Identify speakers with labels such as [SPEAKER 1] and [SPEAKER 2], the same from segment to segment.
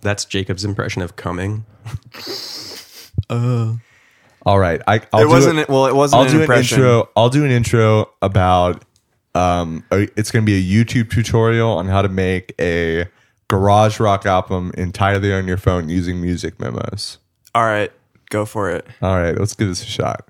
[SPEAKER 1] That's Jacob's impression of coming.
[SPEAKER 2] All right, I I'll
[SPEAKER 3] It
[SPEAKER 2] do
[SPEAKER 3] wasn't well. It wasn't.
[SPEAKER 2] I'll
[SPEAKER 3] an
[SPEAKER 2] do
[SPEAKER 3] impression.
[SPEAKER 2] an intro. I'll do an intro about um. a- It's going to be a YouTube tutorial on how to make a garage rock album entirely on your phone using music memos.
[SPEAKER 3] All right, go for it.
[SPEAKER 2] All right, let's give this a shot.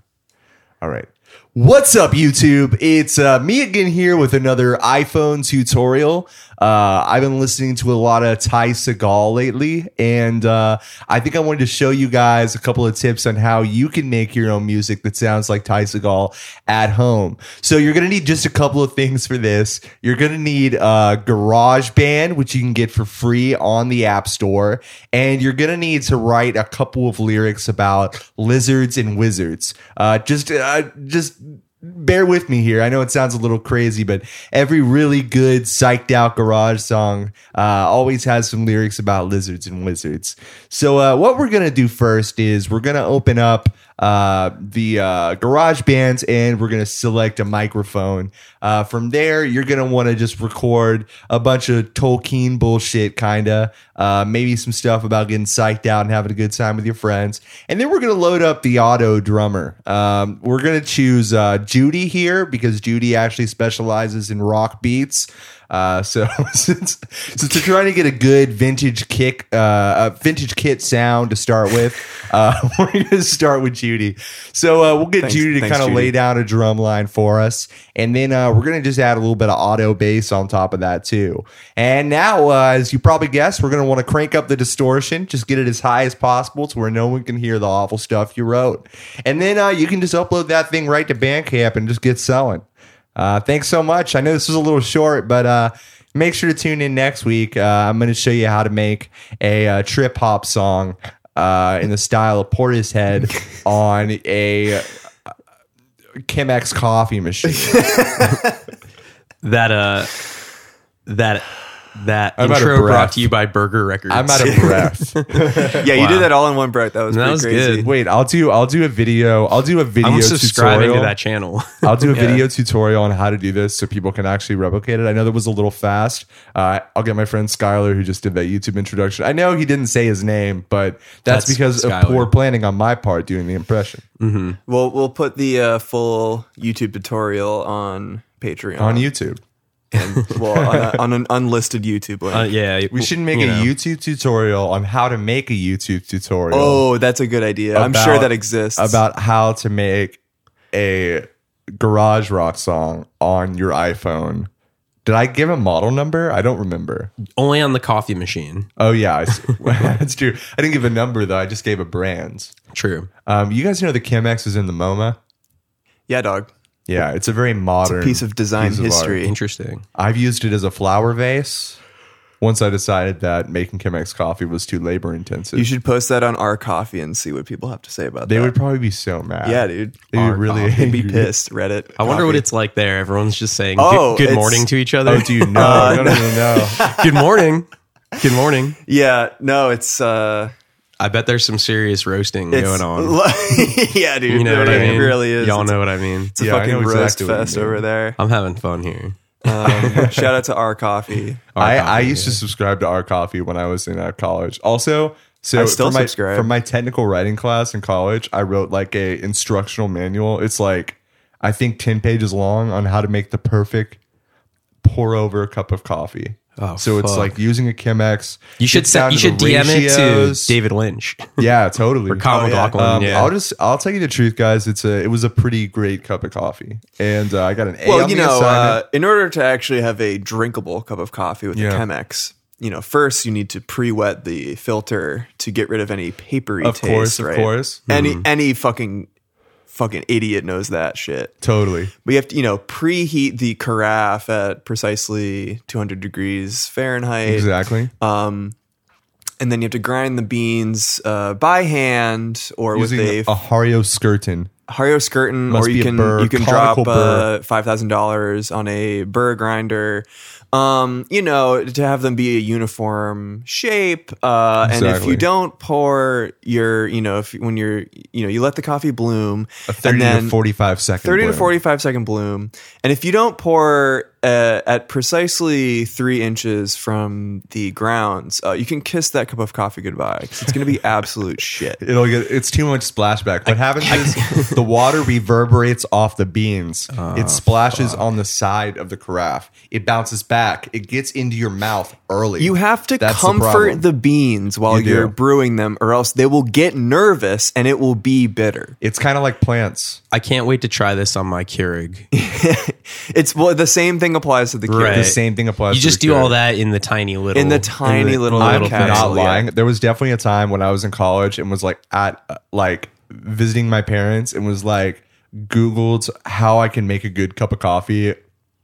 [SPEAKER 2] All right. What's up, YouTube? It's uh, me again here with another iPhone tutorial. Uh, I've been listening to a lot of Ty Segal lately, and uh, I think I wanted to show you guys a couple of tips on how you can make your own music that sounds like Ty Segal at home. So you're gonna need just a couple of things for this. You're gonna need uh, GarageBand, which you can get for free on the App Store, and you're gonna need to write a couple of lyrics about lizards and wizards. Uh, just, uh, just bear with me here. I know it sounds a little crazy, but every really good psyched out garage song uh, always has some lyrics about lizards and wizards. So uh, what we're gonna do first is we're gonna open up uh, the uh, garage bands and we're gonna select a microphone. Uh, from there, you're gonna want to just record a bunch of Tolkien bullshit, kinda. Uh, maybe some stuff about getting psyched out and having a good time with your friends. And then we're gonna load up the auto drummer. Um, we're gonna choose uh, Judy here because Judy actually specializes in rock beats. Uh, so since since we're trying to get a good vintage kick, uh, a vintage kit sound to start with, uh, we're gonna start with Judy. So uh, we'll get
[SPEAKER 3] Thanks-
[SPEAKER 2] Judy to
[SPEAKER 3] thanks,
[SPEAKER 2] kind of
[SPEAKER 3] Judy.
[SPEAKER 2] lay down a drum line for us, and then uh, we're gonna just add a little bit of auto bass on top of that too. And now, uh, as you probably guessed, we're gonna want to crank up the distortion, just get it as high as possible to where no one can hear the awful stuff you wrote, and then uh, you can just upload that thing right to Bandcamp and just get selling. Uh, thanks so much. I know this was a little short, but uh, make sure to tune in next week. Uh, I'm going to show you how to make a uh, trip hop song uh, in the style of Portishead on a uh, Chemex coffee machine.
[SPEAKER 1] That uh, that that
[SPEAKER 2] I'm out of
[SPEAKER 1] intro
[SPEAKER 2] breath.
[SPEAKER 1] brought to you by Burger Records.
[SPEAKER 2] I'm out of breath.
[SPEAKER 3] Yeah, you did that all in one breath. That was
[SPEAKER 1] That
[SPEAKER 3] pretty
[SPEAKER 1] was
[SPEAKER 3] crazy.
[SPEAKER 1] good.
[SPEAKER 2] Wait, I'll do I'll do a video. I'll do a video
[SPEAKER 1] I'm subscribing
[SPEAKER 2] tutorial.
[SPEAKER 1] to that channel.
[SPEAKER 2] I'll do a video tutorial on how to do this so people can actually replicate it. I know that was a little fast. Uh, I'll get my friend Skylar who just did that YouTube introduction. I know he didn't say his name, but that's,
[SPEAKER 1] That's
[SPEAKER 2] because
[SPEAKER 1] Skylar.
[SPEAKER 2] of poor planning on my part doing the impression
[SPEAKER 3] We'll we'll put the uh, full YouTube tutorial on Patreon
[SPEAKER 1] Uh,
[SPEAKER 2] on YouTube.
[SPEAKER 3] well on, a, on an unlisted YouTube link.
[SPEAKER 1] Uh, yeah,
[SPEAKER 2] We should make
[SPEAKER 1] you
[SPEAKER 2] a
[SPEAKER 1] know.
[SPEAKER 2] YouTube tutorial on how to make a YouTube tutorial
[SPEAKER 3] oh, that's a good idea. I'm sure
[SPEAKER 2] about-
[SPEAKER 3] that exists.
[SPEAKER 2] about how to make a garage rock song on your iPhone. Did I give a model number? I don't remember.
[SPEAKER 1] only on the coffee machine.
[SPEAKER 2] Oh yeah, I see. that's true. I didn't give a number though. I just gave a brand.
[SPEAKER 1] True.
[SPEAKER 2] Um, you guys know the Chemex is in the MoMA.
[SPEAKER 3] yeah, dog.
[SPEAKER 2] Yeah, it's a very modern
[SPEAKER 3] Piece of design
[SPEAKER 2] piece of art.
[SPEAKER 3] history.
[SPEAKER 1] Interesting.
[SPEAKER 2] I've used it as a flower vase. Once I decided that making Chemex coffee was too labor intensive,
[SPEAKER 3] You should post that on our coffee and see what people have to say about
[SPEAKER 2] they
[SPEAKER 3] that.
[SPEAKER 2] would probably be so mad.
[SPEAKER 3] yeah, dude.
[SPEAKER 2] They would really
[SPEAKER 3] They'd be
[SPEAKER 2] angry.
[SPEAKER 3] pissed. Reddit.
[SPEAKER 1] I wonder what
[SPEAKER 3] coffee.
[SPEAKER 1] it's like there. Everyone's just saying
[SPEAKER 3] Oh,
[SPEAKER 1] good,
[SPEAKER 3] it's- Oh,
[SPEAKER 1] good morning to each other.
[SPEAKER 2] Oh, dude, no,
[SPEAKER 3] Uh,
[SPEAKER 2] no, no, no, no.
[SPEAKER 1] good morning. Good morning.
[SPEAKER 3] Yeah, no, it's uh,
[SPEAKER 1] I bet there's some serious roasting
[SPEAKER 3] it's
[SPEAKER 1] going on.
[SPEAKER 3] yeah, dude.
[SPEAKER 1] you know what I
[SPEAKER 3] it
[SPEAKER 1] mean?
[SPEAKER 3] really is.
[SPEAKER 1] Y'all
[SPEAKER 3] It's-
[SPEAKER 1] know what I mean.
[SPEAKER 3] It's a
[SPEAKER 2] Yeah, I
[SPEAKER 3] fucking
[SPEAKER 2] know
[SPEAKER 3] roast
[SPEAKER 2] exactly what you
[SPEAKER 3] fest
[SPEAKER 2] mean.
[SPEAKER 3] over there.
[SPEAKER 1] I'm having fun here.
[SPEAKER 3] Um, shout out to our coffee.
[SPEAKER 2] I, I used to subscribe to our coffee when I was in uh, college. Also, so
[SPEAKER 3] I still
[SPEAKER 2] for my,
[SPEAKER 3] subscribe.
[SPEAKER 2] for my technical writing class in college, I wrote like a instructional manual. It's like I think ten pages long on how to make the perfect pour over cup of coffee.
[SPEAKER 1] Oh,
[SPEAKER 2] so it's
[SPEAKER 1] fuck.
[SPEAKER 2] like using a Chemex.
[SPEAKER 1] You should
[SPEAKER 2] Gets
[SPEAKER 1] say,
[SPEAKER 2] down
[SPEAKER 1] you
[SPEAKER 2] to the
[SPEAKER 1] should DM
[SPEAKER 2] ratios.
[SPEAKER 1] it to David Lynch
[SPEAKER 2] Yeah, totally.
[SPEAKER 1] or Kyle
[SPEAKER 3] yeah.
[SPEAKER 1] McLaughlin.
[SPEAKER 2] Um,
[SPEAKER 1] yeah.
[SPEAKER 2] I'll just I'll tell you the truth, guys. It's a it was a pretty great cup of coffee, and uh, I got an A.
[SPEAKER 3] well,
[SPEAKER 2] on
[SPEAKER 3] you
[SPEAKER 2] the
[SPEAKER 3] know,
[SPEAKER 2] assignment.
[SPEAKER 3] uh, in order to actually have a drinkable cup of coffee with
[SPEAKER 2] Yeah.
[SPEAKER 3] a Chemex, you know, first you need to pre-wet the filter to get rid of any papery
[SPEAKER 2] of
[SPEAKER 3] taste.
[SPEAKER 2] course,
[SPEAKER 3] right?
[SPEAKER 2] of course, Mm-hmm.
[SPEAKER 3] Any any fucking fucking idiot knows that shit.
[SPEAKER 2] totally.
[SPEAKER 3] But you have to, you know, preheat the carafe at precisely 200 degrees Fahrenheit.
[SPEAKER 2] Exactly.
[SPEAKER 3] Um, and then you have to grind the beans uh, by hand or
[SPEAKER 2] Using
[SPEAKER 3] with a
[SPEAKER 2] a Hario Skirton.
[SPEAKER 3] Hario Skirton,
[SPEAKER 2] Must
[SPEAKER 3] or
[SPEAKER 2] be
[SPEAKER 3] you
[SPEAKER 2] a
[SPEAKER 3] can
[SPEAKER 2] burr,
[SPEAKER 3] you can drop
[SPEAKER 2] conical burr.
[SPEAKER 3] uh, five thousand dollars on a burr grinder. Um, you know, to have them be a uniform shape. Uh, And if
[SPEAKER 2] Exactly.
[SPEAKER 3] you don't pour your, you know, if when you're, you know, you let the coffee bloom,
[SPEAKER 2] A 30
[SPEAKER 3] and then
[SPEAKER 2] to 45 second
[SPEAKER 3] 30 to
[SPEAKER 2] blend.
[SPEAKER 3] 45 second bloom. And if you don't pour uh, at precisely three inches from the grounds, uh, you can kiss that cup of coffee goodbye 'cause it's going to be absolute shit.
[SPEAKER 2] It'll get it's too much splashback. What happens is the water reverberates off the beans.
[SPEAKER 1] Ah,
[SPEAKER 2] it splashes on the side of the carafe. It bounces back. It gets into your mouth early.
[SPEAKER 3] You have to
[SPEAKER 2] That's the
[SPEAKER 3] comfort
[SPEAKER 2] problem.
[SPEAKER 3] the, beans while
[SPEAKER 2] You
[SPEAKER 3] you are
[SPEAKER 2] do.
[SPEAKER 3] brewing them, or else they will get nervous and it will be bitter.
[SPEAKER 2] It's kind of like plants.
[SPEAKER 1] I can't wait to try this on my Keurig.
[SPEAKER 3] It's well, the same thing applies to the cure.
[SPEAKER 1] Right.
[SPEAKER 2] The same thing applies.
[SPEAKER 1] You
[SPEAKER 2] to
[SPEAKER 1] just
[SPEAKER 2] the
[SPEAKER 1] do all
[SPEAKER 2] cure.
[SPEAKER 1] that in the tiny little
[SPEAKER 3] In the tiny little
[SPEAKER 2] I'm
[SPEAKER 3] little
[SPEAKER 1] thing.
[SPEAKER 2] not
[SPEAKER 3] capsule, yeah.
[SPEAKER 2] lying. There was definitely a time when I was in college and was like at uh, like visiting my parents and was like Googled how I can make a good cup of coffee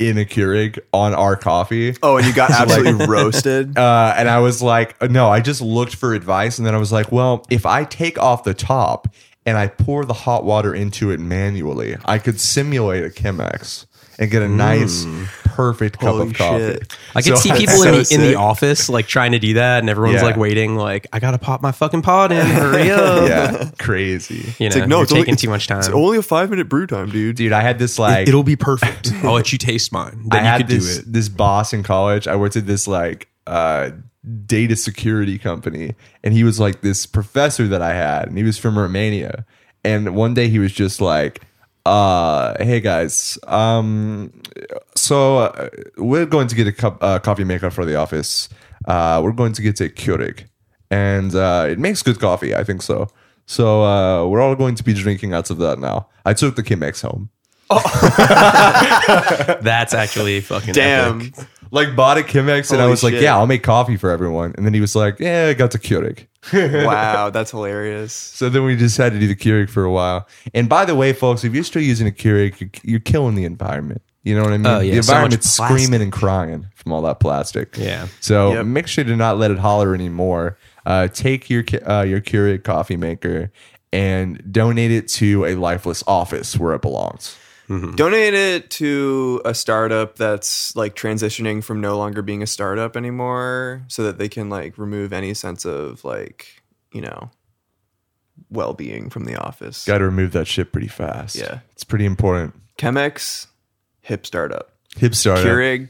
[SPEAKER 2] in a Keurig on our coffee.
[SPEAKER 3] Oh, and you got absolutely roasted.
[SPEAKER 2] Uh, and I was like, no, I just looked for advice. And then I was like, well, if I take off the top and I pour the hot water into it manually, I could simulate a Chemex and get a nice, perfect cup
[SPEAKER 3] Holy
[SPEAKER 2] of coffee.
[SPEAKER 3] shit.
[SPEAKER 1] I could
[SPEAKER 2] So
[SPEAKER 1] see
[SPEAKER 2] I-
[SPEAKER 1] people
[SPEAKER 3] so
[SPEAKER 1] in, the, in the
[SPEAKER 3] sick.
[SPEAKER 1] office like trying to do that, and everyone's
[SPEAKER 2] Yeah.
[SPEAKER 1] like waiting, like I gotta pop my fucking pod in, hurry up.
[SPEAKER 2] Yeah, crazy.
[SPEAKER 1] You know,
[SPEAKER 3] It's like, no,
[SPEAKER 1] you're
[SPEAKER 3] it's only-
[SPEAKER 1] taking too much time.
[SPEAKER 3] It's only a five minute brew time, dude.
[SPEAKER 2] Dude, I had this like
[SPEAKER 1] It'll be perfect. I'll let you taste mine. Then
[SPEAKER 2] I
[SPEAKER 1] you
[SPEAKER 2] had
[SPEAKER 1] could
[SPEAKER 2] this
[SPEAKER 1] do it.
[SPEAKER 2] this boss in college. I worked at this like uh, data security company, and he was like this professor that I had, and he was from Romania. And one day he was just like, uh, "Hey guys, um, so uh, we're going to get a cup, uh, coffee maker for the office. Uh, we're going to get a Keurig, and uh, it makes good coffee. I think so." So uh, we're all going to be drinking out of that now. I took the Chemex home.
[SPEAKER 1] That's actually fucking
[SPEAKER 3] Damn.
[SPEAKER 1] epic.
[SPEAKER 2] like bought a Chemex and I
[SPEAKER 3] Holy
[SPEAKER 2] was like,
[SPEAKER 3] shit.
[SPEAKER 2] yeah, I'll make coffee for everyone. And then he was like, yeah, I got the Keurig.
[SPEAKER 3] wow, that's hilarious.
[SPEAKER 2] So then we just had to do the Keurig for a while. And by the way, folks, if you're still using a Keurig, you're, you're killing the environment. You know what I mean?
[SPEAKER 1] Oh, yeah,
[SPEAKER 2] The
[SPEAKER 1] so much
[SPEAKER 2] environment's
[SPEAKER 1] plastic.
[SPEAKER 2] screaming and crying from all that plastic.
[SPEAKER 1] Yeah.
[SPEAKER 2] So
[SPEAKER 3] Yep.
[SPEAKER 2] make sure to not let it holler anymore. Uh, take your Ke- uh, your Keurig coffee maker and donate it to a lifeless office where it belongs. Hmm.
[SPEAKER 3] Donate it to a startup that's like transitioning from no longer being a startup anymore so that they can like remove any sense of like, you know, well being from the office.
[SPEAKER 2] Got to remove that shit pretty fast.
[SPEAKER 3] Yeah.
[SPEAKER 2] it's pretty important.
[SPEAKER 3] Chemex, hip startup.
[SPEAKER 2] Hip startup
[SPEAKER 3] Keurig,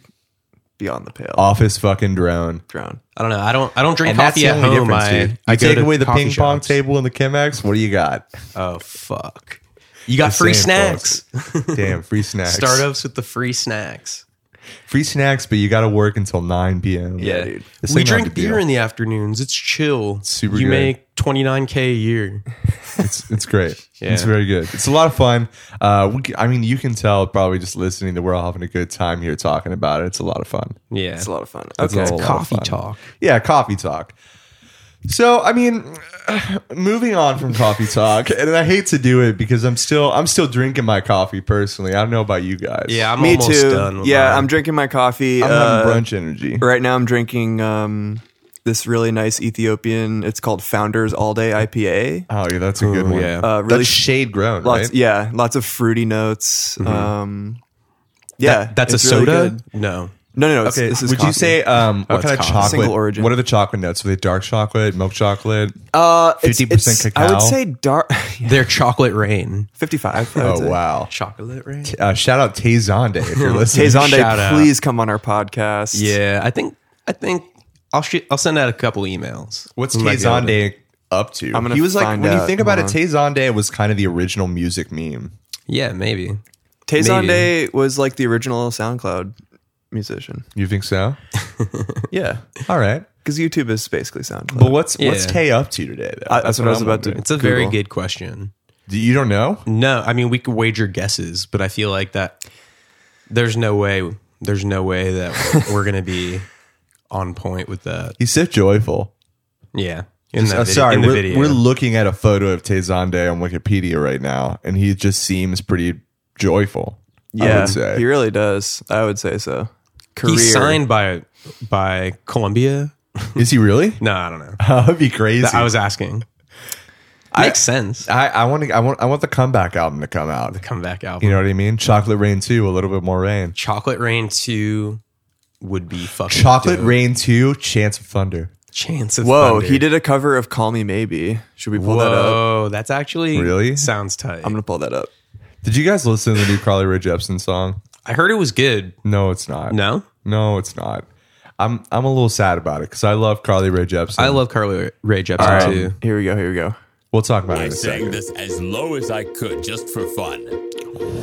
[SPEAKER 3] beyond the pale.
[SPEAKER 2] office fucking drone.
[SPEAKER 3] Drown.
[SPEAKER 1] I don't know. I don't. I don't drink
[SPEAKER 2] And that's
[SPEAKER 1] coffee
[SPEAKER 2] the
[SPEAKER 1] at
[SPEAKER 2] only
[SPEAKER 1] home.
[SPEAKER 2] difference,
[SPEAKER 1] I,
[SPEAKER 2] dude. You
[SPEAKER 1] I go
[SPEAKER 2] take
[SPEAKER 1] to
[SPEAKER 2] away the
[SPEAKER 1] coffee
[SPEAKER 2] ping pong
[SPEAKER 1] shops.
[SPEAKER 2] table and the Chemex. What do you got?
[SPEAKER 1] Oh fuck! You got
[SPEAKER 2] The
[SPEAKER 1] free
[SPEAKER 2] same,
[SPEAKER 1] snacks.
[SPEAKER 2] Damn, free snacks.
[SPEAKER 1] Startups with the free snacks.
[SPEAKER 2] Free snacks, but you got to work until 9 p.m.
[SPEAKER 3] Yeah, dude.
[SPEAKER 2] This
[SPEAKER 1] we
[SPEAKER 2] ain't not
[SPEAKER 1] drink
[SPEAKER 2] the deal.
[SPEAKER 1] beer in the afternoons. It's chill.
[SPEAKER 2] super
[SPEAKER 1] You
[SPEAKER 2] good.
[SPEAKER 1] make twenty nine k a year.
[SPEAKER 2] It's, it's great.
[SPEAKER 1] Yeah.
[SPEAKER 2] It's very good. It's a lot of fun. Uh, we, c- I mean, you can tell probably just listening that we're all having a good time here talking about it. It's a lot of fun.
[SPEAKER 1] Yeah.
[SPEAKER 3] It's a lot of fun.
[SPEAKER 2] It's a
[SPEAKER 3] Okay.
[SPEAKER 2] whole lot of
[SPEAKER 1] Coffee
[SPEAKER 2] fun.
[SPEAKER 1] talk.
[SPEAKER 2] Yeah, coffee talk. So, I mean, moving on from coffee talk, and I hate to do it because I'm still I'm still drinking my coffee personally. I don't know about you guys.
[SPEAKER 1] Yeah, I'm
[SPEAKER 3] Me
[SPEAKER 1] almost
[SPEAKER 3] too.
[SPEAKER 1] done. With
[SPEAKER 3] yeah,
[SPEAKER 1] mine.
[SPEAKER 3] I'm drinking my coffee.
[SPEAKER 2] I'm
[SPEAKER 3] uh,
[SPEAKER 2] having brunch energy.
[SPEAKER 3] Right now, I'm drinking um, this really nice Ethiopian. It's called Founders All Day IPA.
[SPEAKER 2] Oh yeah, that's a good
[SPEAKER 1] Ooh,
[SPEAKER 2] one.
[SPEAKER 1] yeah.
[SPEAKER 3] Uh, really-
[SPEAKER 2] that's shade grown,
[SPEAKER 3] Lots,
[SPEAKER 2] right?
[SPEAKER 3] yeah, lots of fruity notes. Um, yeah,
[SPEAKER 1] That- that's a
[SPEAKER 3] it's really
[SPEAKER 1] soda.
[SPEAKER 3] good.
[SPEAKER 1] no.
[SPEAKER 3] no, no, no.
[SPEAKER 2] Okay,
[SPEAKER 3] Okay, this is
[SPEAKER 2] would you
[SPEAKER 3] coffee.
[SPEAKER 2] say um, what
[SPEAKER 1] it's
[SPEAKER 2] kind of
[SPEAKER 1] coffee.
[SPEAKER 2] chocolate?
[SPEAKER 3] Single origin.
[SPEAKER 2] What are the chocolate notes? Are they dark chocolate, milk chocolate?
[SPEAKER 3] uh, it's-
[SPEAKER 2] 50%
[SPEAKER 3] it's- I would
[SPEAKER 2] cacao?
[SPEAKER 3] say dark.
[SPEAKER 1] They're chocolate rain.
[SPEAKER 3] 55. I would
[SPEAKER 2] oh
[SPEAKER 3] say.
[SPEAKER 2] wow!
[SPEAKER 1] Chocolate rain.
[SPEAKER 2] Uh, shout out Tay Zonde if you're listening.
[SPEAKER 1] Shout
[SPEAKER 3] Tezonde,
[SPEAKER 1] out.
[SPEAKER 3] please come on our podcast.
[SPEAKER 1] Yeah, I think. I think. I'll sh- I'll send out a couple emails.
[SPEAKER 2] What's
[SPEAKER 1] We
[SPEAKER 2] Tay
[SPEAKER 1] might be able to-
[SPEAKER 2] Zonde up to?
[SPEAKER 3] I'm gonna
[SPEAKER 2] he was like
[SPEAKER 3] find
[SPEAKER 2] when you
[SPEAKER 3] out.
[SPEAKER 2] think about it,
[SPEAKER 3] Hold
[SPEAKER 2] Tay Zonde was kind of the original music meme.
[SPEAKER 1] Yeah, maybe.
[SPEAKER 3] Tezonde was like the original SoundCloud musician.
[SPEAKER 2] You think so?
[SPEAKER 3] Yeah,
[SPEAKER 2] All right,
[SPEAKER 3] because YouTube is basically SoundCloud.
[SPEAKER 2] but what's what's
[SPEAKER 1] Yeah.
[SPEAKER 2] Tay up to today? Though?
[SPEAKER 3] I- that's what I was
[SPEAKER 2] I'm
[SPEAKER 3] about to-
[SPEAKER 2] wondering.
[SPEAKER 1] It's a very
[SPEAKER 3] Google.
[SPEAKER 1] good question.
[SPEAKER 2] Do you don't know?
[SPEAKER 1] No, I mean we could wager guesses, but I feel like that there's no way there's no way that we're gonna be on point with that.
[SPEAKER 2] He's so joyful.
[SPEAKER 1] Yeah. In that
[SPEAKER 2] Uh,
[SPEAKER 1] vid-
[SPEAKER 2] sorry,
[SPEAKER 1] in the
[SPEAKER 2] we're,
[SPEAKER 1] video.
[SPEAKER 2] we're looking at a photo of Tezonde on Wikipedia right now, and he just seems pretty joyful. I would say.
[SPEAKER 3] he really does. I would say so. Career.
[SPEAKER 1] He's signed by by Columbia.
[SPEAKER 2] Is he really?
[SPEAKER 1] No, I don't know.
[SPEAKER 2] That'd be crazy.
[SPEAKER 1] I was asking. Makes sense.
[SPEAKER 2] I, I want to. I want. I want the comeback album to come out.
[SPEAKER 1] Comeback album.
[SPEAKER 2] You know what I mean? Chocolate Rain Two, a little bit more rain.
[SPEAKER 1] Chocolate Rain Two would be fucking
[SPEAKER 2] Chocolate
[SPEAKER 1] dope.
[SPEAKER 2] Rain Two, Chance of Thunder.
[SPEAKER 1] Chance of
[SPEAKER 3] Whoa,
[SPEAKER 1] Thunder.
[SPEAKER 3] he did a cover of Call Me Maybe. Should we pull that up?
[SPEAKER 1] Whoa, that's actually
[SPEAKER 2] Really?
[SPEAKER 1] sounds tight.
[SPEAKER 3] I'm gonna pull that up.
[SPEAKER 2] Did you guys listen to the new Carly Rae Jepsen song?
[SPEAKER 1] I heard it was good.
[SPEAKER 2] No, it's not.
[SPEAKER 1] No,
[SPEAKER 2] No, it's not. I'm I'm a little sad about it because I love Carly Rae Jepsen.
[SPEAKER 1] I love Carly Rae Jepsen
[SPEAKER 3] Um,
[SPEAKER 1] too.
[SPEAKER 3] here we go. Here we go.
[SPEAKER 2] we'll talk about it
[SPEAKER 4] I
[SPEAKER 2] in a
[SPEAKER 4] sang
[SPEAKER 2] second.
[SPEAKER 4] this as low as I could just for fun.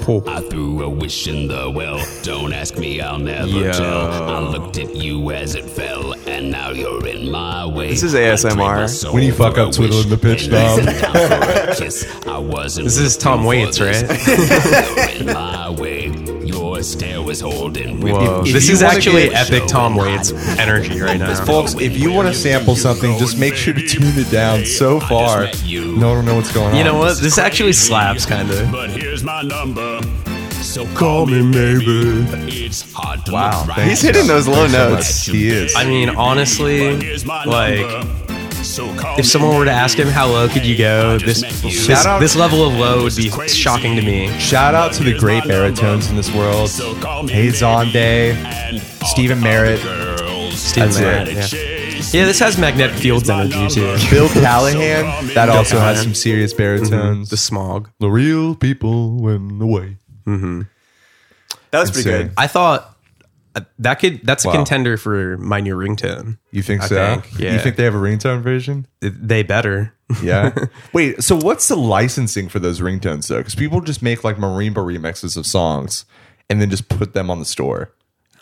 [SPEAKER 1] Oh.
[SPEAKER 4] I threw a wish in the well. Don't ask me, I'll never
[SPEAKER 1] Yo.
[SPEAKER 4] tell. I looked at you as it fell, and now you're in my way.
[SPEAKER 3] This is
[SPEAKER 4] I trade
[SPEAKER 3] ASMR.
[SPEAKER 4] my soul
[SPEAKER 2] When you fuck
[SPEAKER 4] for a
[SPEAKER 2] up twiddling
[SPEAKER 4] wish
[SPEAKER 2] the pitch
[SPEAKER 4] and this
[SPEAKER 2] knob.
[SPEAKER 4] is time for a kiss. I wasn't
[SPEAKER 1] This is Tom
[SPEAKER 4] looking
[SPEAKER 1] Waits,
[SPEAKER 4] for this.
[SPEAKER 1] right?
[SPEAKER 4] You're in my way. Your stare was holding.
[SPEAKER 1] Whoa.
[SPEAKER 4] If- if
[SPEAKER 1] this
[SPEAKER 4] you
[SPEAKER 1] is
[SPEAKER 4] wanna
[SPEAKER 1] actually
[SPEAKER 4] get-
[SPEAKER 1] epic Tom Waits energy right now.
[SPEAKER 2] Folks, if you want to sample something, just make sure to tune it down so far. No, I don't know what's going on.
[SPEAKER 1] You know what? This actually slaps, kind of.
[SPEAKER 4] But here's my number. So call me maybe. It's hard to
[SPEAKER 2] Wow,
[SPEAKER 4] look right
[SPEAKER 2] thanks.
[SPEAKER 3] He's hitting those low
[SPEAKER 2] Thanks so much.
[SPEAKER 3] notes.
[SPEAKER 2] He is.
[SPEAKER 1] I mean, honestly,
[SPEAKER 4] But here's my
[SPEAKER 1] like
[SPEAKER 4] number. So call
[SPEAKER 1] if someone were to ask him how low could you go, this this,
[SPEAKER 2] Shout out-
[SPEAKER 1] this level of low would be shocking to me.
[SPEAKER 2] Shout out to the great baritones in this world. Hey, Zonde, Stephen Merritt.
[SPEAKER 1] That's
[SPEAKER 2] Merritt,
[SPEAKER 1] it. Yeah. yeah, this has magnetic fields energy too.
[SPEAKER 2] Bill Callahan, that also has some serious baritones.
[SPEAKER 1] The smog.
[SPEAKER 2] The real people win the way.
[SPEAKER 3] That was pretty
[SPEAKER 2] Insane.
[SPEAKER 3] good.
[SPEAKER 1] I thought uh, that could that's
[SPEAKER 2] Wow.
[SPEAKER 1] a contender for my new ringtone.
[SPEAKER 2] You think
[SPEAKER 1] I
[SPEAKER 2] so?
[SPEAKER 1] think, yeah.
[SPEAKER 2] You think they have a ringtone version?
[SPEAKER 1] They better.
[SPEAKER 2] Yeah. Wait, so what's the licensing for those ringtones though? Because people just make like marimba remixes of songs and then just put them on the store.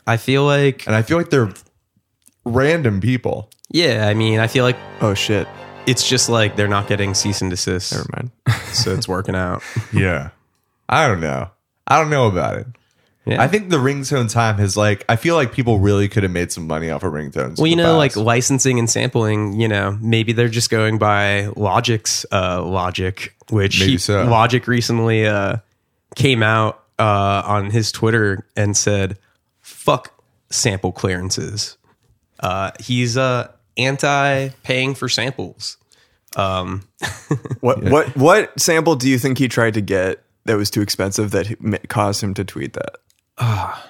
[SPEAKER 1] I feel like
[SPEAKER 2] And I feel like they're random people.
[SPEAKER 1] yeah. I mean, I feel like
[SPEAKER 3] Oh shit.
[SPEAKER 1] it's just like they're not getting cease and desist,
[SPEAKER 3] Never mind.
[SPEAKER 1] so it's working out.
[SPEAKER 2] Yeah. I don't know. I don't know about it.
[SPEAKER 1] Yeah.
[SPEAKER 2] I think the ringtone time has like I feel like people really could have made some money off of ringtones.
[SPEAKER 1] Well,
[SPEAKER 2] in
[SPEAKER 1] you
[SPEAKER 2] the
[SPEAKER 1] know, like
[SPEAKER 2] past.
[SPEAKER 1] licensing and sampling, you know, maybe they're just going by Logic's uh, logic, which
[SPEAKER 2] Maybe
[SPEAKER 1] he-
[SPEAKER 2] so.
[SPEAKER 1] Logic recently uh, came out uh, on his Twitter and said, fuck sample clearances. Uh, he's uh, anti paying for samples.
[SPEAKER 3] What what what sample do you think he tried to get that was too expensive that he- ma- caused him to tweet that?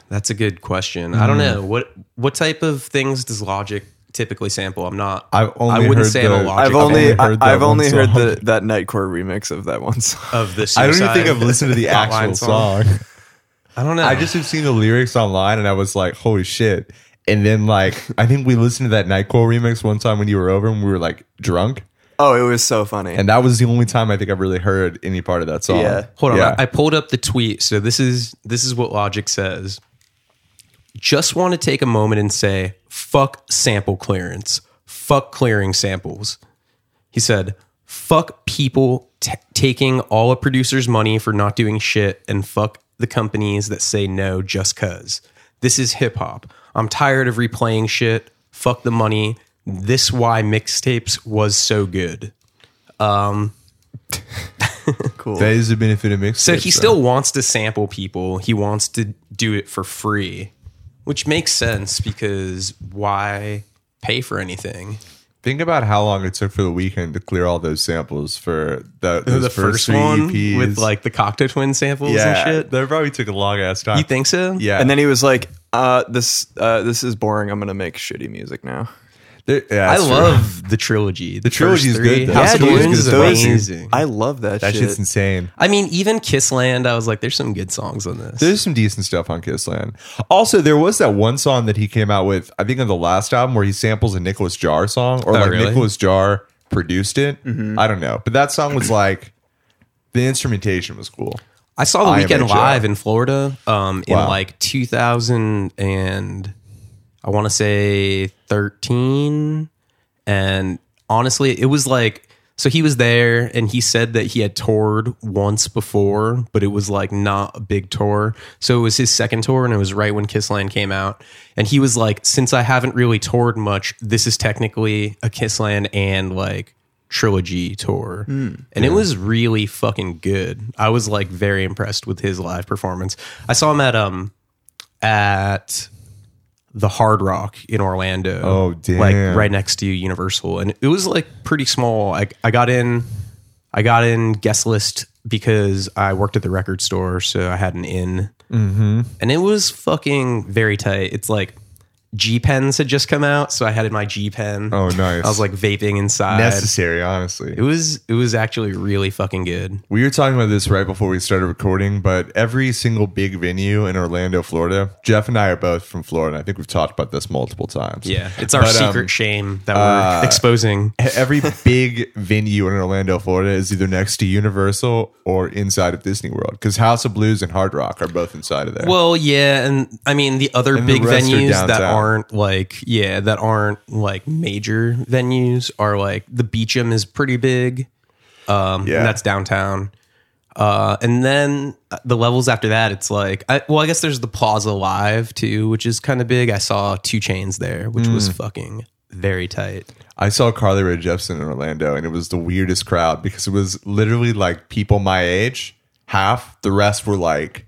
[SPEAKER 1] That's a good question. I don't
[SPEAKER 2] Hmm.
[SPEAKER 1] know. What what type of things does Logic typically sample? I'm not,
[SPEAKER 2] I've only
[SPEAKER 1] I wouldn't
[SPEAKER 2] heard
[SPEAKER 1] say I'm
[SPEAKER 2] the-
[SPEAKER 1] a Logic
[SPEAKER 3] I've
[SPEAKER 2] I've only
[SPEAKER 3] only,
[SPEAKER 2] heard that
[SPEAKER 3] I, have
[SPEAKER 2] one
[SPEAKER 3] only heard
[SPEAKER 2] song.
[SPEAKER 3] the, that Nightcore remix of that one song.
[SPEAKER 1] of the
[SPEAKER 2] I don't even think
[SPEAKER 1] suicide
[SPEAKER 2] I've listened to the
[SPEAKER 1] hotline
[SPEAKER 2] actual song.
[SPEAKER 1] I don't know.
[SPEAKER 2] I just have seen the lyrics online and I was like, holy shit. And then like I think we listened to that Nightcore remix one time when you were over and we were like drunk.
[SPEAKER 3] Oh, it was so funny.
[SPEAKER 2] And uh, that was the only time I think I've really heard any part of that song.
[SPEAKER 3] Yeah.
[SPEAKER 1] Hold on,
[SPEAKER 2] Yeah.
[SPEAKER 1] I, I pulled up the tweet. So this is this is what Logic says. Just want to take a moment and say, fuck sample clearance. Fuck clearing samples. He said, fuck people t- taking all a producer's money for not doing shit and fuck the companies that say no just cuz. This is hip hop. I'm tired of replaying shit. Fuck the money. This why mixtapes was so good.
[SPEAKER 3] cool.
[SPEAKER 2] that is a benefit of mixtape.
[SPEAKER 1] So he still wants to sample people. He wants to do it for free, which makes sense because why pay for anything?
[SPEAKER 2] think about how long it took for the weekend to clear all those samples for the, those
[SPEAKER 1] the
[SPEAKER 2] first,
[SPEAKER 1] first,
[SPEAKER 2] three
[SPEAKER 1] one
[SPEAKER 2] EPs.
[SPEAKER 1] with like the Cocteau Twin samples
[SPEAKER 2] yeah,
[SPEAKER 1] and shit.
[SPEAKER 2] that probably took a long ass time.
[SPEAKER 1] You think so?
[SPEAKER 2] Yeah,
[SPEAKER 3] And then he was like, uh, "This uh, this is boring. I'm gonna make shitty music now."
[SPEAKER 2] There- yeah,
[SPEAKER 1] I
[SPEAKER 2] that's true.
[SPEAKER 1] love the trilogy. The,
[SPEAKER 2] trilogy is
[SPEAKER 1] first three.
[SPEAKER 2] good, though.
[SPEAKER 1] House of
[SPEAKER 2] Yeah, dude.
[SPEAKER 1] Blues is
[SPEAKER 2] Those-
[SPEAKER 1] amazing.
[SPEAKER 3] I love that,
[SPEAKER 2] that
[SPEAKER 3] shit.
[SPEAKER 2] shit's insane.
[SPEAKER 1] I mean, even Kissland, I was like, there's some good songs on this.
[SPEAKER 2] There's some decent stuff on Kissland. Also, there was that one song that he came out with, I think on the last album, where he samples a Nicholas Jar song, or
[SPEAKER 1] Oh,
[SPEAKER 2] like
[SPEAKER 1] really? Mm-hmm.
[SPEAKER 2] Nicholas Jar produced it. I don't know, but that song was like the instrumentation was cool.
[SPEAKER 1] I saw the
[SPEAKER 2] I am
[SPEAKER 1] weekend
[SPEAKER 2] a Joe.
[SPEAKER 1] live in Florida um, in
[SPEAKER 2] Wow.
[SPEAKER 1] like 2000 and I want to say 13. And honestly, it was like so he was there and he said that he had toured once before, but it was like not a big tour. So it was his second tour and it was right when Kissland came out. And he was like, since I haven't really toured much, this is technically a Kissland and like trilogy tour. And it was really fucking good. I was like very impressed with his live performance. I saw him at um at the Hard Rock in Orlando.
[SPEAKER 2] Oh, damn.
[SPEAKER 1] Like right next to Universal, and it was like pretty small. I I got in, I got in guest list because I worked at the record store, so I had an in, mm-hmm. and it was fucking very tight. It's like G pens had just come out, so I had my G pen.
[SPEAKER 2] Oh, nice.
[SPEAKER 1] I was like vaping inside.
[SPEAKER 2] necessary, honestly.
[SPEAKER 1] It was it was actually really fucking good.
[SPEAKER 2] We were talking about this right before we started recording, but every single big venue in Orlando, Florida, Jeff and I are both from Florida. and I think we've talked about this multiple times.
[SPEAKER 1] Yeah, it's our
[SPEAKER 2] But, um, uh,
[SPEAKER 1] secret shame that we're exposing.
[SPEAKER 2] Every big venue in Orlando, Florida is either next to Universal or inside of Disney World because House of Blues and Hard Rock are both inside of there.
[SPEAKER 1] Well, yeah, and I mean the other
[SPEAKER 2] And the
[SPEAKER 1] big
[SPEAKER 2] rest are
[SPEAKER 1] venues that
[SPEAKER 2] downtown.
[SPEAKER 1] aren't like yeah, that aren't like major venues are like the Beecham is pretty big. Um,
[SPEAKER 2] Yeah.
[SPEAKER 1] and that's downtown. Uh, and then uh, the levels after that, it's like, I, well, I guess there's the Plaza Live too, which is kind of big. I saw Two Chains there, which
[SPEAKER 2] Hmm.
[SPEAKER 1] was fucking very tight.
[SPEAKER 2] I saw Carly Rae Jepsen in Orlando, and it was the weirdest crowd because it was literally like people my age, half. The rest were like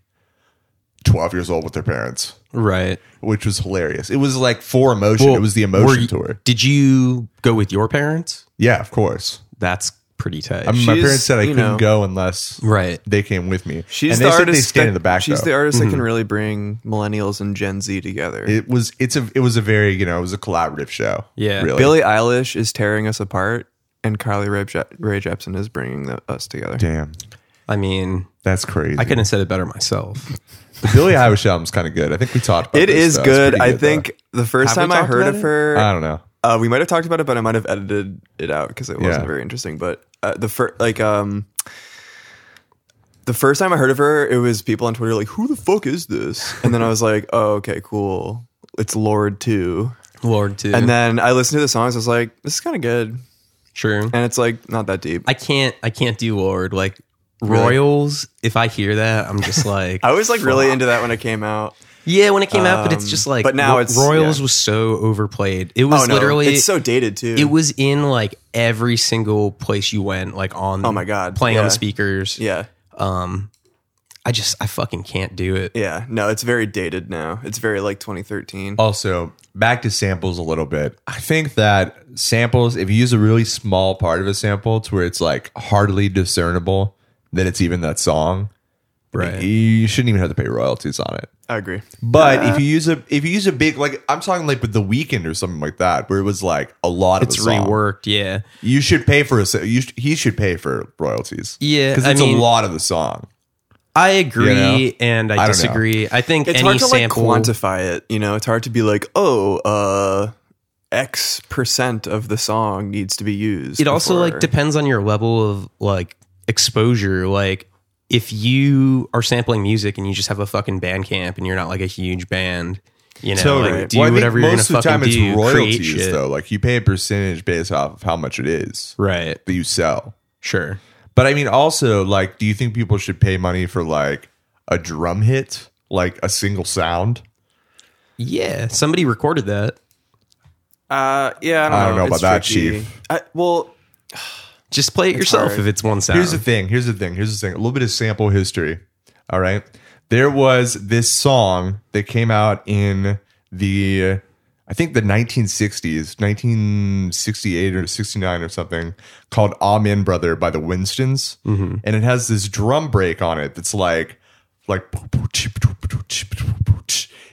[SPEAKER 2] twelve years old with their parents,
[SPEAKER 1] Right.
[SPEAKER 2] which was hilarious. It was like for emotion. it was the
[SPEAKER 1] Were
[SPEAKER 2] emotion
[SPEAKER 1] you-
[SPEAKER 2] tour.
[SPEAKER 1] Did you go with your parents?
[SPEAKER 2] Yeah, of course.
[SPEAKER 1] That's pretty tight.
[SPEAKER 2] I mean, my
[SPEAKER 3] She's,
[SPEAKER 2] parents said I
[SPEAKER 3] you
[SPEAKER 2] couldn't
[SPEAKER 3] know-
[SPEAKER 2] go unless
[SPEAKER 1] right.
[SPEAKER 2] they came with me.
[SPEAKER 3] She's
[SPEAKER 2] and they
[SPEAKER 3] the
[SPEAKER 2] said
[SPEAKER 3] artist.
[SPEAKER 2] they stayed
[SPEAKER 3] that,
[SPEAKER 2] in the back.
[SPEAKER 3] she's
[SPEAKER 2] though.
[SPEAKER 3] the artist that
[SPEAKER 1] Mm-hmm.
[SPEAKER 3] can really bring millennials and Gen Z together.
[SPEAKER 2] it was it's a it was a very you know it was a collaborative show.
[SPEAKER 1] Yeah.
[SPEAKER 2] really.
[SPEAKER 3] Billie Eilish is tearing us apart, and Carly Rae, Je- Rae Jepsen is bringing the, us together.
[SPEAKER 2] Damn,
[SPEAKER 1] I mean,
[SPEAKER 2] that's crazy.
[SPEAKER 1] I couldn't have said it better myself.
[SPEAKER 2] The Billie Eilish album's kind of good. I think we talked. about
[SPEAKER 3] It
[SPEAKER 2] this,
[SPEAKER 3] is
[SPEAKER 2] though. It's
[SPEAKER 3] good.
[SPEAKER 2] pretty
[SPEAKER 3] I
[SPEAKER 2] though.
[SPEAKER 3] think the first
[SPEAKER 1] Have we
[SPEAKER 3] time I
[SPEAKER 1] talked
[SPEAKER 3] heard
[SPEAKER 1] about
[SPEAKER 3] of
[SPEAKER 1] it?
[SPEAKER 3] her,
[SPEAKER 2] I don't know.
[SPEAKER 3] uh, we might have talked about it, but I might have edited it out because it wasn't
[SPEAKER 2] Yeah.
[SPEAKER 3] very interesting. But uh, the first, like, um, the first time I heard of her, it was people on Twitter like, "Who the fuck is this?" And then I was like, "Oh, okay, cool. It's Lord too."
[SPEAKER 1] Lord too.
[SPEAKER 3] And then I listened to the songs. I was like, "This is kind of good,"
[SPEAKER 1] true.
[SPEAKER 3] and it's like not that deep.
[SPEAKER 1] I can't I can't do Lord. Like Royals, if I hear that, I'm just like
[SPEAKER 3] I was like really into that when it came out.
[SPEAKER 1] Yeah, when it came out, but it's just like
[SPEAKER 3] but now
[SPEAKER 1] Ro-
[SPEAKER 3] it's-
[SPEAKER 1] Royals
[SPEAKER 3] yeah.
[SPEAKER 1] was so overplayed. It was
[SPEAKER 3] Oh no,
[SPEAKER 1] literally
[SPEAKER 3] it's so dated too.
[SPEAKER 1] it was in like every single place you went, like on
[SPEAKER 3] Oh my God,
[SPEAKER 1] playing on
[SPEAKER 3] yeah.
[SPEAKER 1] the speakers. Um,
[SPEAKER 3] yeah,
[SPEAKER 1] I just I fucking can't do it.
[SPEAKER 3] yeah. No, it's very dated now. It's very like 2013.
[SPEAKER 2] Oh. Also, back to samples a little bit. I think that samples, if you use a really small part of a sample to where it's like hardly discernible, then it's even that song.
[SPEAKER 1] Right.
[SPEAKER 2] You shouldn't even have to pay royalties on it.
[SPEAKER 3] I agree.
[SPEAKER 2] But if you use a if you use a big like I'm talking like with the weekend or something like that, where it was like a lot of
[SPEAKER 1] It's
[SPEAKER 2] a song,
[SPEAKER 1] reworked, yeah.
[SPEAKER 2] You should pay for a sa- you sh- he should pay for royalties.
[SPEAKER 1] Yeah,
[SPEAKER 2] because
[SPEAKER 1] I
[SPEAKER 2] it's
[SPEAKER 1] mean-
[SPEAKER 2] a lot of the song.
[SPEAKER 1] I agree
[SPEAKER 2] know?
[SPEAKER 1] and I,
[SPEAKER 2] I don't know.
[SPEAKER 1] disagree. I think
[SPEAKER 3] it's
[SPEAKER 1] any
[SPEAKER 3] hard to
[SPEAKER 1] sample
[SPEAKER 3] like quantify it. You know, it's hard to be like, oh, uh, X percent of the song needs to be used.
[SPEAKER 1] it also like
[SPEAKER 3] before-
[SPEAKER 1] depends on your level of like exposure like if you are sampling music and you just have a fucking band camp and you're not like a huge band you know
[SPEAKER 2] Totally.
[SPEAKER 1] like, do
[SPEAKER 2] Well, I think
[SPEAKER 1] whatever you're gonna
[SPEAKER 2] most of the
[SPEAKER 1] fucking
[SPEAKER 2] time
[SPEAKER 1] do
[SPEAKER 2] it's
[SPEAKER 1] create
[SPEAKER 2] royalties
[SPEAKER 1] shit.
[SPEAKER 2] though. Like you pay a percentage based off of how much it is
[SPEAKER 1] right
[SPEAKER 2] that you sell.
[SPEAKER 1] sure
[SPEAKER 2] But I mean, also, like, do you think people should pay money for like a drum hit, like a single sound?
[SPEAKER 1] yeah somebody recorded that
[SPEAKER 3] Uh, yeah, I don't,
[SPEAKER 2] I don't know
[SPEAKER 3] It's
[SPEAKER 2] about that,
[SPEAKER 3] tricky.
[SPEAKER 2] Chief.
[SPEAKER 3] I, well,
[SPEAKER 1] just play it yourself
[SPEAKER 3] hard.
[SPEAKER 1] if it's one sound
[SPEAKER 2] Here's the thing. Here's the thing. Here's the thing. A little bit of sample history. All right. There was this song that came out in the, I think the 1960s, 1968 or 69 or something, called Amen Brother by the Winstons.
[SPEAKER 1] Mm-hmm.
[SPEAKER 2] And it has this drum break on it that's like, like, it's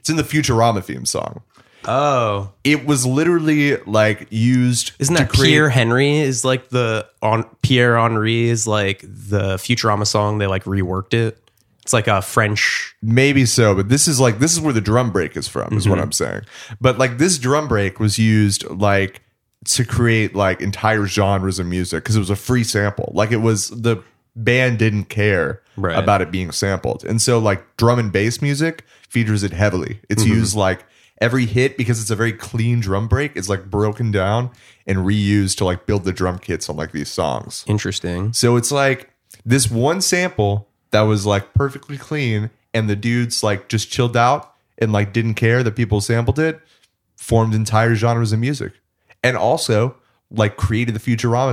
[SPEAKER 2] in the Futurama theme song.
[SPEAKER 1] oh
[SPEAKER 2] It was literally like used.
[SPEAKER 1] isn't that pierre henry is like the on pierre henry is like the futurama song they like reworked it it's like a french
[SPEAKER 2] Maybe so, but this is like this is where the drum break is from, is what I'm saying. But like this drum break was used like to create like entire genres of music because it was a free sample. Like it was the band didn't care
[SPEAKER 1] Right.
[SPEAKER 2] about it being sampled. And so like drum and bass music features it heavily. It's used like every hit because it's a very clean drum break, it's like broken down and reused to like build the drum kits on like these songs.
[SPEAKER 1] interesting
[SPEAKER 2] So it's like this one sample that was like perfectly clean, and the dudes like just chilled out and like didn't care that people sampled it, formed entire genres of music, and also like created the Futurama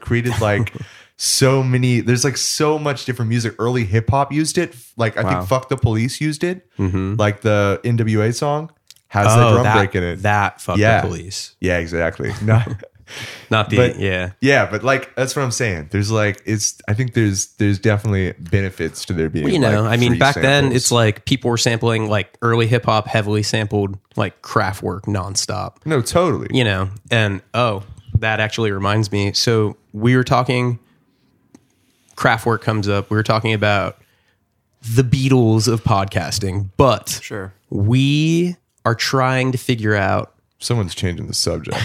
[SPEAKER 2] created like. So many, there's like so much different music. Early hip hop used it. Like I think "Fuck the Police" used it.
[SPEAKER 1] Mm-hmm.
[SPEAKER 2] Like the NWA song has the drum
[SPEAKER 1] Oh, that,
[SPEAKER 2] break in it.
[SPEAKER 1] That fuck
[SPEAKER 2] Yeah.
[SPEAKER 1] the police.
[SPEAKER 2] Yeah, exactly. No,
[SPEAKER 1] Not the
[SPEAKER 2] But-
[SPEAKER 1] yeah.
[SPEAKER 2] Yeah, but like that's what I'm saying. There's like it's. I think there's there's definitely benefits to there being.
[SPEAKER 1] Well, you know,
[SPEAKER 2] like,
[SPEAKER 1] I mean,
[SPEAKER 2] free
[SPEAKER 1] back then
[SPEAKER 2] samples.
[SPEAKER 1] it's like people were sampling like early hip hop, heavily sampled like craft work nonstop.
[SPEAKER 2] no, totally.
[SPEAKER 1] You know, and oh, that actually reminds me. So we were talking. Craft work comes up. We were talking about the Beatles of podcasting, but
[SPEAKER 3] Sure.
[SPEAKER 1] we are trying to figure out.
[SPEAKER 2] Someone's changing the subject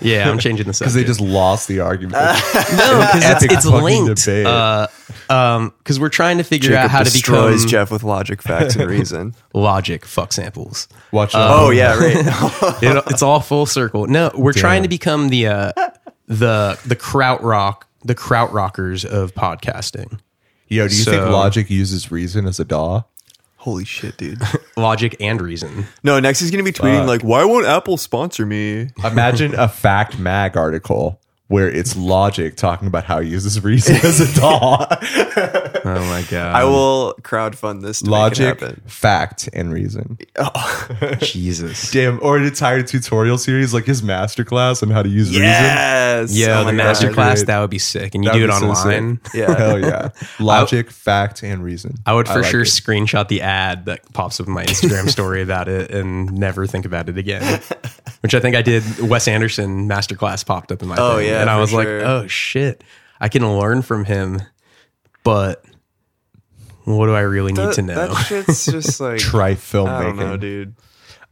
[SPEAKER 1] Yeah, I'm changing the subject.
[SPEAKER 2] because they just lost the argument.
[SPEAKER 1] no, because it's,
[SPEAKER 2] epic
[SPEAKER 1] it's
[SPEAKER 2] fucking
[SPEAKER 1] linked. Uh,
[SPEAKER 2] debate.
[SPEAKER 1] Because we're trying to figure out
[SPEAKER 3] Jacob
[SPEAKER 1] how to
[SPEAKER 3] destroys
[SPEAKER 1] become
[SPEAKER 3] Jeff with logic, facts, and reason.
[SPEAKER 1] logic fuck samples.
[SPEAKER 2] Watch.
[SPEAKER 3] oh
[SPEAKER 2] Um,
[SPEAKER 3] yeah, right.
[SPEAKER 1] It- it's all full circle. No, we're trying to become the uh, the the kraut rock the kraut rockers of podcasting.
[SPEAKER 2] Yo, do you think
[SPEAKER 1] So-
[SPEAKER 2] logic uses reason as a daw?
[SPEAKER 3] Holy shit, dude.
[SPEAKER 1] Logic and reason.
[SPEAKER 3] No, next he's gonna be tweeting like, "Why won't Apple sponsor me?"
[SPEAKER 2] Imagine a fact mag article where it's logic talking about how it uses reason as a daw.
[SPEAKER 1] Oh my god!
[SPEAKER 3] I will crowdfund this. To Logic.
[SPEAKER 2] logic,
[SPEAKER 3] Make it happen.
[SPEAKER 2] fact, and reason.
[SPEAKER 1] Jesus.
[SPEAKER 2] Damn, or an entire tutorial series like his masterclass on how to use reason.
[SPEAKER 3] Yes.
[SPEAKER 1] Yeah,
[SPEAKER 3] Oh
[SPEAKER 1] the
[SPEAKER 3] my God.
[SPEAKER 1] master class
[SPEAKER 2] great.
[SPEAKER 1] that would be sick, and you
[SPEAKER 2] That'd
[SPEAKER 1] do it
[SPEAKER 2] be so sick.
[SPEAKER 1] online.
[SPEAKER 3] Yeah.
[SPEAKER 2] Hell yeah. Logic, fact, and reason.
[SPEAKER 1] I would for
[SPEAKER 2] like
[SPEAKER 1] sure
[SPEAKER 2] it.
[SPEAKER 1] screenshot the ad that pops up in my Instagram story about it and never think about it again. Which I think I did. Wes Anderson masterclass popped up in my.
[SPEAKER 3] Oh,
[SPEAKER 1] thing,
[SPEAKER 3] yeah,
[SPEAKER 1] and I
[SPEAKER 3] for
[SPEAKER 1] was like,
[SPEAKER 3] sure.
[SPEAKER 1] oh shit, I can learn from him, but what do I really need
[SPEAKER 3] That,
[SPEAKER 1] to know?
[SPEAKER 3] that shit's just like
[SPEAKER 2] Try
[SPEAKER 3] I don't
[SPEAKER 2] filmmaking.
[SPEAKER 3] know, dude.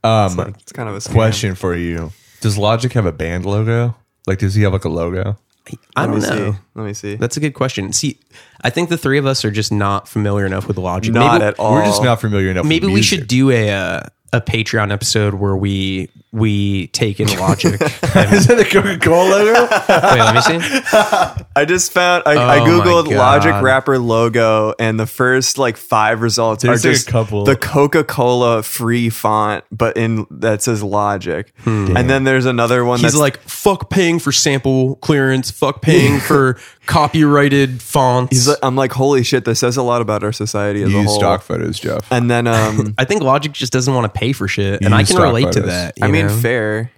[SPEAKER 2] Um,
[SPEAKER 3] It's, like, it's kind of a scam.
[SPEAKER 2] question for you. Does Logic have a band logo? Like, does he have like a logo?
[SPEAKER 1] I
[SPEAKER 3] Let me
[SPEAKER 1] don't
[SPEAKER 2] Oh,
[SPEAKER 1] know.
[SPEAKER 3] see. Let me see.
[SPEAKER 1] That's a good question. See, I think the three of us are just not familiar enough with logic.
[SPEAKER 3] Not
[SPEAKER 1] maybe,
[SPEAKER 3] at all.
[SPEAKER 2] We're just not familiar enough.
[SPEAKER 1] Oh. Maybe
[SPEAKER 2] with
[SPEAKER 1] we
[SPEAKER 2] music.
[SPEAKER 1] should do a uh, a Patreon episode where we we take in logic.
[SPEAKER 2] Is that a Coca Cola logo?
[SPEAKER 1] Wait, let me see.
[SPEAKER 3] I just found. I, I
[SPEAKER 1] Oh my
[SPEAKER 3] googled Logic
[SPEAKER 1] God.
[SPEAKER 3] rapper logo, and the first like five results
[SPEAKER 2] There's,
[SPEAKER 3] are
[SPEAKER 2] like, a
[SPEAKER 3] just
[SPEAKER 2] couple.
[SPEAKER 3] the Coca Cola free font, but in that says Logic,
[SPEAKER 2] Hmm.
[SPEAKER 3] and then there's another one
[SPEAKER 1] He's
[SPEAKER 3] that's
[SPEAKER 1] like, fuck paying for sample clearance, fuck paying for copyrighted fonts.
[SPEAKER 3] He's like, I'm like, holy shit, this says a lot about our society as
[SPEAKER 2] You
[SPEAKER 3] a
[SPEAKER 2] use
[SPEAKER 3] whole.
[SPEAKER 2] stock photos, Jeff.
[SPEAKER 1] Uh,
[SPEAKER 3] And then, um,
[SPEAKER 1] I think Logic just doesn't want to pay for shit, and I
[SPEAKER 2] use
[SPEAKER 1] can
[SPEAKER 2] stock
[SPEAKER 1] relate to
[SPEAKER 2] photos.
[SPEAKER 1] that.
[SPEAKER 3] I
[SPEAKER 1] you
[SPEAKER 3] mean,
[SPEAKER 1] know?
[SPEAKER 3] fair.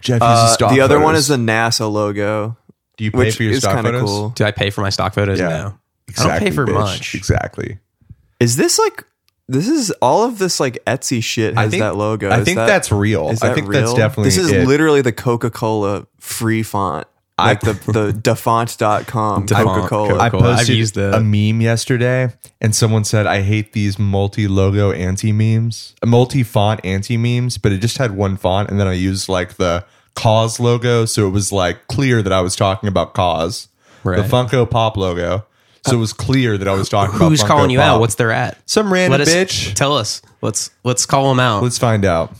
[SPEAKER 2] Jeff uses
[SPEAKER 3] Uh,
[SPEAKER 2] stock.
[SPEAKER 3] the other one
[SPEAKER 2] photos.
[SPEAKER 3] is the NASA logo,
[SPEAKER 2] Do you pay
[SPEAKER 3] which
[SPEAKER 2] for your
[SPEAKER 3] is
[SPEAKER 2] stock
[SPEAKER 3] kind of
[SPEAKER 2] photos?
[SPEAKER 3] cool.
[SPEAKER 1] do I pay for my stock photos? No,
[SPEAKER 2] Exactly,
[SPEAKER 1] I don't pay for
[SPEAKER 2] bitch.
[SPEAKER 1] much.
[SPEAKER 2] Exactly.
[SPEAKER 3] Is this like, this is all of this like Etsy shit has
[SPEAKER 2] I think
[SPEAKER 3] that logo?
[SPEAKER 2] I
[SPEAKER 3] Is
[SPEAKER 2] think
[SPEAKER 3] that-
[SPEAKER 2] that's real.
[SPEAKER 3] is
[SPEAKER 2] I
[SPEAKER 3] that
[SPEAKER 2] think
[SPEAKER 3] real?
[SPEAKER 2] that's definitely.
[SPEAKER 3] This is
[SPEAKER 2] it.
[SPEAKER 3] literally the Coca Cola free font. Like the, the defont.com
[SPEAKER 1] Defont,
[SPEAKER 3] Coca Cola.
[SPEAKER 2] I
[SPEAKER 1] Cool. I've
[SPEAKER 2] posted
[SPEAKER 1] used the-
[SPEAKER 2] a meme yesterday, and someone said, "I hate these multi-logo anti-memes, multi-font anti-memes," but it just had one font, and then I used like the Cause logo, so it was like clear that I was talking about Cause.
[SPEAKER 1] Right.
[SPEAKER 2] The Funko Pop logo, so it was clear that I was talking about.
[SPEAKER 1] Who's
[SPEAKER 2] Funko
[SPEAKER 1] calling you out?
[SPEAKER 2] Pop.
[SPEAKER 1] What's their at?
[SPEAKER 2] some
[SPEAKER 1] Let
[SPEAKER 2] random
[SPEAKER 1] us
[SPEAKER 2] bitch?
[SPEAKER 1] tell us. Let's let's call them out.
[SPEAKER 2] Let's find out.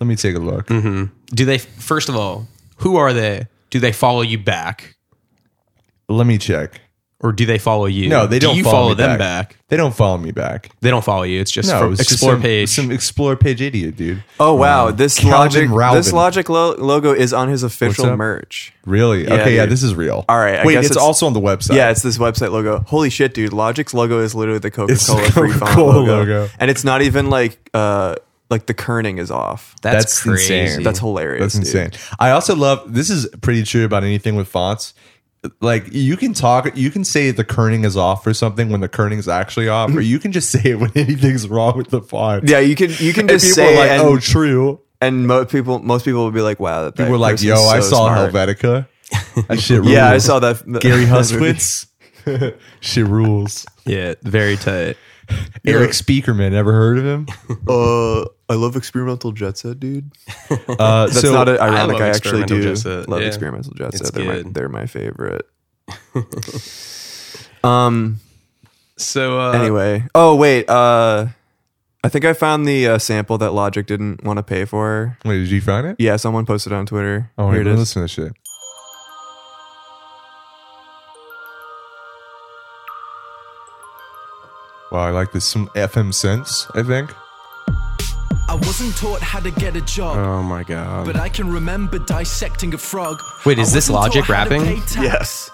[SPEAKER 2] Let me take a look.
[SPEAKER 1] Mm-hmm. do they first of all? Who are they? Do they follow you back,
[SPEAKER 2] Let me check.
[SPEAKER 1] or do they follow you?
[SPEAKER 2] No, they
[SPEAKER 1] Do
[SPEAKER 2] don't
[SPEAKER 1] you
[SPEAKER 2] follow
[SPEAKER 1] follow,
[SPEAKER 2] me
[SPEAKER 1] them
[SPEAKER 2] back.
[SPEAKER 1] back.
[SPEAKER 2] They don't follow me back.
[SPEAKER 1] They don't follow you. It's just
[SPEAKER 2] No,
[SPEAKER 1] from
[SPEAKER 2] it was just
[SPEAKER 1] explore
[SPEAKER 2] some-
[SPEAKER 1] page.
[SPEAKER 2] Some explore page idiot, dude.
[SPEAKER 3] Oh, wow. This
[SPEAKER 2] Calvin
[SPEAKER 3] Logic,
[SPEAKER 2] Ralvin.
[SPEAKER 3] this Logic lo- logo is on his official
[SPEAKER 2] up?
[SPEAKER 3] merch.
[SPEAKER 2] Really? okay, yeah,
[SPEAKER 3] dude.
[SPEAKER 2] this is real.
[SPEAKER 3] All right, I
[SPEAKER 2] Wait,
[SPEAKER 3] guess
[SPEAKER 2] it's,
[SPEAKER 3] it's-
[SPEAKER 2] also on the website.
[SPEAKER 3] Yeah, it's this website logo. Holy shit, dude! Logic's logo is literally the Coca
[SPEAKER 2] It's the
[SPEAKER 3] Cola free font
[SPEAKER 2] Coca-Cola
[SPEAKER 3] logo.
[SPEAKER 2] logo.
[SPEAKER 3] and it's not even like uh like the kerning is off.
[SPEAKER 1] that's,
[SPEAKER 2] that's insane.
[SPEAKER 1] crazy.
[SPEAKER 3] That's
[SPEAKER 2] That's
[SPEAKER 3] hilarious. dude.
[SPEAKER 2] insane. I also love this is pretty true about anything with fonts. Like you can talk, you can say the kerning is off or something when the kerning is actually off, or you can just say it when anything's wrong with the font.
[SPEAKER 3] Yeah, you can you
[SPEAKER 2] and
[SPEAKER 3] can just
[SPEAKER 2] people
[SPEAKER 3] say
[SPEAKER 2] are like,
[SPEAKER 3] and,
[SPEAKER 2] "Oh, true."
[SPEAKER 3] and most people most people will be like, wow. That, that
[SPEAKER 2] People were like,
[SPEAKER 3] person's
[SPEAKER 2] "Yo, I
[SPEAKER 3] so
[SPEAKER 2] saw
[SPEAKER 3] smart."
[SPEAKER 2] Helvetica." That shit rules.
[SPEAKER 3] Yeah, I saw that
[SPEAKER 2] Gary
[SPEAKER 3] that movie.
[SPEAKER 2] Hustwitz. shit rules.
[SPEAKER 1] yeah, very tight.
[SPEAKER 2] Eric Speakerman. Ever heard of him?
[SPEAKER 3] Uh, I love experimental jet set, dude.
[SPEAKER 2] Uh,
[SPEAKER 3] That's
[SPEAKER 2] so
[SPEAKER 3] not a, ironic.
[SPEAKER 1] love
[SPEAKER 3] I, actually
[SPEAKER 1] experimental
[SPEAKER 3] do
[SPEAKER 1] jet set,
[SPEAKER 3] love
[SPEAKER 1] yeah.
[SPEAKER 3] experimental jet
[SPEAKER 1] It's
[SPEAKER 3] set. They're my,
[SPEAKER 1] good.
[SPEAKER 3] they're my favorite. um.
[SPEAKER 1] So uh,
[SPEAKER 3] anyway oh wait uh i think i found the uh, sample that logic didn't want to pay for
[SPEAKER 2] wait, did you find it?
[SPEAKER 3] yeah someone posted it on twitter
[SPEAKER 2] Oh,
[SPEAKER 3] here
[SPEAKER 2] wait,
[SPEAKER 3] it
[SPEAKER 2] let
[SPEAKER 3] is
[SPEAKER 2] listen to this shit. Wow, I like this. Some FM sense, I think.
[SPEAKER 5] I wasn't taught how to get a job,
[SPEAKER 1] Oh my god.
[SPEAKER 5] but I can remember dissecting a frog.
[SPEAKER 1] Wait, is this
[SPEAKER 5] I wasn't
[SPEAKER 1] Logic
[SPEAKER 5] taught how to
[SPEAKER 1] rapping?
[SPEAKER 5] pay tax,
[SPEAKER 3] Yes.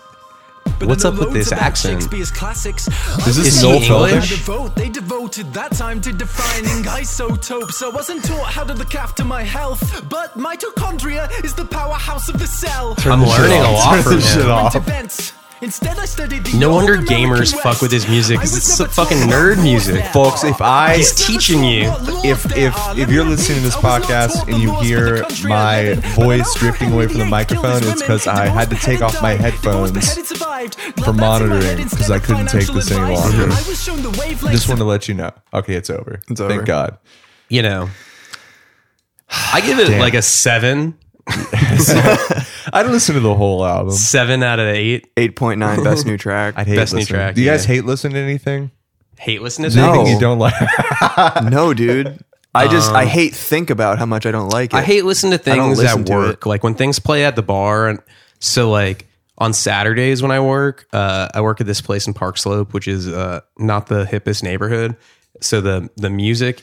[SPEAKER 5] But
[SPEAKER 1] What's
[SPEAKER 5] then
[SPEAKER 1] up
[SPEAKER 5] they're
[SPEAKER 1] with this
[SPEAKER 5] loads about
[SPEAKER 1] accent?
[SPEAKER 5] Shakespear's classics.
[SPEAKER 2] Is this
[SPEAKER 5] I
[SPEAKER 1] Noel
[SPEAKER 5] wasn't taught how
[SPEAKER 1] Feldish?
[SPEAKER 5] to vote. They devoted that time to defining isotopes. I wasn't taught how to look after my health, but mitochondria is the powerhouse of the cell.
[SPEAKER 1] I'm
[SPEAKER 2] shit
[SPEAKER 1] learning a
[SPEAKER 2] off.
[SPEAKER 1] lot
[SPEAKER 2] Turn
[SPEAKER 1] from
[SPEAKER 2] this shit
[SPEAKER 1] him.
[SPEAKER 2] off.
[SPEAKER 5] Current events. Instead, I studied the
[SPEAKER 1] No
[SPEAKER 5] North
[SPEAKER 1] wonder
[SPEAKER 5] American
[SPEAKER 1] gamers
[SPEAKER 5] West.
[SPEAKER 1] fuck with his music, 'cause
[SPEAKER 5] I was
[SPEAKER 1] it's some
[SPEAKER 5] never taught
[SPEAKER 1] fucking
[SPEAKER 5] about
[SPEAKER 1] nerd
[SPEAKER 5] wars
[SPEAKER 1] music.
[SPEAKER 5] there
[SPEAKER 2] Folks, if
[SPEAKER 5] are.
[SPEAKER 1] He's
[SPEAKER 2] I-
[SPEAKER 5] I was never
[SPEAKER 1] teaching
[SPEAKER 5] taught
[SPEAKER 1] you.
[SPEAKER 5] what laws
[SPEAKER 2] if
[SPEAKER 5] there
[SPEAKER 2] if
[SPEAKER 5] are. Let
[SPEAKER 2] if
[SPEAKER 5] me
[SPEAKER 2] you're
[SPEAKER 5] repeat,
[SPEAKER 2] listening to this
[SPEAKER 5] I was not
[SPEAKER 2] podcast
[SPEAKER 5] taught the
[SPEAKER 2] and you
[SPEAKER 5] laws for the
[SPEAKER 2] hear
[SPEAKER 5] country I
[SPEAKER 2] my
[SPEAKER 5] live in, but
[SPEAKER 2] voice
[SPEAKER 5] about how
[SPEAKER 2] drifting away from the
[SPEAKER 5] Henry VIII killed
[SPEAKER 2] microphone,
[SPEAKER 5] his
[SPEAKER 2] it's because
[SPEAKER 5] women,
[SPEAKER 2] I had to
[SPEAKER 5] divorced
[SPEAKER 2] take
[SPEAKER 5] the
[SPEAKER 2] off my
[SPEAKER 5] head and died,
[SPEAKER 2] headphones.
[SPEAKER 5] divorced the head and survived. Glad
[SPEAKER 2] for
[SPEAKER 5] that's in my head
[SPEAKER 2] monitoring,
[SPEAKER 5] instead
[SPEAKER 2] 'cause I
[SPEAKER 5] of
[SPEAKER 2] couldn't take
[SPEAKER 5] financial
[SPEAKER 2] this any
[SPEAKER 5] advice.
[SPEAKER 2] longer.
[SPEAKER 5] I was shown the wavelengths
[SPEAKER 2] Just wanted to let you know. Okay, it's over. Thank
[SPEAKER 3] It's over.
[SPEAKER 2] God.
[SPEAKER 1] You know, I give it like a seven,
[SPEAKER 2] I'd listen to the whole album.
[SPEAKER 1] seven out of eight.
[SPEAKER 3] 8.9 best new track.
[SPEAKER 2] I'd hate
[SPEAKER 1] Best new
[SPEAKER 2] listening.
[SPEAKER 1] track,
[SPEAKER 2] Do you guys
[SPEAKER 1] yeah.
[SPEAKER 2] hate listening to anything?
[SPEAKER 1] Hate listening to
[SPEAKER 2] Anything
[SPEAKER 3] No.
[SPEAKER 2] you don't like?
[SPEAKER 3] no, dude. I just I hate think about how much I don't like it.
[SPEAKER 1] Um, I hate listening to
[SPEAKER 3] don't
[SPEAKER 1] things
[SPEAKER 3] listen
[SPEAKER 1] at
[SPEAKER 3] to
[SPEAKER 1] work. Like when things play at the bar, and so like on Saturdays when I work, uh, I work at this place in Park Slope, which is uh, not the hippest neighborhood. So the the music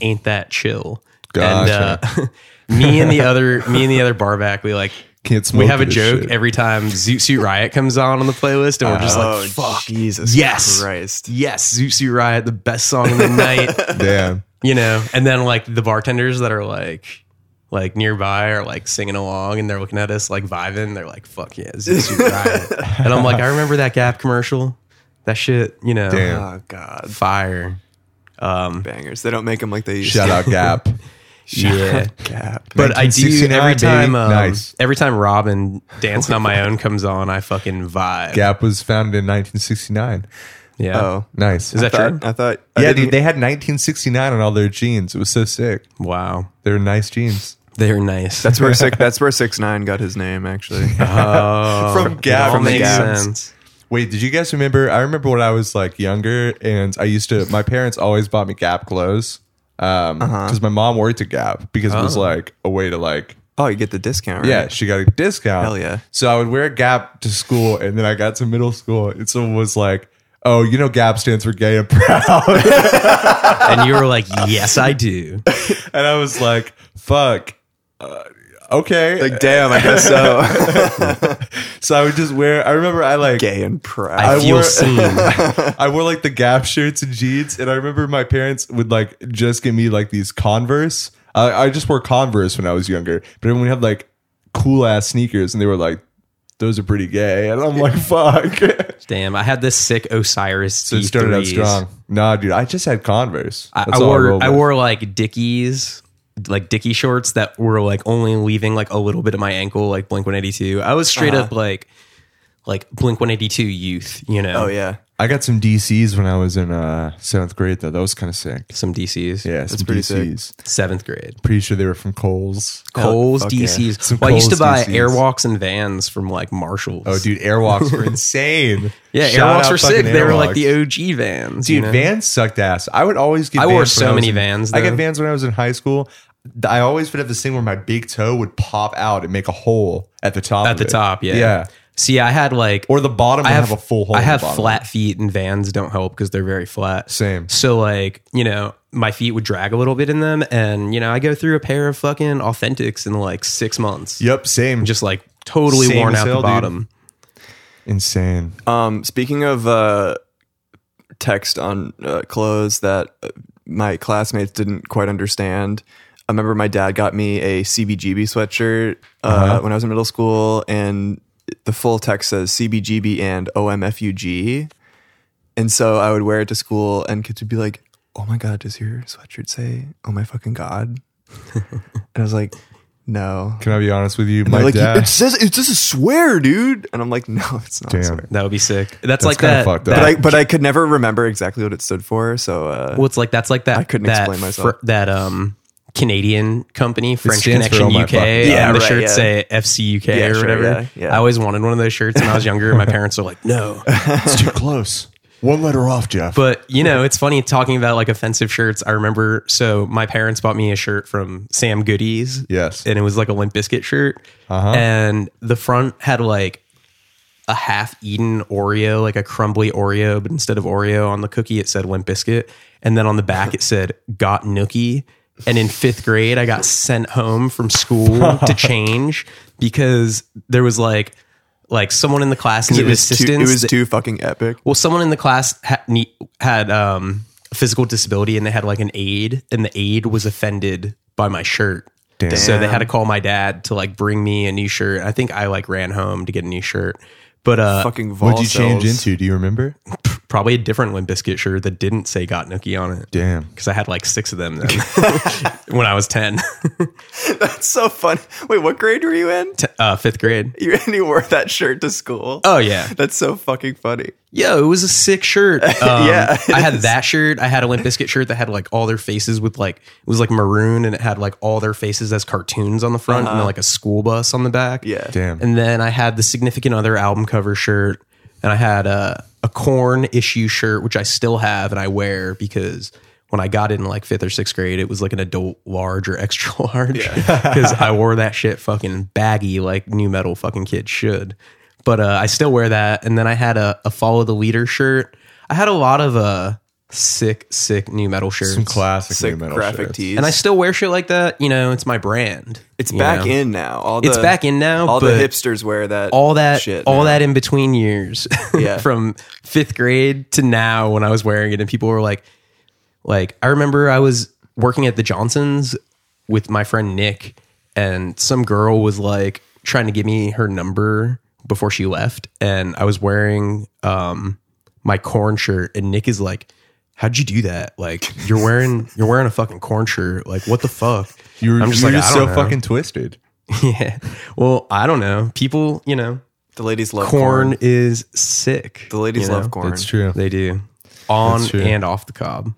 [SPEAKER 1] ain't that chill. And uh, me and the other me and the other barback, we like
[SPEAKER 2] Can't smoke
[SPEAKER 1] we have a
[SPEAKER 2] this
[SPEAKER 1] joke
[SPEAKER 2] shit.
[SPEAKER 1] every time Zoot Suit Riot comes on on the playlist, and we're just
[SPEAKER 3] Oh,
[SPEAKER 1] like, fuck,
[SPEAKER 3] Jesus
[SPEAKER 1] yes,
[SPEAKER 3] Christ.
[SPEAKER 1] yes, Zoot Suit Riot, the best song of the night
[SPEAKER 2] Damn.
[SPEAKER 1] you know and then like the bartenders that are like like nearby are like singing along and they're looking at us like vibing they're like fuck yeah Zoot Suit Riot." and i'm like i remember that gap commercial that shit you know
[SPEAKER 2] Damn.
[SPEAKER 3] Oh god,
[SPEAKER 1] fire
[SPEAKER 3] bangers. They don't make them like they used
[SPEAKER 2] Shout
[SPEAKER 3] to.
[SPEAKER 2] out Gap.
[SPEAKER 1] yeah
[SPEAKER 3] Gap.
[SPEAKER 1] but i do
[SPEAKER 2] 1969,
[SPEAKER 1] every time
[SPEAKER 2] baby.
[SPEAKER 1] um,
[SPEAKER 2] Nice.
[SPEAKER 1] every time robin dancing on my own comes on i fucking vibe
[SPEAKER 2] Gap was founded in 1969.
[SPEAKER 1] yeah
[SPEAKER 3] Oh.
[SPEAKER 2] Nice.
[SPEAKER 1] is that true
[SPEAKER 3] Thought- I thought I
[SPEAKER 2] yeah,
[SPEAKER 3] didn't-
[SPEAKER 2] dude. They had 1969 on all their jeans. It was so sick.
[SPEAKER 1] wow
[SPEAKER 2] They were nice jeans.
[SPEAKER 1] they're nice
[SPEAKER 3] that's where six that's where six nine got his name actually. Oh,
[SPEAKER 2] from
[SPEAKER 1] It
[SPEAKER 2] Gap.
[SPEAKER 1] all
[SPEAKER 3] from the
[SPEAKER 1] makes
[SPEAKER 3] Gaps.
[SPEAKER 1] sense
[SPEAKER 2] Wait, did you guys remember? I remember when I was like younger, and I used to. My parents always bought me Gap clothes because
[SPEAKER 3] Uh-huh.
[SPEAKER 2] my mom worked at Gap because it was like a way to like.
[SPEAKER 3] oh, you get the discount, Oh. right?
[SPEAKER 2] Yeah, she got a discount.
[SPEAKER 3] Hell yeah.
[SPEAKER 2] So I would wear Gap to school, and then I got to middle school, and someone was like, "Oh, you know, Gap stands for gay and proud,"
[SPEAKER 1] and you were like yes i do
[SPEAKER 2] and I was like, "Fuck." Uh, okay.
[SPEAKER 3] Like damn, I guess so.
[SPEAKER 2] so I would just wear. I remember I like.
[SPEAKER 3] Gay and proud.
[SPEAKER 1] i,
[SPEAKER 2] I
[SPEAKER 1] feel
[SPEAKER 2] wore-
[SPEAKER 1] seen
[SPEAKER 2] I wore like the Gap shirts and jeans, and I remember my parents would like just give me like these Converse. I, I just wore Converse when I was younger, but everyone had like cool ass sneakers, and they were like, "Those are pretty gay," and I'm like, "Fuck!"
[SPEAKER 1] damn i had this sick osiris E
[SPEAKER 2] so it started out strong. Nah, dude, I just had Converse.
[SPEAKER 1] I,
[SPEAKER 2] That's
[SPEAKER 1] I
[SPEAKER 2] all
[SPEAKER 1] wore
[SPEAKER 2] rolled
[SPEAKER 1] I,
[SPEAKER 2] with.
[SPEAKER 1] wore like Dickies, like Dickie shorts that were like only leaving like a little bit of my ankle, like Blink One Eighty Two. I was
[SPEAKER 3] Uh-huh.
[SPEAKER 1] straight up like like Blink One Eighty Two youth, you know.
[SPEAKER 3] oh yeah.
[SPEAKER 2] I got some DCs when I was in uh seventh grade though. That was kind of sick.
[SPEAKER 1] Some DCs,
[SPEAKER 2] Yeah, some
[SPEAKER 3] pretty sick.
[SPEAKER 2] DCs.
[SPEAKER 1] seventh grade.
[SPEAKER 2] Pretty sure they were from Kohl's.
[SPEAKER 1] Coles
[SPEAKER 3] fuck yeah.
[SPEAKER 1] DCs.
[SPEAKER 2] Oh, Some
[SPEAKER 1] well, I used to buy
[SPEAKER 2] Kohl's DCs.
[SPEAKER 1] Airwalks and Vans from like Marshalls.
[SPEAKER 2] Oh, dude, Airwalks were insane.
[SPEAKER 1] yeah,
[SPEAKER 2] Shout
[SPEAKER 1] Airwalks
[SPEAKER 2] out
[SPEAKER 1] were sick.
[SPEAKER 2] fucking
[SPEAKER 1] They were like
[SPEAKER 2] Airwalks.
[SPEAKER 1] the OG Vans,
[SPEAKER 2] Dude,
[SPEAKER 1] you know?
[SPEAKER 2] Vans sucked ass. I would always get.
[SPEAKER 1] I
[SPEAKER 2] Vans
[SPEAKER 1] wore
[SPEAKER 2] when
[SPEAKER 1] so
[SPEAKER 2] was
[SPEAKER 1] many
[SPEAKER 2] in-
[SPEAKER 1] Vans,
[SPEAKER 2] I got
[SPEAKER 1] though.
[SPEAKER 2] Vans when I was in high school. Th- I always would have this thing where my big toe would pop out and make a hole at the top.
[SPEAKER 1] at
[SPEAKER 2] of
[SPEAKER 1] the
[SPEAKER 2] it.
[SPEAKER 1] top. Yeah,
[SPEAKER 2] yeah.
[SPEAKER 1] See, I had like
[SPEAKER 2] Or the bottom
[SPEAKER 1] I
[SPEAKER 2] would
[SPEAKER 1] have,
[SPEAKER 2] have, a full hole.
[SPEAKER 1] I
[SPEAKER 2] in the
[SPEAKER 1] have
[SPEAKER 2] bottom.
[SPEAKER 1] flat feet, and Vans don't help because they're very flat.
[SPEAKER 2] Same.
[SPEAKER 1] So like you know, my feet would drag a little bit in them, and you know, I go through a pair of fucking Authentics in like six months.
[SPEAKER 2] Yep, same.
[SPEAKER 1] Just like totally
[SPEAKER 2] Same
[SPEAKER 1] worn
[SPEAKER 2] as
[SPEAKER 1] out
[SPEAKER 2] hell,
[SPEAKER 1] the
[SPEAKER 2] dude.
[SPEAKER 1] bottom.
[SPEAKER 2] insane.
[SPEAKER 3] Um, speaking of uh, text on uh, clothes that uh, my classmates didn't quite understand, I remember my dad got me a CBGB sweatshirt uh,
[SPEAKER 2] Uh-huh.
[SPEAKER 3] when I was in middle school, and the full text says CBGB and OMFUG. And so I would wear it to school, and kids would be like, Oh my God, does your sweatshirt say, Oh my fucking God? and I was like, No.
[SPEAKER 2] Can I be honest with you?
[SPEAKER 3] They're
[SPEAKER 2] My
[SPEAKER 3] like,
[SPEAKER 2] dad.
[SPEAKER 3] It says, it says a swear, dude. And I'm like, No, it's not a
[SPEAKER 2] Damn.
[SPEAKER 3] swear.
[SPEAKER 1] That would be sick. That's, like
[SPEAKER 2] kinda
[SPEAKER 1] that.
[SPEAKER 2] fucked
[SPEAKER 1] that
[SPEAKER 2] up.
[SPEAKER 3] But I but I could never remember exactly what it stood for. So uh,
[SPEAKER 1] well, it's like that's like that.
[SPEAKER 3] I couldn't
[SPEAKER 1] that
[SPEAKER 3] explain myself.
[SPEAKER 1] that um. Canadian company, French
[SPEAKER 2] stands for,
[SPEAKER 1] Connection
[SPEAKER 2] "Oh my
[SPEAKER 1] UK.
[SPEAKER 2] fuck."
[SPEAKER 3] Yeah,
[SPEAKER 1] and the
[SPEAKER 3] right,
[SPEAKER 1] shirts
[SPEAKER 3] yeah.
[SPEAKER 1] say FC UK
[SPEAKER 3] Yeah,
[SPEAKER 1] or
[SPEAKER 3] sure,
[SPEAKER 1] whatever.
[SPEAKER 3] yeah, yeah.
[SPEAKER 1] I always wanted one of those shirts when I was younger. and my parents were like, "No,
[SPEAKER 2] it's too close. One letter off, Jeff.
[SPEAKER 1] But you know, it's funny talking about like offensive shirts. I remember so my parents bought me a shirt from Sam Goody's.
[SPEAKER 2] Yes.
[SPEAKER 1] And it was like a Limp Biscuit shirt.
[SPEAKER 2] Uh-huh.
[SPEAKER 1] And the front had like a half eaten Oreo, like a crumbly Oreo, but instead of Oreo on the cookie, it said Limp Biscuit. And then on the back it said got nookie. And in fifth grade, I got sent home from school to change because there was like like someone in the class
[SPEAKER 3] It
[SPEAKER 1] needed
[SPEAKER 3] was, too,
[SPEAKER 1] assistance.
[SPEAKER 3] it was
[SPEAKER 1] that-
[SPEAKER 3] too fucking epic.
[SPEAKER 1] well, someone in the class ha- ne- had um, a physical disability and they had like an aide, and the aide was offended by my shirt. So they had to call my dad to like bring me a new shirt. I think I like ran home to get a new shirt, but uh,
[SPEAKER 3] Fucking vol
[SPEAKER 2] What'd you change
[SPEAKER 3] cells.
[SPEAKER 2] into? Do you remember?
[SPEAKER 1] probably a different Limp Bizkit shirt that didn't say "Got Nookie" on it.
[SPEAKER 2] Damn.
[SPEAKER 1] because I had like six of them then when I was ten,
[SPEAKER 3] That's so fun. Wait, what grade were you in?
[SPEAKER 1] uh, fifth grade.
[SPEAKER 3] You, and you wore that shirt to school.
[SPEAKER 1] Oh yeah,
[SPEAKER 3] That's so fucking funny.
[SPEAKER 1] Yo, it was a sick shirt. Um,
[SPEAKER 3] Yeah, it
[SPEAKER 1] I had that shirt. I had a Limp Bizkit shirt that had like all their faces with like it was like maroon and it had like all their faces as cartoons on the front and then like a school bus on the back.
[SPEAKER 3] Uh-huh. Yeah.
[SPEAKER 2] Damn.
[SPEAKER 1] And then I had the significant other album cover shirt and I had a a corn issue shirt which I still have and I wear because when I got in like fifth or sixth grade, it was like an adult large or extra large because I wore that shit fucking baggy like new metal fucking kids should but uh, I still wear that. And then I had a, a follow the leader shirt. I had a lot of uh, sick, sick new metal shirts.
[SPEAKER 2] Some classic
[SPEAKER 3] Sick
[SPEAKER 2] new metal
[SPEAKER 3] graphic
[SPEAKER 2] shirts.
[SPEAKER 3] tees.
[SPEAKER 1] and I still wear shit like that. You know, it's my brand.
[SPEAKER 3] it's
[SPEAKER 1] you
[SPEAKER 3] back
[SPEAKER 1] know?
[SPEAKER 3] in now. All
[SPEAKER 1] It's
[SPEAKER 3] the-
[SPEAKER 1] back in now,
[SPEAKER 3] All the
[SPEAKER 1] but
[SPEAKER 3] hipsters wear that.
[SPEAKER 1] All that,
[SPEAKER 3] shit.
[SPEAKER 1] all
[SPEAKER 3] now.
[SPEAKER 1] that in between years,
[SPEAKER 3] Yeah.
[SPEAKER 1] from fifth grade to now, when I was wearing it, and people were like, like I remember I was working at the Johnsons with my friend Nick, and some girl was like trying to give me her number before she left, and I was wearing um my corn shirt, and Nick is like, "How'd you do that? Like you're wearing you're wearing a fucking corn shirt. Like what the fuck?"
[SPEAKER 2] You were,
[SPEAKER 1] I'm just
[SPEAKER 2] you were
[SPEAKER 1] like, I
[SPEAKER 2] so
[SPEAKER 1] don't know.
[SPEAKER 2] fucking twisted.
[SPEAKER 1] yeah. Well, I don't know. People, you know,
[SPEAKER 3] The ladies love corn.
[SPEAKER 1] corn is sick.
[SPEAKER 3] The ladies
[SPEAKER 1] you know?
[SPEAKER 3] love corn.
[SPEAKER 2] That's true.
[SPEAKER 1] They do. On
[SPEAKER 2] true.
[SPEAKER 1] and off the cob.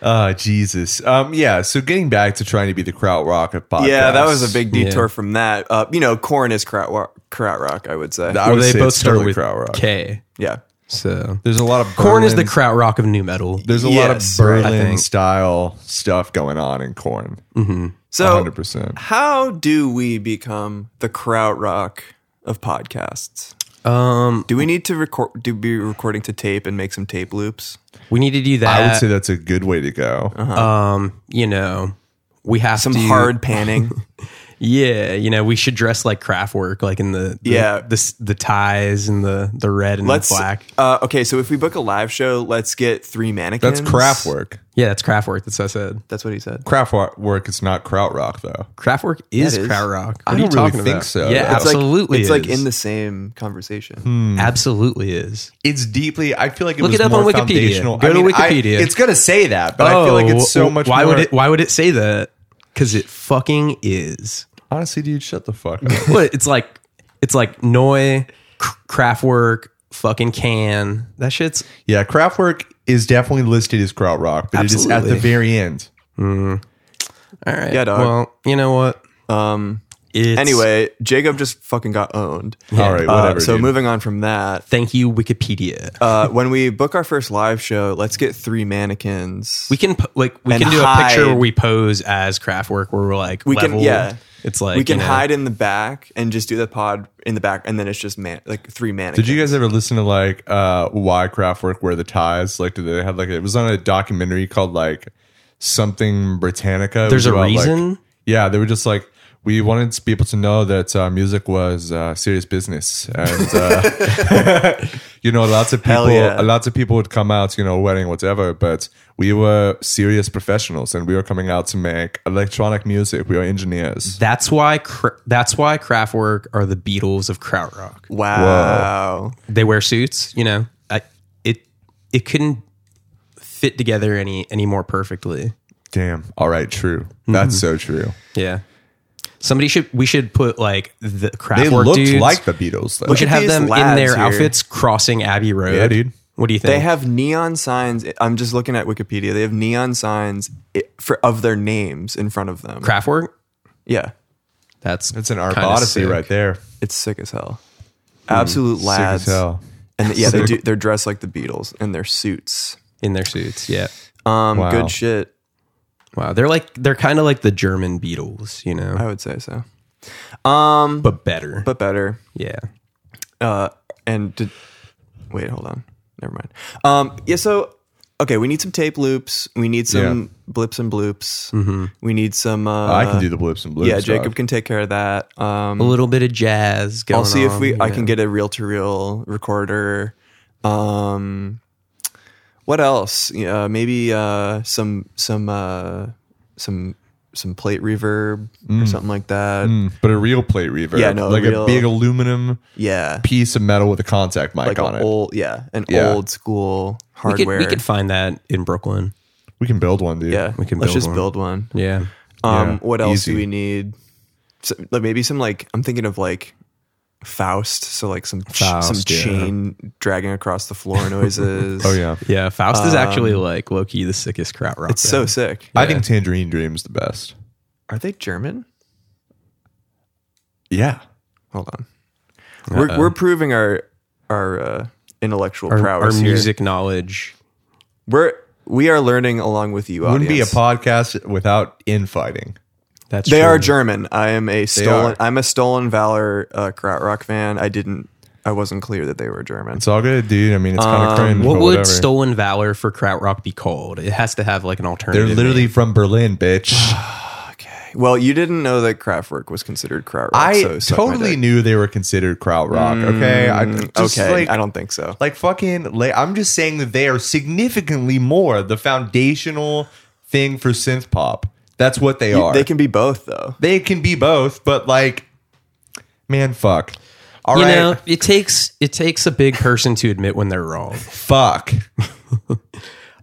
[SPEAKER 2] Oh, Jesus. Um, yeah. So getting back to trying to be the Krautrock of podcast.
[SPEAKER 3] Yeah, that was a big detour
[SPEAKER 1] Yeah.
[SPEAKER 3] from that. Uh, you know, corn is Krautrock, Krautrock I would say.
[SPEAKER 2] I
[SPEAKER 1] Well,
[SPEAKER 2] would
[SPEAKER 1] they
[SPEAKER 2] say
[SPEAKER 1] both
[SPEAKER 2] it's
[SPEAKER 1] start
[SPEAKER 2] totally
[SPEAKER 1] with
[SPEAKER 2] Krautrock.
[SPEAKER 1] K.
[SPEAKER 3] yeah.
[SPEAKER 1] So
[SPEAKER 2] There's a lot of
[SPEAKER 1] corn is the
[SPEAKER 2] Berlin-
[SPEAKER 1] krautrock of new metal.
[SPEAKER 2] There's a
[SPEAKER 3] Yes,
[SPEAKER 2] lot
[SPEAKER 3] right.
[SPEAKER 2] of
[SPEAKER 1] I
[SPEAKER 2] Berlin
[SPEAKER 1] think.
[SPEAKER 2] style stuff going on in corn.
[SPEAKER 3] So,
[SPEAKER 2] 100%.
[SPEAKER 3] how do we become the Krautrock of podcasts?
[SPEAKER 1] Um,
[SPEAKER 3] Do we need to record? Do be recording to tape and make some tape loops?
[SPEAKER 1] we need to do that.
[SPEAKER 2] I would say that's a good way to go.
[SPEAKER 1] um, you know, we have
[SPEAKER 3] Some
[SPEAKER 1] to,
[SPEAKER 3] hard panning.
[SPEAKER 1] Yeah, you know, we should dress like Kraftwerk, like in the, the
[SPEAKER 3] Yeah.
[SPEAKER 1] the s- the ties and the the red and
[SPEAKER 3] let's
[SPEAKER 1] the black.
[SPEAKER 3] Uh, okay, so if we book a live show, let's get three mannequins.
[SPEAKER 2] That's craft work.
[SPEAKER 1] Yeah, that's Kraftwerk. That's what I said.
[SPEAKER 3] That's what he said.
[SPEAKER 2] Craft wa- work is not krautrock though.
[SPEAKER 1] Kraftwerk is,
[SPEAKER 3] That is.
[SPEAKER 1] krautrock. What
[SPEAKER 2] I
[SPEAKER 1] are you
[SPEAKER 2] don't really
[SPEAKER 1] talking
[SPEAKER 2] think
[SPEAKER 1] about? Yeah,
[SPEAKER 2] so, though.
[SPEAKER 3] It's like-
[SPEAKER 1] absolutely.
[SPEAKER 3] It's like,
[SPEAKER 1] is.
[SPEAKER 3] in the same conversation.
[SPEAKER 2] Hmm.
[SPEAKER 1] Mm. absolutely is.
[SPEAKER 2] It's deeply. I feel like it
[SPEAKER 1] Look
[SPEAKER 2] was
[SPEAKER 1] it up
[SPEAKER 2] more
[SPEAKER 1] on Wikipedia.
[SPEAKER 2] foundational.
[SPEAKER 1] Go
[SPEAKER 2] I
[SPEAKER 1] to
[SPEAKER 2] mean, I-
[SPEAKER 1] Wikipedia.
[SPEAKER 2] it's gonna say that, but I feel like it's so
[SPEAKER 1] well,
[SPEAKER 2] much.
[SPEAKER 1] Oh, Why
[SPEAKER 2] more,
[SPEAKER 1] would it? Why would it say that? Because it fucking is.
[SPEAKER 2] Honestly, dude, shut the fuck up.
[SPEAKER 1] What it's like? It's like Noi, Kraftwerk, fucking Can. That shit's
[SPEAKER 2] yeah, craft work is definitely listed as krautrock, but it is at the
[SPEAKER 1] Absolutely.
[SPEAKER 2] very end.
[SPEAKER 1] all right.
[SPEAKER 3] Yeah, dog.
[SPEAKER 1] Well, you know what?
[SPEAKER 3] Um.
[SPEAKER 1] It's,
[SPEAKER 3] Anyway, Jacob just fucking got owned.
[SPEAKER 2] All right,
[SPEAKER 3] Uh,
[SPEAKER 2] whatever.
[SPEAKER 3] so
[SPEAKER 2] dude.
[SPEAKER 3] moving on from that,
[SPEAKER 1] thank you, Wikipedia.
[SPEAKER 3] uh, when we book our first live show, let's get three mannequins.
[SPEAKER 1] we can po- like we
[SPEAKER 3] and
[SPEAKER 1] can do a picture where
[SPEAKER 3] hide.
[SPEAKER 1] we pose as Kraftwerk, where we're like
[SPEAKER 3] We can-
[SPEAKER 1] level.
[SPEAKER 3] yeah.
[SPEAKER 1] It's like
[SPEAKER 3] we can
[SPEAKER 1] you know,
[SPEAKER 3] hide in the back and just do the pod in the back, and then it's just man like three mannequins.
[SPEAKER 2] Did you guys ever listen to like uh why Kraftwerk wear the ties? Like, did they have like it was on a documentary called like something Britannica? It
[SPEAKER 1] There's
[SPEAKER 2] was
[SPEAKER 1] a
[SPEAKER 2] about, like-
[SPEAKER 1] reason?
[SPEAKER 2] yeah, they were just like we wanted to- people to know that uh, music was uh, serious business, and uh, you know, lots of
[SPEAKER 3] Hell
[SPEAKER 2] people,
[SPEAKER 3] yeah.
[SPEAKER 2] lots of people would come out, you know, wedding whatever, but we were serious professionals, and we were coming out to make electronic music. We are engineers.
[SPEAKER 1] That's why. Kra- That's why Kraftwerk are the Beatles of krautrock.
[SPEAKER 3] Wow.
[SPEAKER 1] they wear suits you know I, it it couldn't fit together any any more perfectly
[SPEAKER 2] Damn. All right, true.
[SPEAKER 1] Mm-hmm.
[SPEAKER 2] That's so true.
[SPEAKER 1] yeah somebody should we should put like the craft
[SPEAKER 2] They
[SPEAKER 1] work
[SPEAKER 2] looked
[SPEAKER 1] dudes
[SPEAKER 2] like the Beatles. Though.
[SPEAKER 1] we should have
[SPEAKER 3] these
[SPEAKER 1] them in
[SPEAKER 3] lads
[SPEAKER 1] their
[SPEAKER 3] here.
[SPEAKER 1] outfits crossing abbey road
[SPEAKER 2] Yeah, dude.
[SPEAKER 1] what do you think
[SPEAKER 3] They have neon signs. I'm just looking at Wikipedia. They have neon signs i- for of their names in front of them.
[SPEAKER 1] craft work
[SPEAKER 3] Yeah,
[SPEAKER 1] that's
[SPEAKER 2] That's an
[SPEAKER 1] kinda
[SPEAKER 2] Arbodyssey
[SPEAKER 1] sick.
[SPEAKER 2] right there.
[SPEAKER 3] it's sick as hell. Absolute lads.
[SPEAKER 2] Hmm. Sick as hell.
[SPEAKER 3] And yeah, they do, they're dressed like the Beatles in their suits.
[SPEAKER 1] in their suits yeah
[SPEAKER 3] Um,
[SPEAKER 2] Wow.
[SPEAKER 3] good shit.
[SPEAKER 1] wow they're like they're kind of like the german beatles you know
[SPEAKER 3] I would say so,
[SPEAKER 1] but better
[SPEAKER 3] but better.
[SPEAKER 1] yeah
[SPEAKER 3] Uh, and did, wait, hold on. Never mind. Um, yeah. So okay, we need some tape loops. We need some
[SPEAKER 2] Yeah. Mm-hmm.
[SPEAKER 3] blips and bloops. We need some. Uh,
[SPEAKER 2] I can do the blips and blips.
[SPEAKER 3] Yeah, Jacob
[SPEAKER 2] dog.
[SPEAKER 3] can take care of that. Um,
[SPEAKER 1] a little bit of jazz. Going
[SPEAKER 3] I'll see if
[SPEAKER 1] on,
[SPEAKER 3] we
[SPEAKER 1] you
[SPEAKER 3] I
[SPEAKER 1] know.
[SPEAKER 3] can get a reel to reel recorder. Um, what else? Yeah, maybe uh, some some uh, some some plate reverb or something like that.
[SPEAKER 2] Mm, but a real plate reverb.
[SPEAKER 3] Yeah, no,
[SPEAKER 2] like a
[SPEAKER 3] real-
[SPEAKER 2] big aluminum
[SPEAKER 3] Yeah,
[SPEAKER 2] piece of metal with a contact mic
[SPEAKER 3] like
[SPEAKER 2] on
[SPEAKER 3] an
[SPEAKER 2] it.
[SPEAKER 3] old yeah, an
[SPEAKER 2] Yeah.
[SPEAKER 3] old school
[SPEAKER 1] We could,
[SPEAKER 3] hardware.
[SPEAKER 1] we could find that in Brooklyn.
[SPEAKER 2] we can build one, dude.
[SPEAKER 3] yeah,
[SPEAKER 1] we can
[SPEAKER 3] let's
[SPEAKER 1] build
[SPEAKER 3] just
[SPEAKER 1] one.
[SPEAKER 3] build one.
[SPEAKER 1] Yeah.
[SPEAKER 3] Um,
[SPEAKER 2] Yeah,
[SPEAKER 3] what else
[SPEAKER 2] easy.
[SPEAKER 3] do we need? So, like maybe some like I'm thinking of like Faust, so like some ch- some
[SPEAKER 1] Faust, yeah.
[SPEAKER 3] chain dragging across the floor noises.
[SPEAKER 2] Oh yeah.
[SPEAKER 1] Yeah. Faust is actually like Loki, the sickest crowd rock.
[SPEAKER 3] Um, it's so sick.
[SPEAKER 2] I think Tangerine Dream's the best.
[SPEAKER 3] Are they German?
[SPEAKER 2] Yeah.
[SPEAKER 3] Hold on. We're we're proving our our uh, intellectual
[SPEAKER 1] our, our
[SPEAKER 3] prowess. here.
[SPEAKER 1] music knowledge.
[SPEAKER 3] We're we are learning along with you.
[SPEAKER 2] Wouldn't be a
[SPEAKER 3] audience.
[SPEAKER 2] podcast without infighting.
[SPEAKER 1] That's
[SPEAKER 3] They
[SPEAKER 1] true.
[SPEAKER 3] are German. I am a stolen.
[SPEAKER 2] are.
[SPEAKER 3] I'm a stolen valor uh, krautrock fan. I didn't. I wasn't clear that they were German.
[SPEAKER 2] It's all good, dude. I mean, it's kind of cringe.
[SPEAKER 1] What
[SPEAKER 2] but
[SPEAKER 1] would
[SPEAKER 2] whatever.
[SPEAKER 1] stolen valor for krautrock be called? It has to have like an
[SPEAKER 2] They're
[SPEAKER 1] alternative.
[SPEAKER 2] literally
[SPEAKER 1] name.
[SPEAKER 2] from Berlin, bitch.
[SPEAKER 3] Well, you didn't know that Kraftwerk was considered krautrock.
[SPEAKER 2] I
[SPEAKER 3] so suck my
[SPEAKER 2] totally
[SPEAKER 3] dick.
[SPEAKER 2] knew they were considered crowd rock. Mm, Okay, I just
[SPEAKER 3] okay,
[SPEAKER 2] like
[SPEAKER 3] I don't think so.
[SPEAKER 2] like fucking. Like, I'm just saying that they are significantly more the foundational thing for synth pop. That's what they are.
[SPEAKER 3] They can be both though.
[SPEAKER 2] they can be both, but like, man, fuck. All
[SPEAKER 1] You
[SPEAKER 2] right,
[SPEAKER 1] know, it takes it takes a big person to admit when they're wrong.
[SPEAKER 2] fuck.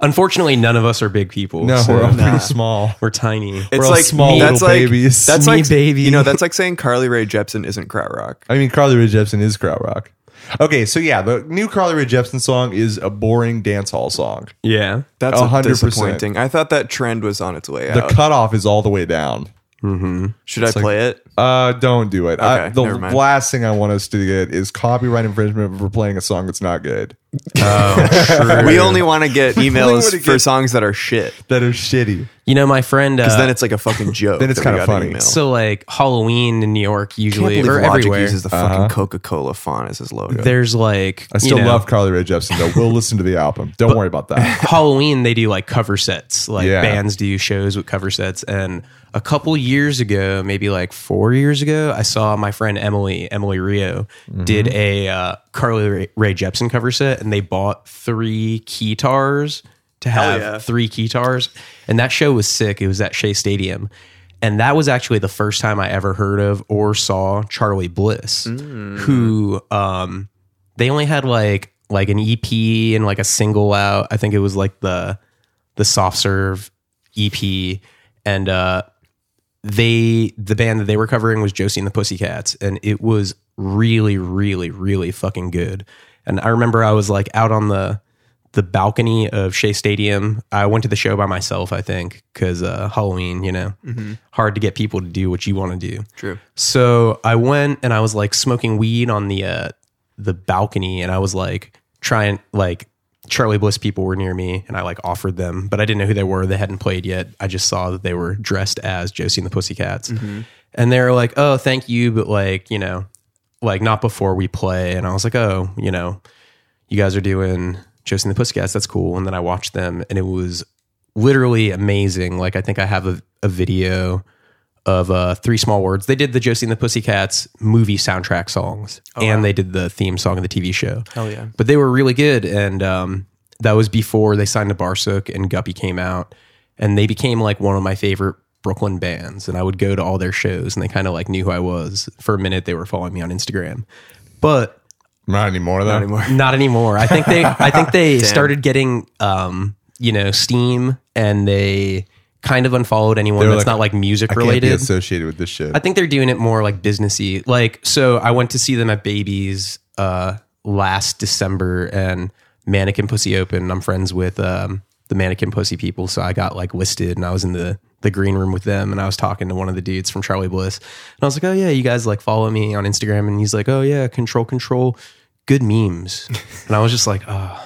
[SPEAKER 1] Unfortunately, none of us are big people.
[SPEAKER 2] No,
[SPEAKER 1] so
[SPEAKER 2] we're all pretty small.
[SPEAKER 1] we're tiny.
[SPEAKER 3] It's
[SPEAKER 2] all
[SPEAKER 3] like
[SPEAKER 2] small
[SPEAKER 3] that's
[SPEAKER 2] little
[SPEAKER 3] like,
[SPEAKER 2] babies.
[SPEAKER 3] That's
[SPEAKER 1] Me
[SPEAKER 3] like
[SPEAKER 1] baby.
[SPEAKER 3] You know, that's like saying Carly Rae Jepsen isn't krautrock.
[SPEAKER 2] I mean, Carly Rae Jepsen is crowd rock. Okay, so yeah, the new Carly Rae Jepsen song is a boring dance hall song.
[SPEAKER 1] yeah.
[SPEAKER 3] That's
[SPEAKER 2] A hundred percent.
[SPEAKER 3] disappointing. I thought that trend was on its way
[SPEAKER 2] The
[SPEAKER 3] out.
[SPEAKER 2] cutoff is all the way down.
[SPEAKER 3] Should I play it?
[SPEAKER 2] Uh, don't do it. I,
[SPEAKER 3] Okay,
[SPEAKER 2] the
[SPEAKER 3] never mind.
[SPEAKER 2] last thing I want us to get is copyright infringement for playing a song that's not good.
[SPEAKER 3] We only want to get emails
[SPEAKER 2] wanna
[SPEAKER 3] for
[SPEAKER 2] get-
[SPEAKER 3] songs that are shit.
[SPEAKER 2] That is shitty.
[SPEAKER 1] You know, my friend. Uh,
[SPEAKER 3] Because then it's like a fucking joke.
[SPEAKER 2] Then it's
[SPEAKER 3] that we
[SPEAKER 2] kinda
[SPEAKER 3] got an
[SPEAKER 2] funny.
[SPEAKER 3] email.
[SPEAKER 1] so like Halloween in New York
[SPEAKER 3] I can't
[SPEAKER 1] usually
[SPEAKER 3] believe
[SPEAKER 1] or
[SPEAKER 3] Logic
[SPEAKER 1] everywhere.
[SPEAKER 3] uses the
[SPEAKER 2] Uh-huh.
[SPEAKER 3] fucking Coca Cola font as his logo.
[SPEAKER 1] there's like
[SPEAKER 2] I still
[SPEAKER 1] you know,
[SPEAKER 2] love Carly Rae Jepsen though. We'll listen to the album. Don't worry about that.
[SPEAKER 1] Halloween, they do like cover sets. Like
[SPEAKER 2] Yeah.
[SPEAKER 1] bands do shows with cover sets. And a couple years ago, maybe like four years ago, I saw my friend Emily, Emily Rio, did a uh, Carly Ray, Ray Jepsen cover set and they bought three keytars to have
[SPEAKER 3] yeah.
[SPEAKER 1] three keytars. And that show was sick. It was at Shea Stadium. And that was actually the first time I ever heard of or saw Charlie Bliss, who um, they only had like like an EP and like a single out. I think it was like the the soft serve EP and uh they the band that they were covering was Josie and the Pussycats and it was really really really fucking good. And I remember I was like out on the the balcony of Shea Stadium. I went to the show by myself, I think, cuz uh Halloween, you know. Hard to get people to do what you want to do.
[SPEAKER 3] True.
[SPEAKER 1] So I went and I was like smoking weed on the uh, the balcony, and I was like trying like Charlie Bliss people were near me, and I like offered them, but I didn't know who they were. They hadn't played yet. I just saw that they were dressed as Josie and the Pussycats, and they were like, "Oh, thank you, but like you know, like not before we play." And I was like, "Oh, you know, you guys are doing Josie and the Pussycats. That's cool." And then I watched them, and it was literally amazing. Like I think I have a, a video of uh, Three Small Words. They did the Josie and the Pussycats movie soundtrack songs,
[SPEAKER 2] Oh,
[SPEAKER 1] and they did the theme song of the TV show.
[SPEAKER 3] Hell yeah.
[SPEAKER 1] But they were really good, and um, that was before they signed to Barsook and Guppy came out, and they became like one of my favorite Brooklyn bands. And I would go to all their shows, and they kind of like knew who I was. For a minute, they were following me on Instagram, but
[SPEAKER 2] Not anymore though.
[SPEAKER 3] Anymore.
[SPEAKER 1] not anymore. I think they I think they started getting um, you know, steam and they kind of unfollowed anyone
[SPEAKER 2] They were
[SPEAKER 1] that's
[SPEAKER 2] like,
[SPEAKER 1] not like music
[SPEAKER 2] I can't be
[SPEAKER 1] related.
[SPEAKER 2] associated with this shit.
[SPEAKER 1] I think they're doing it more like businessy. Like so I went to see them at Babies uh last December and Mannequin Pussy Open. I'm friends with um the Mannequin Pussy people, so I got like listed and I was in the the green room with them and I was talking to one of the dudes from Charlie Bliss. And I was like, "Oh yeah, you guys like follow me on Instagram." And he's like, "Oh yeah, control control good memes." and I was just like, "Oh,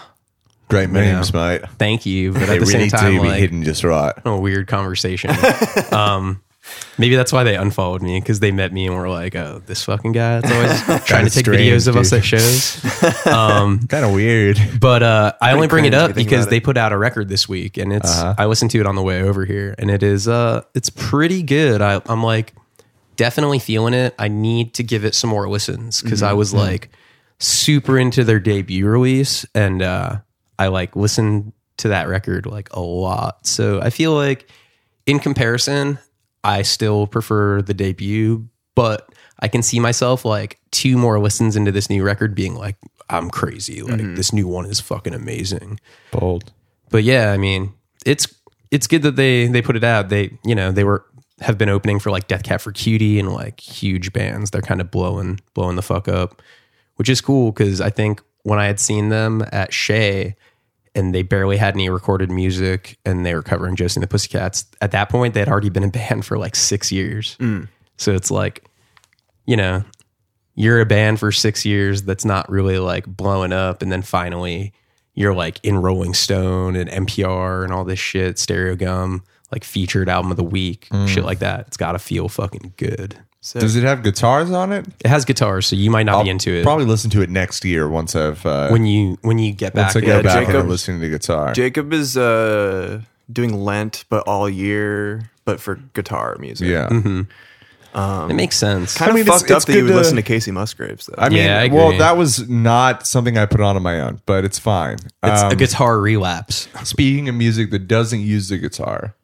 [SPEAKER 2] Great names, mate.
[SPEAKER 1] thank you, but
[SPEAKER 2] They
[SPEAKER 1] at the same
[SPEAKER 2] really
[SPEAKER 1] time
[SPEAKER 2] do be
[SPEAKER 1] like
[SPEAKER 2] hidden just right.
[SPEAKER 1] a weird conversation. um, Maybe that's why they unfollowed me because they met me and were like, "Oh, this fucking guy that's always trying to
[SPEAKER 2] is
[SPEAKER 1] take
[SPEAKER 2] strange,
[SPEAKER 1] videos of us
[SPEAKER 2] dude.
[SPEAKER 1] at shows."
[SPEAKER 2] Kind of weird.
[SPEAKER 1] But uh, I only bring it
[SPEAKER 3] cringe if
[SPEAKER 1] up
[SPEAKER 3] you think
[SPEAKER 1] because
[SPEAKER 3] about it. Uh-huh.
[SPEAKER 1] they put out a record this week, and it's I listened to it on the way over here, and it is uh, it's pretty good. I, I'm like definitely feeling it. I need to give it some more listens because
[SPEAKER 3] Mm-hmm.
[SPEAKER 1] I was like super into their debut release, and uh, I like listened to that record like a lot. So I feel like in comparison, I still prefer the debut, but I can see myself like two more listens into this new record being like, I'm crazy. Like this new one is fucking amazing.
[SPEAKER 2] Bold.
[SPEAKER 1] But yeah, I mean, it's it's good that they they put it out. They you know they were have been opening for like Death Cab for Cutie and like huge bands. They're kind of blowing blowing the fuck up, which is cool because I think when I had seen them at Shea and they barely had any recorded music and they were covering Josie and the Pussycats. At that point, they had already been in band for like six years. So it's like, you know, you're a band for six years that's not really like blowing up. And then finally, you're like in Rolling Stone and NPR and all this shit, Stereo Gum, like featured album of the week,
[SPEAKER 2] Mm.
[SPEAKER 1] shit like that. It's got to feel fucking good.
[SPEAKER 2] Does it have guitars on it?
[SPEAKER 1] It has guitars, so you might not be into it
[SPEAKER 2] Probably listen to it next year once I've uh,
[SPEAKER 1] when you when you get back.
[SPEAKER 2] once I go
[SPEAKER 1] Yeah,
[SPEAKER 2] back
[SPEAKER 3] Jacob-
[SPEAKER 2] and listen to guitar.
[SPEAKER 3] Jacob is uh, doing Lent, but all year, but for guitar music.
[SPEAKER 2] yeah.
[SPEAKER 1] Mm-hmm. it makes sense.
[SPEAKER 3] Kind
[SPEAKER 2] I
[SPEAKER 3] of
[SPEAKER 2] mean, it's-
[SPEAKER 3] fucked up
[SPEAKER 2] it's
[SPEAKER 3] that you
[SPEAKER 2] good
[SPEAKER 3] would
[SPEAKER 2] to-
[SPEAKER 3] listen to Casey Musgraves, though.
[SPEAKER 2] I mean,
[SPEAKER 1] Yeah, I
[SPEAKER 2] well,
[SPEAKER 1] agree.
[SPEAKER 2] that was not something I put on on my own, but it's fine.
[SPEAKER 1] it's
[SPEAKER 2] Um,
[SPEAKER 1] a guitar relapse. Oh,
[SPEAKER 2] speaking of music that doesn't use the guitar,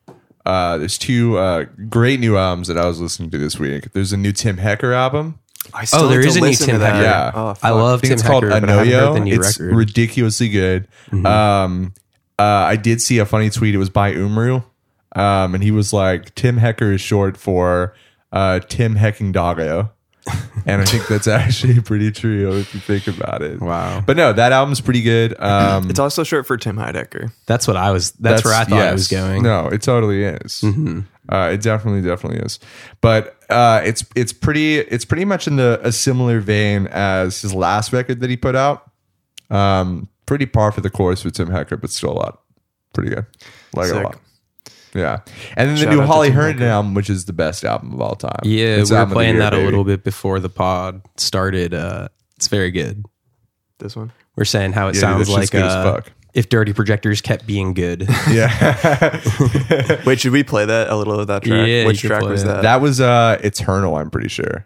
[SPEAKER 2] uh, there's two uh, great new albums that I was listening to this week. There's a new Tim Hecker album.
[SPEAKER 3] I still
[SPEAKER 1] there
[SPEAKER 3] have to
[SPEAKER 1] is a new
[SPEAKER 3] listen to
[SPEAKER 1] Tim
[SPEAKER 3] that.
[SPEAKER 1] Hecker.
[SPEAKER 2] Yeah.
[SPEAKER 3] Oh, fuck.
[SPEAKER 1] I love
[SPEAKER 2] I think
[SPEAKER 1] Tim
[SPEAKER 2] it's
[SPEAKER 1] Hecker,
[SPEAKER 2] called
[SPEAKER 1] but I haven't heard the
[SPEAKER 2] Anoyo.
[SPEAKER 1] new
[SPEAKER 2] It's
[SPEAKER 1] record. Mm-hmm.
[SPEAKER 2] ridiculously good. Um, uh, I did see a funny tweet. It was by Umru, um, and he was like, "Tim Hecker is short for uh, Tim Hecking Doggo," and I think that's actually pretty true if you think about it.
[SPEAKER 1] Wow.
[SPEAKER 2] But no, that album's pretty good. Um,
[SPEAKER 3] It's also short for Tim Heidecker.
[SPEAKER 1] That's what I was. That's, where I thought
[SPEAKER 2] yes.
[SPEAKER 1] I was going. Mm-hmm.
[SPEAKER 2] No, it totally is. Uh, it definitely, definitely is. But uh, it's it's pretty it's pretty much in the a similar vein as his last record that he put out. Um, pretty par for the course with Tim Hecker, but still a lot. Pretty good, like it a
[SPEAKER 3] Sick.
[SPEAKER 2] lot. Yeah, and then
[SPEAKER 3] Shout
[SPEAKER 2] the new
[SPEAKER 3] out to
[SPEAKER 2] Holly
[SPEAKER 3] Tim
[SPEAKER 2] Herndon album, which is the best album of all time.
[SPEAKER 1] Yeah,
[SPEAKER 2] It's
[SPEAKER 1] we were
[SPEAKER 2] album of the
[SPEAKER 1] playing
[SPEAKER 2] year,
[SPEAKER 1] that a
[SPEAKER 2] baby.
[SPEAKER 1] little bit before the pod started. Uh, it's very good.
[SPEAKER 3] This one.
[SPEAKER 1] We're saying how it
[SPEAKER 2] Yeah, dude,
[SPEAKER 1] sounds
[SPEAKER 2] that shit's
[SPEAKER 1] like
[SPEAKER 2] good as
[SPEAKER 1] uh,
[SPEAKER 2] fuck.
[SPEAKER 1] if Dirty Projectors kept being good.
[SPEAKER 2] Yeah,
[SPEAKER 3] Wait, should we play that a little of that track?
[SPEAKER 1] Yeah, you
[SPEAKER 3] Which
[SPEAKER 1] should
[SPEAKER 3] track
[SPEAKER 1] play
[SPEAKER 3] was
[SPEAKER 1] it.
[SPEAKER 3] that?
[SPEAKER 2] that was uh, Eternal. I'm pretty sure.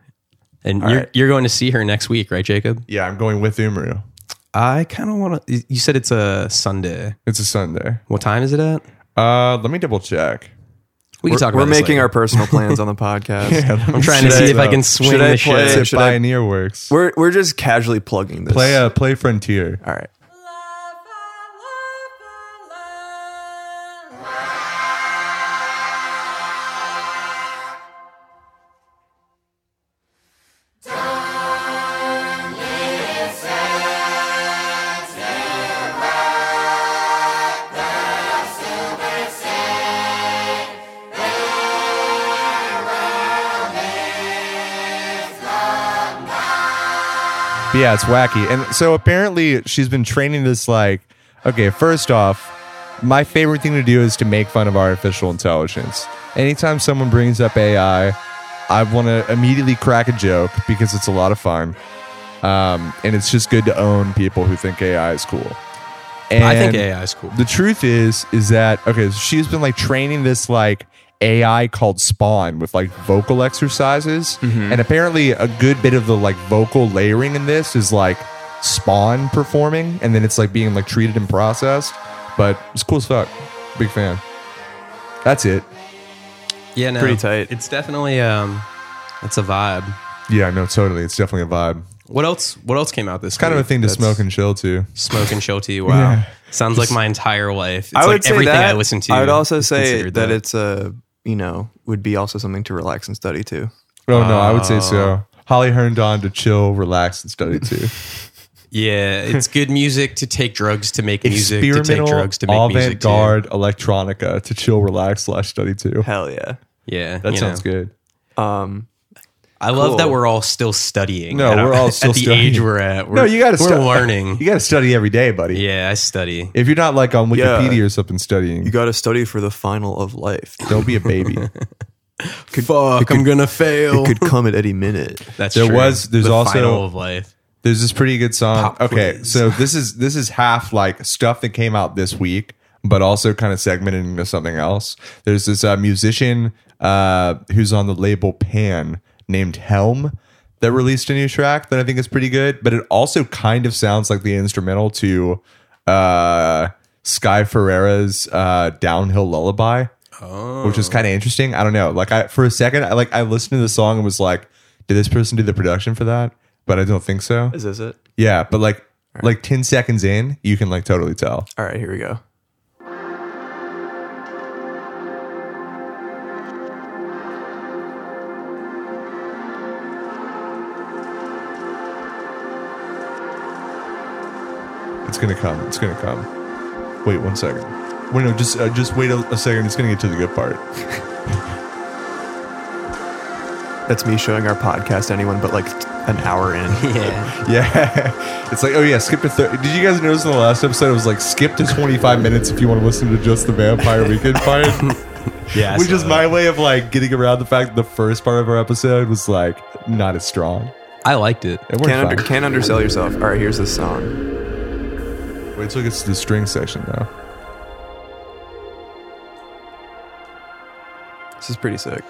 [SPEAKER 1] and you're,
[SPEAKER 2] right.
[SPEAKER 1] you're going to see her next week, right, Jacob?
[SPEAKER 2] Yeah, I'm going with Umru.
[SPEAKER 1] I kind of want to. You said it's a Sunday.
[SPEAKER 2] It's a Sunday.
[SPEAKER 1] What time is it at?
[SPEAKER 2] Uh, let me double check.
[SPEAKER 1] We can
[SPEAKER 3] we're
[SPEAKER 1] talk.
[SPEAKER 3] we're
[SPEAKER 1] about this
[SPEAKER 3] making
[SPEAKER 1] later.
[SPEAKER 3] our personal plans on the podcast.
[SPEAKER 1] I'm trying to
[SPEAKER 3] Should
[SPEAKER 1] see
[SPEAKER 3] I-
[SPEAKER 1] if I can swing
[SPEAKER 3] should I
[SPEAKER 1] the
[SPEAKER 3] play
[SPEAKER 1] shit.
[SPEAKER 3] it?
[SPEAKER 2] That's
[SPEAKER 3] Should
[SPEAKER 2] if
[SPEAKER 3] I-
[SPEAKER 2] Pioneer works.
[SPEAKER 3] We're we're just casually plugging this.
[SPEAKER 2] play uh, play Frontier.
[SPEAKER 3] All right.
[SPEAKER 2] But yeah, it's wacky. And so apparently she's been training this like, okay, first off, my favorite thing to do is to make fun of artificial intelligence. Anytime someone brings up AI, I want to immediately crack a joke because it's a lot of fun. Um, and it's just good to own people who think AI is cool. And
[SPEAKER 1] I think AI is cool.
[SPEAKER 2] The truth is, is that okay? So she's been like training this like AI called Spawn with like vocal exercises,
[SPEAKER 1] Mm-hmm.
[SPEAKER 2] and apparently a good bit of the like vocal layering in this is like Spawn performing, and then it's like being like treated and processed. But it's cool as fuck. Big fan. That's it.
[SPEAKER 1] Yeah, no,
[SPEAKER 3] Pretty tight.
[SPEAKER 1] It's definitely um, it's a vibe.
[SPEAKER 2] Yeah, no, totally. It's definitely a vibe.
[SPEAKER 1] What else? What else came out this?
[SPEAKER 2] Kind of a
[SPEAKER 1] week
[SPEAKER 2] thing to
[SPEAKER 1] that's-
[SPEAKER 2] smoke and chill to.
[SPEAKER 1] Smoke and chill tea. Wow.
[SPEAKER 2] Yeah.
[SPEAKER 1] Sounds like my entire life. It's
[SPEAKER 3] I would
[SPEAKER 1] like
[SPEAKER 3] say
[SPEAKER 1] everything I
[SPEAKER 3] that,
[SPEAKER 1] listen to.
[SPEAKER 3] I would also
[SPEAKER 1] is
[SPEAKER 3] say that,
[SPEAKER 1] considered that.
[SPEAKER 3] it's a you know would be also something to relax and study to.
[SPEAKER 2] Oh no, I would say
[SPEAKER 1] Uh,
[SPEAKER 2] so. Holly Herndon to chill, relax, and study too.
[SPEAKER 1] Yeah, it's good music to take drugs to make music to take
[SPEAKER 2] experimental
[SPEAKER 1] drugs to make music. Too.
[SPEAKER 2] avant-garde electronica to chill, relax, slash study too.
[SPEAKER 3] Hell yeah.
[SPEAKER 1] Yeah,
[SPEAKER 2] That sounds good.
[SPEAKER 3] Um,
[SPEAKER 1] I love that
[SPEAKER 3] Cool.
[SPEAKER 1] we're all still studying.
[SPEAKER 2] No,
[SPEAKER 1] at
[SPEAKER 2] we're all still
[SPEAKER 1] at the
[SPEAKER 2] studying.
[SPEAKER 1] age we're at. We're,
[SPEAKER 2] No, you got to
[SPEAKER 1] We're
[SPEAKER 2] stu- You
[SPEAKER 1] learning.
[SPEAKER 2] got to study every day, buddy.
[SPEAKER 1] yeah, I study.
[SPEAKER 2] If you're not like on
[SPEAKER 3] Yeah.
[SPEAKER 2] Wikipedia or something studying,
[SPEAKER 3] you got to study for the final of life.
[SPEAKER 2] don't be a baby.
[SPEAKER 1] Fuck, I'm gonna fail.
[SPEAKER 3] could come at any minute.
[SPEAKER 1] That's
[SPEAKER 2] There
[SPEAKER 1] true.
[SPEAKER 2] was- there's
[SPEAKER 1] the
[SPEAKER 2] also-
[SPEAKER 1] final of life.
[SPEAKER 2] There's this pretty good song.
[SPEAKER 1] Pop
[SPEAKER 2] okay,
[SPEAKER 1] quiz.
[SPEAKER 2] so this is this is half like stuff that came out this week, but also kind of segmented into something else. There's this uh, musician uh, who's on the label Pan named Helm that released a new track that I think is pretty good, but it also kind of sounds like the instrumental to uh, Sky Ferreira's uh, Downhill Lullaby, which
[SPEAKER 1] Oh.
[SPEAKER 2] was kind of interesting. I don't know. Like I for a second, I like I listened to the song and was like, did this person do the production for that? But I don't think so.
[SPEAKER 3] Is this it?
[SPEAKER 2] Yeah, but like like 10 seconds in, you can like totally tell.
[SPEAKER 3] All right, here we go.
[SPEAKER 2] It's going to come. It's going to come. Wait one second. Wait, no, just uh, just wait a, a second. It's going to get to the good part.
[SPEAKER 3] That's me showing our podcast anyone, but like an hour in.
[SPEAKER 1] Yeah.
[SPEAKER 2] Yeah. It's like, oh yeah, skip to 30. Did you guys notice in the last episode it was like skip to 25 minutes if you want to listen to just the vampire weekend part?
[SPEAKER 1] Yeah.
[SPEAKER 2] Which is
[SPEAKER 1] so-
[SPEAKER 2] my way of like getting around the fact that the first part of our episode was like not as strong.
[SPEAKER 1] I liked it.
[SPEAKER 2] It worked
[SPEAKER 3] Can't, under,
[SPEAKER 2] fine.
[SPEAKER 3] can't undersell yourself. All right, here's this song.
[SPEAKER 2] Wait till it gets to the string section though.
[SPEAKER 3] This is pretty sick.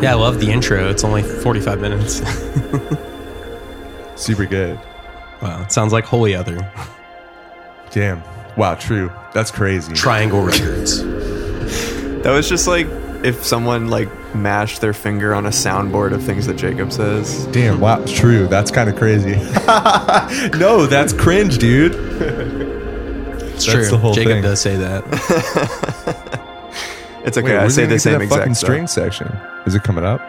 [SPEAKER 1] Yeah, I love the intro. It's only 45 minutes.
[SPEAKER 2] Super good.
[SPEAKER 1] wow, it sounds like Holy Other.
[SPEAKER 2] Damn. Wow, true. That's crazy.
[SPEAKER 1] Triangle Records.
[SPEAKER 3] That was just like if someone like mashed their finger on a soundboard of things that Jacob says.
[SPEAKER 2] Damn, wow, true. That's kind of crazy. no, that's cringe, dude.
[SPEAKER 1] It's
[SPEAKER 2] That's
[SPEAKER 1] true.
[SPEAKER 2] the whole
[SPEAKER 1] Jacob
[SPEAKER 2] thing.
[SPEAKER 1] does say that.
[SPEAKER 3] It's okay. I
[SPEAKER 2] where's
[SPEAKER 3] say
[SPEAKER 2] it gonna get
[SPEAKER 3] the
[SPEAKER 2] to
[SPEAKER 3] same
[SPEAKER 2] that fucking
[SPEAKER 3] exact stuff.
[SPEAKER 2] string section. Is it coming up?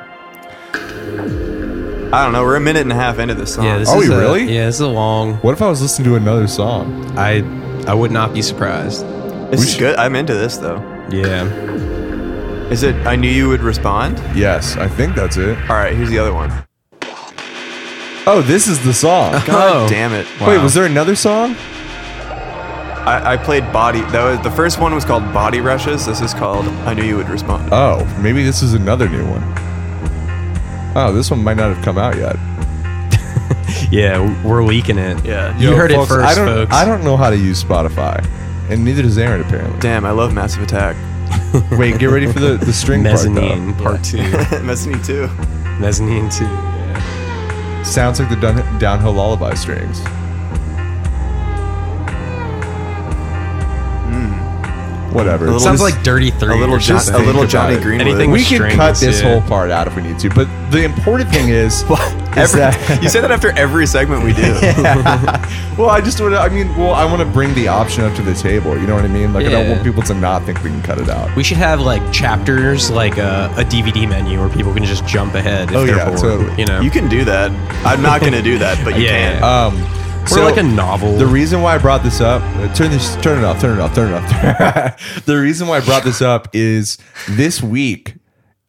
[SPEAKER 3] I don't know. We're a minute and a half into this song.
[SPEAKER 1] Yeah, this
[SPEAKER 2] Oh,
[SPEAKER 1] is
[SPEAKER 2] you
[SPEAKER 1] a-
[SPEAKER 2] really?
[SPEAKER 1] Yeah, this is a long.
[SPEAKER 2] What if I was listening to another song?
[SPEAKER 1] I I would not be surprised.
[SPEAKER 3] Oh, This
[SPEAKER 2] We
[SPEAKER 3] is
[SPEAKER 2] should-
[SPEAKER 3] good. I'm into this though.
[SPEAKER 1] Yeah.
[SPEAKER 3] Is it? I knew you would respond.
[SPEAKER 2] Yes, I think that's it.
[SPEAKER 3] All right, here's the other one.
[SPEAKER 2] Oh, this is the song.
[SPEAKER 1] oh.
[SPEAKER 3] God damn it!
[SPEAKER 2] Wait, was there another song?
[SPEAKER 3] I, I played Body. That was the first one was called Body Rushes. This is called I knew you would respond.
[SPEAKER 2] Oh, maybe this is another new one. Oh, this one might not have come out yet.
[SPEAKER 1] Yeah, we're leaking it.
[SPEAKER 3] Yeah.
[SPEAKER 1] You
[SPEAKER 2] Yo,
[SPEAKER 1] heard
[SPEAKER 2] folks,
[SPEAKER 1] it first,
[SPEAKER 2] I don't,
[SPEAKER 1] folks.
[SPEAKER 2] I don't know how to use Spotify, and neither does Aaron apparently.
[SPEAKER 3] Damn, I love Massive Attack.
[SPEAKER 2] Wait, get ready for the, the string part though.
[SPEAKER 1] Mezzanine part
[SPEAKER 3] Mezzanine too.
[SPEAKER 1] two. Mezzanine two. Yeah.
[SPEAKER 2] Sounds like the dun- downhill lullaby strings.
[SPEAKER 1] Hmm.
[SPEAKER 2] Whatever.
[SPEAKER 3] little-
[SPEAKER 1] Sounds
[SPEAKER 3] Just
[SPEAKER 1] like Dirty Three.
[SPEAKER 3] A little,
[SPEAKER 1] or
[SPEAKER 3] John, a
[SPEAKER 1] something.
[SPEAKER 2] think
[SPEAKER 3] little
[SPEAKER 2] about
[SPEAKER 3] Johnny
[SPEAKER 2] it.
[SPEAKER 3] Greenwood.
[SPEAKER 1] Anything
[SPEAKER 2] we
[SPEAKER 1] with
[SPEAKER 2] can
[SPEAKER 1] strings,
[SPEAKER 2] cut this
[SPEAKER 1] yeah.
[SPEAKER 2] whole part out if we need to, but the important thing is, is
[SPEAKER 3] Every-
[SPEAKER 2] that-
[SPEAKER 3] you say that after every segment we do.
[SPEAKER 2] well, I just want to. I mean, well, I want to bring the option up to the table. You know what I mean? Like, I don't
[SPEAKER 1] Yeah.
[SPEAKER 2] want people to not think we can cut it out.
[SPEAKER 1] We should have like chapters, like a, a DVD menu where people can just jump ahead if
[SPEAKER 2] Oh,
[SPEAKER 1] they're
[SPEAKER 2] yeah,
[SPEAKER 1] bored.
[SPEAKER 2] totally.
[SPEAKER 1] You know,
[SPEAKER 3] You can do that. I'm not going to do that, but you
[SPEAKER 1] Yeah.
[SPEAKER 3] can.
[SPEAKER 2] Um,
[SPEAKER 1] or like a novel.
[SPEAKER 2] The reason why I brought this up, uh, turn this, turn it off, turn it off, turn it off. the reason why I brought this up is this week.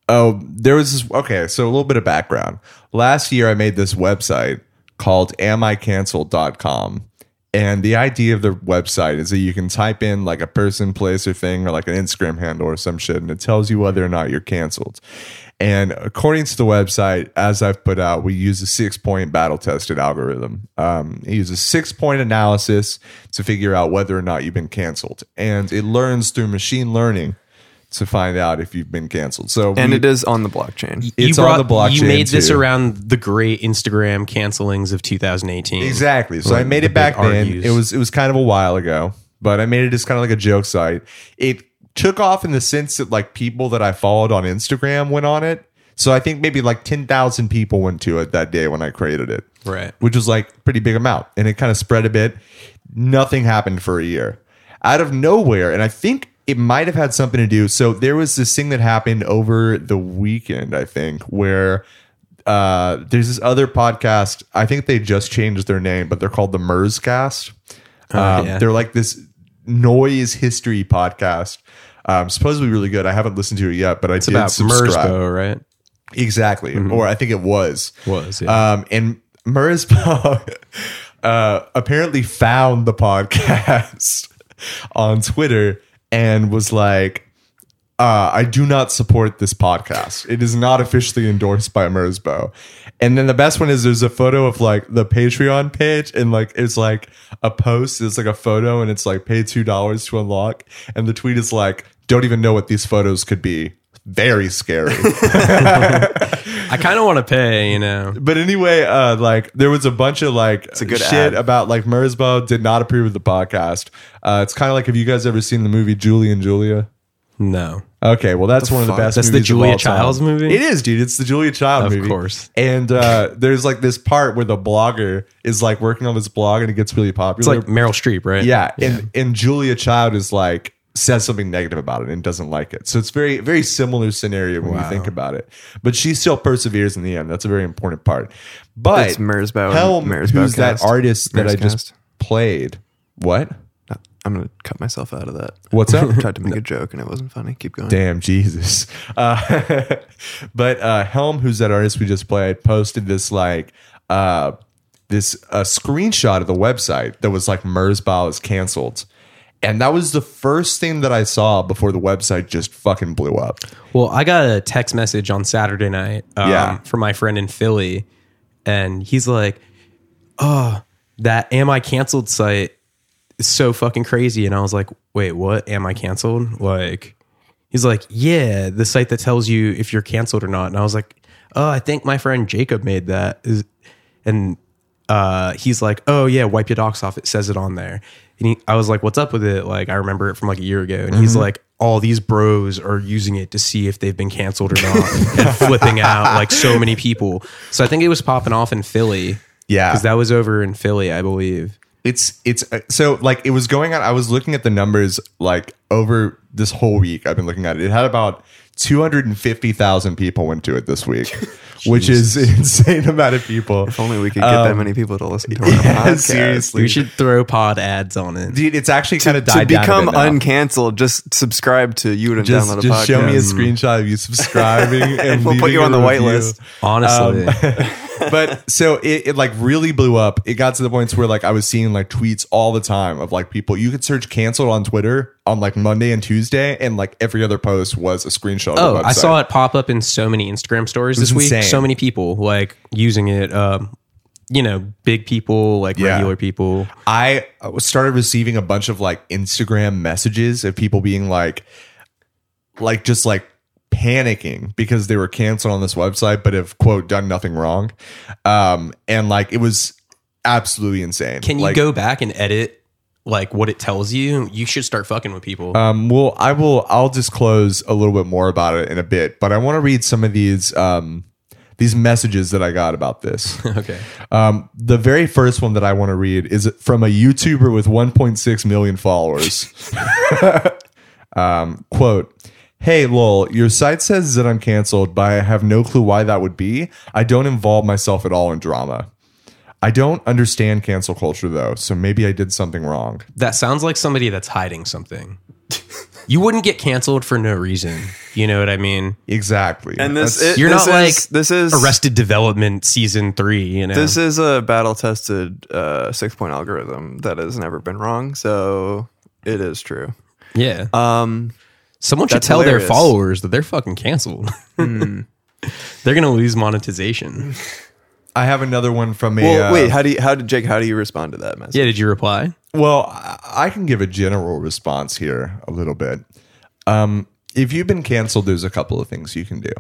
[SPEAKER 2] Oh, there was this. Okay, so a little bit of background. Last year, I made this website called amicanceled.com. And the idea of the website is that you can type in like a person, place, or thing, or like an Instagram handle or some shit, and it tells you whether or not you're canceled. And according to the website, as I've put out, we use a six point battle tested algorithm. Um, it uses six point analysis to figure out whether or not you've been canceled. And it learns through machine learning to find out if you've been canceled. So
[SPEAKER 3] and
[SPEAKER 2] we-
[SPEAKER 3] it is on the blockchain.
[SPEAKER 1] You
[SPEAKER 2] it's on the
[SPEAKER 1] You
[SPEAKER 2] blockchain,
[SPEAKER 1] made this
[SPEAKER 2] too.
[SPEAKER 1] around the great Instagram cancelings of 2018.
[SPEAKER 2] Exactly. So I
[SPEAKER 1] Like
[SPEAKER 2] made
[SPEAKER 1] the
[SPEAKER 2] it back
[SPEAKER 1] big art
[SPEAKER 2] then.
[SPEAKER 1] use.
[SPEAKER 2] It was it was kind of a while ago, but I made it as kind of like a joke site. It took off in the sense that like people that I followed on Instagram went on it. So I think maybe like ten thousand people went to it that day when I created it.
[SPEAKER 1] Right.
[SPEAKER 2] Which was like pretty big amount. And it kind of spread a bit. Nothing happened for a year. Out of nowhere, and I think it might have had something to do. So there was this thing that happened over the weekend, I think, where uh, there's this other podcast. I think they just changed their name, but they're called the Merscast. Um,
[SPEAKER 1] Oh, yeah.
[SPEAKER 2] They're like this noise history podcast. Um, supposedly really good. I haven't listened to it yet, but I
[SPEAKER 1] It's
[SPEAKER 2] did
[SPEAKER 1] about
[SPEAKER 2] subscribe.
[SPEAKER 1] Merzbo, right?
[SPEAKER 2] Exactly, or I think it was.
[SPEAKER 1] Mm-hmm. Was, yeah.
[SPEAKER 2] Um, and Mersbo uh, apparently found the podcast on Twitter and was like, uh, I do not support this podcast. It is not officially endorsed by Mersbo. And then the best one is there's a photo of like the Patreon page and like it's like a post, it's like a photo and it's like pay two dollars to unlock. And the tweet is like, don't even know what these photos could be. Very scary.
[SPEAKER 1] I kind of want to pay, you know.
[SPEAKER 2] But anyway, uh, like there was a bunch of like
[SPEAKER 3] a good
[SPEAKER 2] shit
[SPEAKER 3] ad.
[SPEAKER 2] about like Mersbo did not approve of the podcast. Uh, it's kind of like have you guys ever seen the movie Julie and Julia?
[SPEAKER 1] No.
[SPEAKER 2] Okay, well that's one of the
[SPEAKER 3] fuck?
[SPEAKER 2] best.
[SPEAKER 1] That's the
[SPEAKER 2] movies of
[SPEAKER 1] Julia
[SPEAKER 2] all time.
[SPEAKER 1] Childs movie?
[SPEAKER 2] It is, dude. It's the Julia Child
[SPEAKER 1] Of
[SPEAKER 2] movie,
[SPEAKER 1] course.
[SPEAKER 2] And uh, there's like this part where the blogger is like working on this blog and it gets really
[SPEAKER 1] It's
[SPEAKER 2] popular.
[SPEAKER 1] like Meryl Streep, right?
[SPEAKER 2] yeah, and and Julia Child is like says something negative about it and doesn't like it. So it's very very similar scenario when you think about it. But she still perseveres in the end. That's a very important part. But
[SPEAKER 3] It's Merzbow and
[SPEAKER 2] Helm,
[SPEAKER 3] Merzbow
[SPEAKER 2] who's that
[SPEAKER 3] cast.
[SPEAKER 2] artist that I
[SPEAKER 3] Merzcast.
[SPEAKER 2] just played? What?
[SPEAKER 3] I'm gonna cut myself out of that.
[SPEAKER 2] What's up?
[SPEAKER 3] tried to make a joke and it wasn't funny. Keep going.
[SPEAKER 2] damn jesus uh, but uh helm who's that artist we just played posted this like uh this a screenshot of the website that was like merzbow is canceled and that was the first thing that i saw before the website just fucking blew up
[SPEAKER 1] Well, I got a text message on Saturday night um,
[SPEAKER 2] Yeah.
[SPEAKER 1] from my friend in Philly, and he's like, "Oh, that Am I Canceled site is so fucking crazy." And I was like, "Wait, what? Am I canceled?" Like, he's like, "Yeah, the site that tells you if you're canceled or not." And I was like, "Oh, I think my friend Jacob made that." Is and uh, he's like, "Oh yeah, wipe your docs off. It says it on there." And he, I was like, "What's up with it?" Like, I remember it from like a year ago. And he's like, "All these bros are using it to see if they've been canceled or not, and flipping out like so many people." So I think it was popping off in Philly.
[SPEAKER 2] Yeah.
[SPEAKER 1] because that was over in Philly, I believe.
[SPEAKER 2] it's it's uh, so like it was going on i was looking at the numbers like over this whole week i've been looking at it it had about 250,000 people went to it this week which is insane amount of people
[SPEAKER 3] If only we could get that many people to listen to our podcast.
[SPEAKER 2] seriously
[SPEAKER 1] We should throw pod ads on it.
[SPEAKER 2] Dude, it's actually kind of
[SPEAKER 3] To
[SPEAKER 2] died
[SPEAKER 3] become
[SPEAKER 2] down. a bit now.
[SPEAKER 3] uncanceled, just subscribe to you and
[SPEAKER 2] just
[SPEAKER 3] download a
[SPEAKER 2] just
[SPEAKER 3] podcast.
[SPEAKER 2] show me a screenshot of you subscribing, and,
[SPEAKER 3] we'll put
[SPEAKER 2] leaving
[SPEAKER 3] you on
[SPEAKER 2] a
[SPEAKER 3] the
[SPEAKER 2] review.
[SPEAKER 3] whitelist.
[SPEAKER 1] Honestly,
[SPEAKER 3] um,
[SPEAKER 2] But so it, it like really blew up. It got to the points where like I was seeing like tweets all the time of like people. You could search canceled on Twitter on like Monday and Tuesday, and like every other post was a screenshot. of
[SPEAKER 1] oh,
[SPEAKER 2] the
[SPEAKER 1] I saw it pop up in so many Instagram stories
[SPEAKER 2] was
[SPEAKER 1] this week.
[SPEAKER 2] insane.
[SPEAKER 1] So many people like using it. Um, you know, big people, like
[SPEAKER 2] Yeah.
[SPEAKER 1] regular people.
[SPEAKER 2] I uh, started receiving a bunch of like Instagram messages of people being like, like just like panicking because they were canceled on this website, but have quote done nothing wrong, um, and like it was absolutely insane.
[SPEAKER 1] Can you
[SPEAKER 2] Like,
[SPEAKER 1] go back and edit like what it tells you? You should start fucking with
[SPEAKER 3] Uh,
[SPEAKER 1] people.
[SPEAKER 2] Um, well, I will. I'll disclose a little bit more about it in a bit, but I want to read some of these um, these messages that I got about this.
[SPEAKER 1] okay.
[SPEAKER 2] Um, the very first one that I want to read is from a YouTuber with 1.6 million followers. um, quote. Hey lol, your site says that I'm canceled, but I have no clue why that would be. I don't involve myself at all in drama. I don't understand cancel culture though, so maybe I did something wrong.
[SPEAKER 1] That sounds like somebody that's hiding something. you wouldn't get canceled for no reason. You know what I mean?
[SPEAKER 2] Exactly.
[SPEAKER 3] And this,
[SPEAKER 2] That's-
[SPEAKER 3] it-
[SPEAKER 1] You're
[SPEAKER 3] this
[SPEAKER 1] not
[SPEAKER 3] is,
[SPEAKER 1] like
[SPEAKER 3] this is
[SPEAKER 1] Arrested Development season three. You know,
[SPEAKER 3] This is a battle tested uh, six point algorithm that has never been wrong, so it is true.
[SPEAKER 1] yeah.
[SPEAKER 3] Um,
[SPEAKER 1] Someone should
[SPEAKER 3] that's
[SPEAKER 1] tell
[SPEAKER 3] hilarious.
[SPEAKER 1] their followers that they're fucking canceled. they're gonna lose monetization.
[SPEAKER 2] I have another one from a.
[SPEAKER 3] well,
[SPEAKER 2] uh,
[SPEAKER 3] wait, how do you, how did Jake? How do you respond to that message?
[SPEAKER 1] Yeah. Did you reply?
[SPEAKER 2] well, I I can give a general response here a little bit. Um, if you've been canceled, there's a couple of things you can do,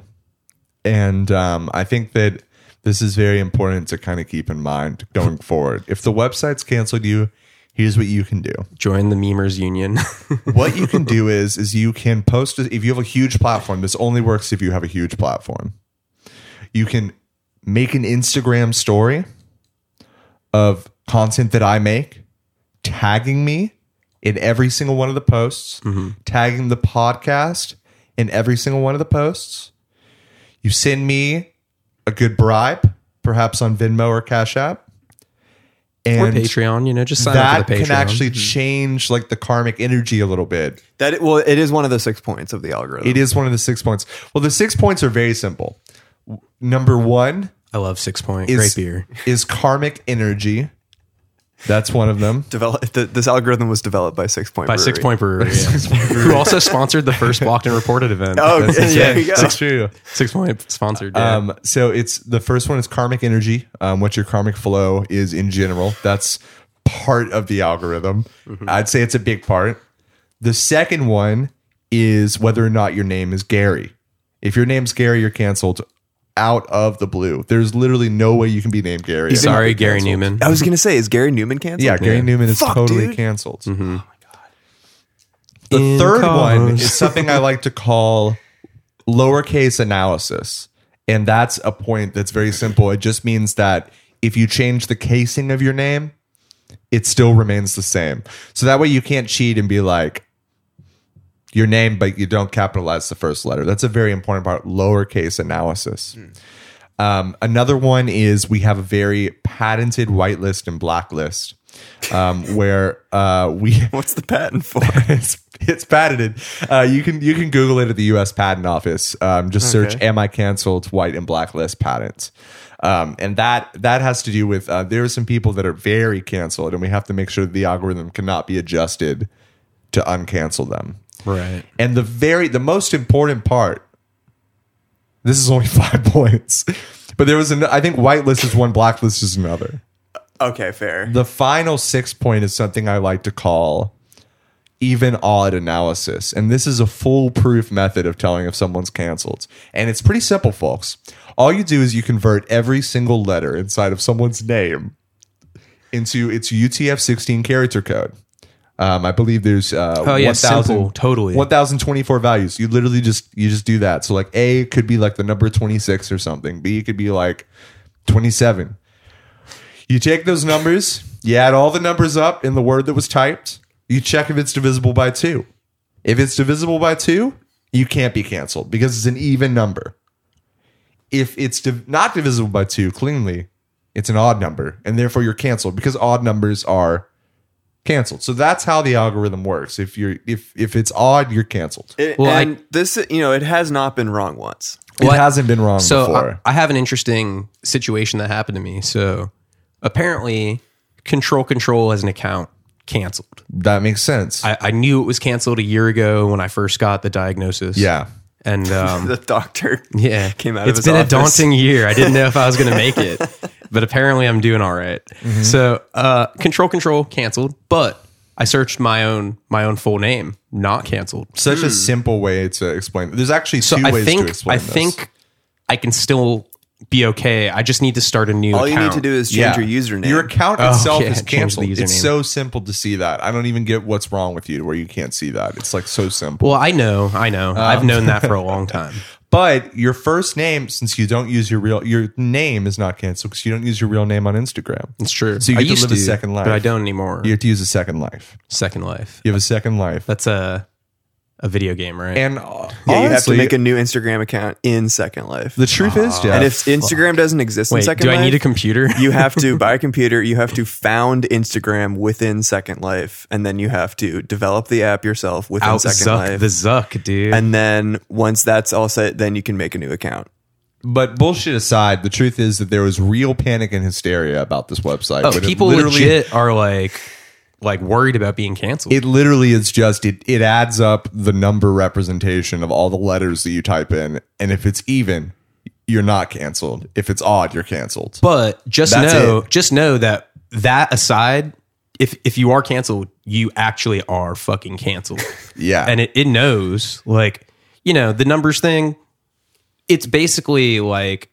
[SPEAKER 2] and um, I think that this is very important to kind of keep in mind going forward. If the website's canceled you, here's what you can do.
[SPEAKER 1] Join the memers union.
[SPEAKER 2] What you can do is is you can post if you have a huge platform. This only works if you have a huge platform. You can make an Instagram story of content that I make, tagging me in every single one of the posts,
[SPEAKER 1] Mm-hmm.
[SPEAKER 2] tagging the podcast in every single one of the posts. You send me a good bribe, perhaps on Venmo or Cash App.
[SPEAKER 1] or
[SPEAKER 2] And
[SPEAKER 1] Patreon. You know, just sign up
[SPEAKER 2] that
[SPEAKER 1] for the Patreon. Mm-hmm.
[SPEAKER 2] can actually change like the karmic energy a little bit.
[SPEAKER 3] That well, it is one of the six points of the algorithm.
[SPEAKER 2] It is one of the six points. Well, the six points are very simple. W- Number one
[SPEAKER 1] I love Six Point.
[SPEAKER 2] is
[SPEAKER 1] Great beer.
[SPEAKER 2] is karmic energy. That's one of them.
[SPEAKER 3] Develop th- this algorithm was developed by Six Point
[SPEAKER 1] by
[SPEAKER 3] Brewery.
[SPEAKER 1] Six Point Brewery, yeah. who also sponsored the first Blocked and Reported event.
[SPEAKER 3] Oh,
[SPEAKER 1] That's
[SPEAKER 3] yeah,
[SPEAKER 1] insane.
[SPEAKER 3] there you go.
[SPEAKER 2] That's true.
[SPEAKER 1] Six Point sponsored. Yeah.
[SPEAKER 2] Um, so it's the first one is karmic energy. Um, what your karmic flow is in general. That's part of the algorithm.
[SPEAKER 3] Mm-hmm.
[SPEAKER 2] I'd say it's a big part. The second one is whether or not your name is Gary. If your name's Gary, you're canceled out of the blue. There's literally no way you can be named Gary.
[SPEAKER 3] Even-
[SPEAKER 1] Sorry,
[SPEAKER 3] didn't get
[SPEAKER 1] Gary
[SPEAKER 3] canceled. Oh.
[SPEAKER 1] Newman.
[SPEAKER 3] I was gonna say, is Gary Newman canceled?
[SPEAKER 2] yeah, Gary Newman is
[SPEAKER 3] Fuck,
[SPEAKER 2] totally
[SPEAKER 3] dude. Oh
[SPEAKER 2] canceled. The third one is something I like to call lowercase analysis. And that's a point that's very simple. It just means that if you change the casing of your name, it still remains the same. So that way you can't cheat and be like your name, but you don't capitalize the first letter. That's a very important part, lowercase analysis. Um, another one is we have a very patented whitelist and blacklist um, where uh, we
[SPEAKER 3] What's the patent for?
[SPEAKER 2] it's it's patented. Uh, you can you can Google it at the U.S. Patent Office. Um, just search "Am I canceled?" White and blacklist patents, um, and that that has to do with uh, there are some people that are very canceled, and we have to make sure that the algorithm cannot be adjusted to uncancel them.
[SPEAKER 1] right.
[SPEAKER 2] And the very the most important part. This is only five points, but there was an I think whitelist is one, blacklist is another.
[SPEAKER 3] okay, fair.
[SPEAKER 2] The final six point is something I like to call even odd analysis. And this is a foolproof method of telling if someone's canceled. And it's pretty simple, folks. All you do is you convert every single letter inside of someone's name into its UTF 16 character code. Um, I believe there's uh,
[SPEAKER 1] Oh, yeah,
[SPEAKER 2] 1,000
[SPEAKER 1] simple, totally.
[SPEAKER 2] 1,024 values. You literally just you just do that. So like A could be like the number 26 or something. B could be like 27. You take those numbers, you add all the numbers up in the word that was typed, you check if it's divisible by two. If it's divisible by two, you can't be canceled because it's an even number. If it's div- not divisible by two cleanly, it's an odd number, and therefore you're canceled because odd numbers are canceled. So that's how the algorithm works. If you're if if it's odd, you're canceled. It,
[SPEAKER 3] It-
[SPEAKER 1] Well, I-
[SPEAKER 3] and this, you know, it has not been wrong once.
[SPEAKER 1] What?
[SPEAKER 2] hasn't been wrong
[SPEAKER 1] So uh, I,
[SPEAKER 2] before.
[SPEAKER 1] I have an interesting situation that happened to me. So apparently, Control Control as an account canceled.
[SPEAKER 2] that makes sense.
[SPEAKER 1] I, I knew it was canceled a year ago when I first got the diagnosis.
[SPEAKER 2] yeah.
[SPEAKER 1] and um,
[SPEAKER 3] The doctor.
[SPEAKER 1] yeah,
[SPEAKER 3] Came out of
[SPEAKER 1] It's
[SPEAKER 3] his
[SPEAKER 1] been
[SPEAKER 3] office.
[SPEAKER 1] a daunting year. I didn't know if I was going to make it, but apparently I'm doing all right. So uh, Control Control canceled, but I searched my own my own full name, not canceled.
[SPEAKER 2] Such a simple way to explain. There's actually two
[SPEAKER 1] Hmm. I
[SPEAKER 2] ways
[SPEAKER 1] think
[SPEAKER 2] to explain.
[SPEAKER 1] I
[SPEAKER 2] this.
[SPEAKER 1] think I can still be okay. I just need to start a new.
[SPEAKER 3] All you need
[SPEAKER 1] account.
[SPEAKER 3] to do is change your username.
[SPEAKER 2] Your account
[SPEAKER 1] Oh,
[SPEAKER 2] itself
[SPEAKER 1] yeah,
[SPEAKER 2] is
[SPEAKER 1] change the
[SPEAKER 2] canceled. It's
[SPEAKER 1] username.
[SPEAKER 2] so simple to see that. I don't even get what's wrong with you where you can't see that. It's like so simple.
[SPEAKER 1] Well, I know, I know. I've known that for a long time.
[SPEAKER 2] But your first name, since you don't use your real your name, is not canceled because you don't use your real name on Instagram.
[SPEAKER 1] It's true.
[SPEAKER 2] So you
[SPEAKER 1] I
[SPEAKER 2] get to
[SPEAKER 1] used
[SPEAKER 2] live a second life.
[SPEAKER 1] but I don't anymore.
[SPEAKER 2] You have to use a second life.
[SPEAKER 1] second life.
[SPEAKER 2] You have a second life.
[SPEAKER 1] That's a a video game, right?
[SPEAKER 2] And uh,
[SPEAKER 3] Yeah, you have to
[SPEAKER 2] honestly,
[SPEAKER 3] make a new Instagram account in Second Life.
[SPEAKER 2] the truth
[SPEAKER 1] Ah.
[SPEAKER 2] is, Jeff,
[SPEAKER 3] and if Instagram doesn't exist in
[SPEAKER 1] Wait,
[SPEAKER 3] Second
[SPEAKER 1] do
[SPEAKER 3] Life,
[SPEAKER 1] I need a computer?
[SPEAKER 3] you have to buy a computer, you have to found Instagram within Second Life, and then you have to develop the app yourself within
[SPEAKER 1] out
[SPEAKER 3] Second
[SPEAKER 1] Zuck
[SPEAKER 3] Life.
[SPEAKER 1] the Zuck, dude.
[SPEAKER 3] and then once that's all set, then you can make a new account.
[SPEAKER 2] But bullshit aside, the truth is that there was real panic and hysteria about this website.
[SPEAKER 1] Oh,
[SPEAKER 2] But it
[SPEAKER 1] people
[SPEAKER 2] literally-
[SPEAKER 1] legit are like like worried about being canceled.
[SPEAKER 2] It literally is just it it adds up the number representation of all the letters that you type in, and if it's even, you're not canceled. If it's odd, you're canceled.
[SPEAKER 1] but just
[SPEAKER 2] That's
[SPEAKER 1] know, just know that that aside, if if you are canceled, you actually are fucking canceled.
[SPEAKER 2] yeah,
[SPEAKER 1] and it, it knows like you know the numbers thing it's basically like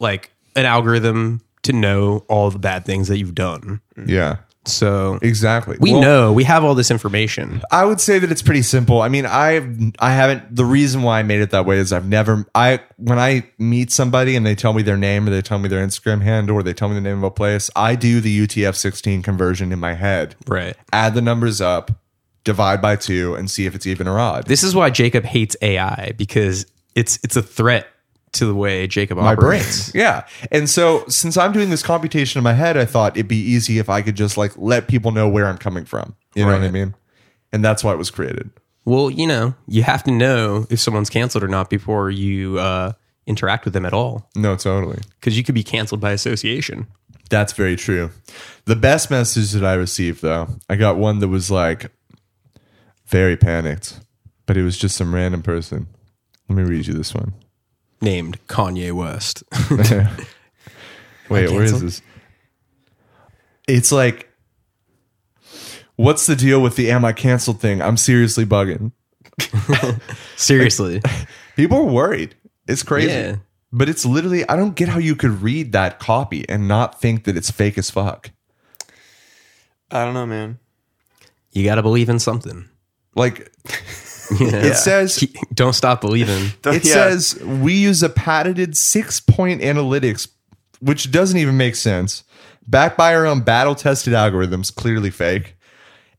[SPEAKER 1] like an algorithm to know all the bad things that you've done
[SPEAKER 2] yeah,
[SPEAKER 1] so
[SPEAKER 2] exactly.
[SPEAKER 1] we
[SPEAKER 2] Well,
[SPEAKER 1] know we have all this information
[SPEAKER 2] I would say that it's pretty simple. I mean, I I haven't the reason why I made it that way is I've never I when I meet somebody and they tell me their name or they tell me their Instagram handle or they tell me the name of a place, I do the UTF-16 conversion in my head.
[SPEAKER 1] right
[SPEAKER 2] Add the numbers up, divide by 2 and see if it's even or odd.
[SPEAKER 1] this is why jacob hates ai because it's it's a threat to the way jacob
[SPEAKER 2] my brain.
[SPEAKER 1] operates
[SPEAKER 2] Yeah. And so since I'm doing this computation in my head, I thought it'd be easy if I could just like let people know where I'm coming from. You know what I
[SPEAKER 1] Right.
[SPEAKER 2] mean? And that's why it was created.
[SPEAKER 1] well you know you have to know if someone's canceled or not before you uh interact with them at all
[SPEAKER 2] No, totally.
[SPEAKER 1] because you could be canceled by association
[SPEAKER 2] That's very true. The best message that I received, though, I got one that was like very panicked, but it was just some random person. Let me read you this one.
[SPEAKER 1] named Kanye West.
[SPEAKER 2] Wait, where is
[SPEAKER 1] cancel?
[SPEAKER 2] this? It's like, what's the deal with the am I canceled thing? I'm seriously bugging.
[SPEAKER 1] Seriously.
[SPEAKER 2] People are worried. It's crazy.
[SPEAKER 1] Yeah.
[SPEAKER 2] But it's literally, I don't get how you could read that copy and not think that it's fake as fuck.
[SPEAKER 3] I don't know, man.
[SPEAKER 1] you got to believe in something.
[SPEAKER 2] Like,
[SPEAKER 1] Yeah.
[SPEAKER 2] it says
[SPEAKER 1] Don't stop believing.
[SPEAKER 2] It
[SPEAKER 3] Yeah.
[SPEAKER 2] says we use a patented six point analytics, which doesn't even make sense, backed by our own battle tested algorithms, clearly fake,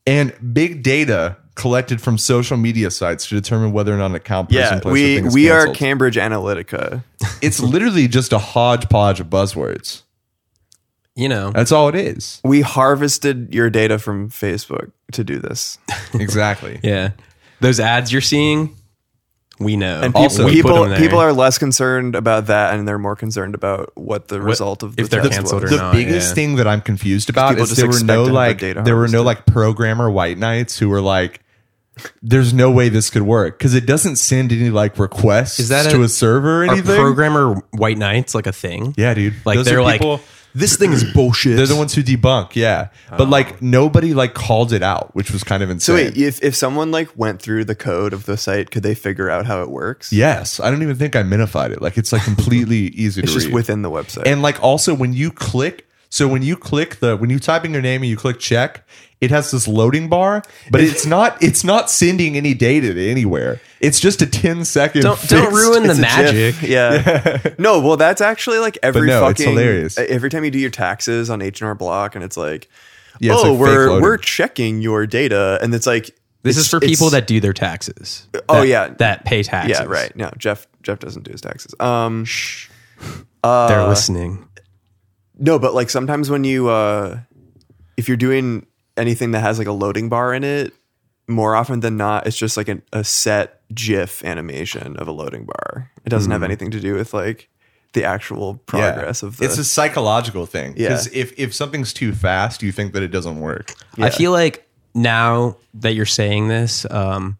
[SPEAKER 2] and big data collected from social media sites to determine whether or not an account person
[SPEAKER 3] Yeah,
[SPEAKER 2] place, or
[SPEAKER 3] we
[SPEAKER 2] thing is
[SPEAKER 3] we are
[SPEAKER 2] canceled.
[SPEAKER 3] Cambridge Analytica.
[SPEAKER 2] it's literally just a hodgepodge of buzzwords.
[SPEAKER 1] You know,
[SPEAKER 2] That's all it is.
[SPEAKER 3] We harvested your data from Facebook to do this.
[SPEAKER 2] Exactly.
[SPEAKER 1] yeah. Those ads you're seeing, we know.
[SPEAKER 3] And
[SPEAKER 2] Also-
[SPEAKER 3] people
[SPEAKER 1] we put
[SPEAKER 3] people,
[SPEAKER 1] them there.
[SPEAKER 3] people are less concerned about that, and they're more concerned about what the result of the
[SPEAKER 1] if they're
[SPEAKER 3] test
[SPEAKER 1] canceled
[SPEAKER 3] was.
[SPEAKER 1] or
[SPEAKER 2] the
[SPEAKER 1] not,
[SPEAKER 2] biggest
[SPEAKER 1] yeah.
[SPEAKER 2] thing that I'm confused about
[SPEAKER 3] people
[SPEAKER 2] is
[SPEAKER 3] just
[SPEAKER 2] there were no
[SPEAKER 3] expecting the
[SPEAKER 2] like
[SPEAKER 3] data
[SPEAKER 2] there were no like
[SPEAKER 3] harvested.
[SPEAKER 2] programmer white knights who were like, "There's no way this could work" because it doesn't send any like requests
[SPEAKER 1] Is that
[SPEAKER 2] to
[SPEAKER 1] a-
[SPEAKER 2] a server or
[SPEAKER 1] Are
[SPEAKER 2] anything.
[SPEAKER 1] programmer white knights like a thing?
[SPEAKER 2] yeah, dude.
[SPEAKER 1] Like
[SPEAKER 2] Those
[SPEAKER 1] they're
[SPEAKER 2] are
[SPEAKER 1] like,
[SPEAKER 2] people-
[SPEAKER 1] this thing is bullshit.
[SPEAKER 2] they're the ones who debunk. Yeah, but
[SPEAKER 1] Oh.
[SPEAKER 2] like nobody like called it out, which was kind of insane.
[SPEAKER 3] So wait, if if someone like went through the code of the site, could they figure out how it works?
[SPEAKER 2] yes, I don't even think I minified it. Like it's like completely easy
[SPEAKER 3] it's
[SPEAKER 2] to
[SPEAKER 3] just
[SPEAKER 2] read.
[SPEAKER 3] within the website.
[SPEAKER 2] And like also when you click, so when you click the when you type in your name and you click check, it has this loading bar, but it's not it's not sending any data to anywhere. It's just a 10 second.
[SPEAKER 1] Don't- don't
[SPEAKER 2] fixed-
[SPEAKER 1] ruin the
[SPEAKER 2] it's a
[SPEAKER 1] magic.
[SPEAKER 3] GIF. Yeah. no, well, that's actually like every
[SPEAKER 2] no, it's
[SPEAKER 3] fucking e,
[SPEAKER 2] hilarious.
[SPEAKER 3] Every time you do your taxes on H and R Block, and it's like,
[SPEAKER 2] Yeah, it's like
[SPEAKER 3] oh,
[SPEAKER 2] fake
[SPEAKER 3] we're
[SPEAKER 2] loading.
[SPEAKER 3] we're checking your data, and it's like
[SPEAKER 1] this
[SPEAKER 3] it's-
[SPEAKER 1] is for
[SPEAKER 3] it's-
[SPEAKER 1] people that do their taxes.
[SPEAKER 3] Oh,
[SPEAKER 1] That-
[SPEAKER 3] yeah.
[SPEAKER 1] That pay taxes.
[SPEAKER 3] yeah right. No, Jeff Jeff doesn't do his taxes. Um,
[SPEAKER 1] They're listening.
[SPEAKER 3] no, but like sometimes when you uh, if you're doing anything that has like a loading bar in it, more often than not, it's just like an, a set GIF animation of a loading bar. It doesn't have anything to do with like the actual
[SPEAKER 2] Yeah.
[SPEAKER 3] progress of the.
[SPEAKER 2] It's a psychological thing.
[SPEAKER 3] Yeah.
[SPEAKER 2] Because if, if something's too fast, you think that it doesn't work.
[SPEAKER 1] I feel like now that you're saying this, um,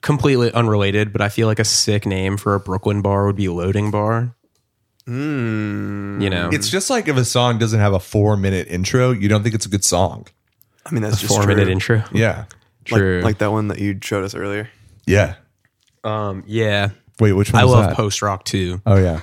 [SPEAKER 1] completely unrelated, but I feel like a sick name for a Brooklyn bar would be Loading Bar. You know,
[SPEAKER 2] It's just like if a song doesn't have a four minute intro, you don't think it's a good song.
[SPEAKER 3] I mean, that's just
[SPEAKER 1] four
[SPEAKER 3] true.
[SPEAKER 1] minute intro.
[SPEAKER 2] Yeah.
[SPEAKER 3] like,
[SPEAKER 1] True.
[SPEAKER 3] like that one that you showed us earlier.
[SPEAKER 2] Yeah.
[SPEAKER 1] um, yeah.
[SPEAKER 2] Wait, which one
[SPEAKER 1] I
[SPEAKER 2] was
[SPEAKER 1] love
[SPEAKER 2] that?
[SPEAKER 1] post rock too.
[SPEAKER 2] Oh yeah.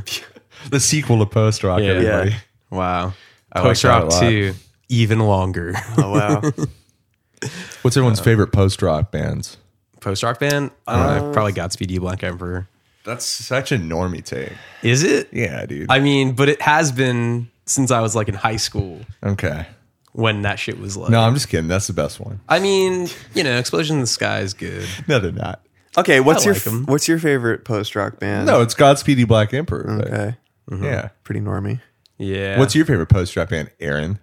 [SPEAKER 2] the sequel to post rock,
[SPEAKER 1] Yeah.
[SPEAKER 2] everybody.
[SPEAKER 1] Wow.
[SPEAKER 2] like
[SPEAKER 1] Post
[SPEAKER 2] that a
[SPEAKER 1] rock
[SPEAKER 2] lot.
[SPEAKER 1] too. Even longer.
[SPEAKER 3] Oh wow,
[SPEAKER 2] What's everyone's favorite post rock bands?
[SPEAKER 1] post rock band? I don't know. Probably Godspeed You Black Emperor.
[SPEAKER 2] That's such a normie take.
[SPEAKER 1] Is it?
[SPEAKER 2] Yeah, dude.
[SPEAKER 1] I mean, but it has been since I was like in high school
[SPEAKER 2] okay.
[SPEAKER 1] when that shit was like.
[SPEAKER 2] No, I'm just kidding. That's the best one.
[SPEAKER 1] I mean, you know, Explosion in the Sky is good.
[SPEAKER 2] No, they're not.
[SPEAKER 3] okay. What's
[SPEAKER 1] I
[SPEAKER 3] your
[SPEAKER 1] like 'em.
[SPEAKER 3] What's your favorite post rock band?
[SPEAKER 2] No, it's Godspeed You Black Emperor. but-
[SPEAKER 3] okay,
[SPEAKER 2] Mm-hmm. Yeah.
[SPEAKER 3] pretty normy.
[SPEAKER 1] Yeah.
[SPEAKER 2] What's your favorite post rock band, Aaron?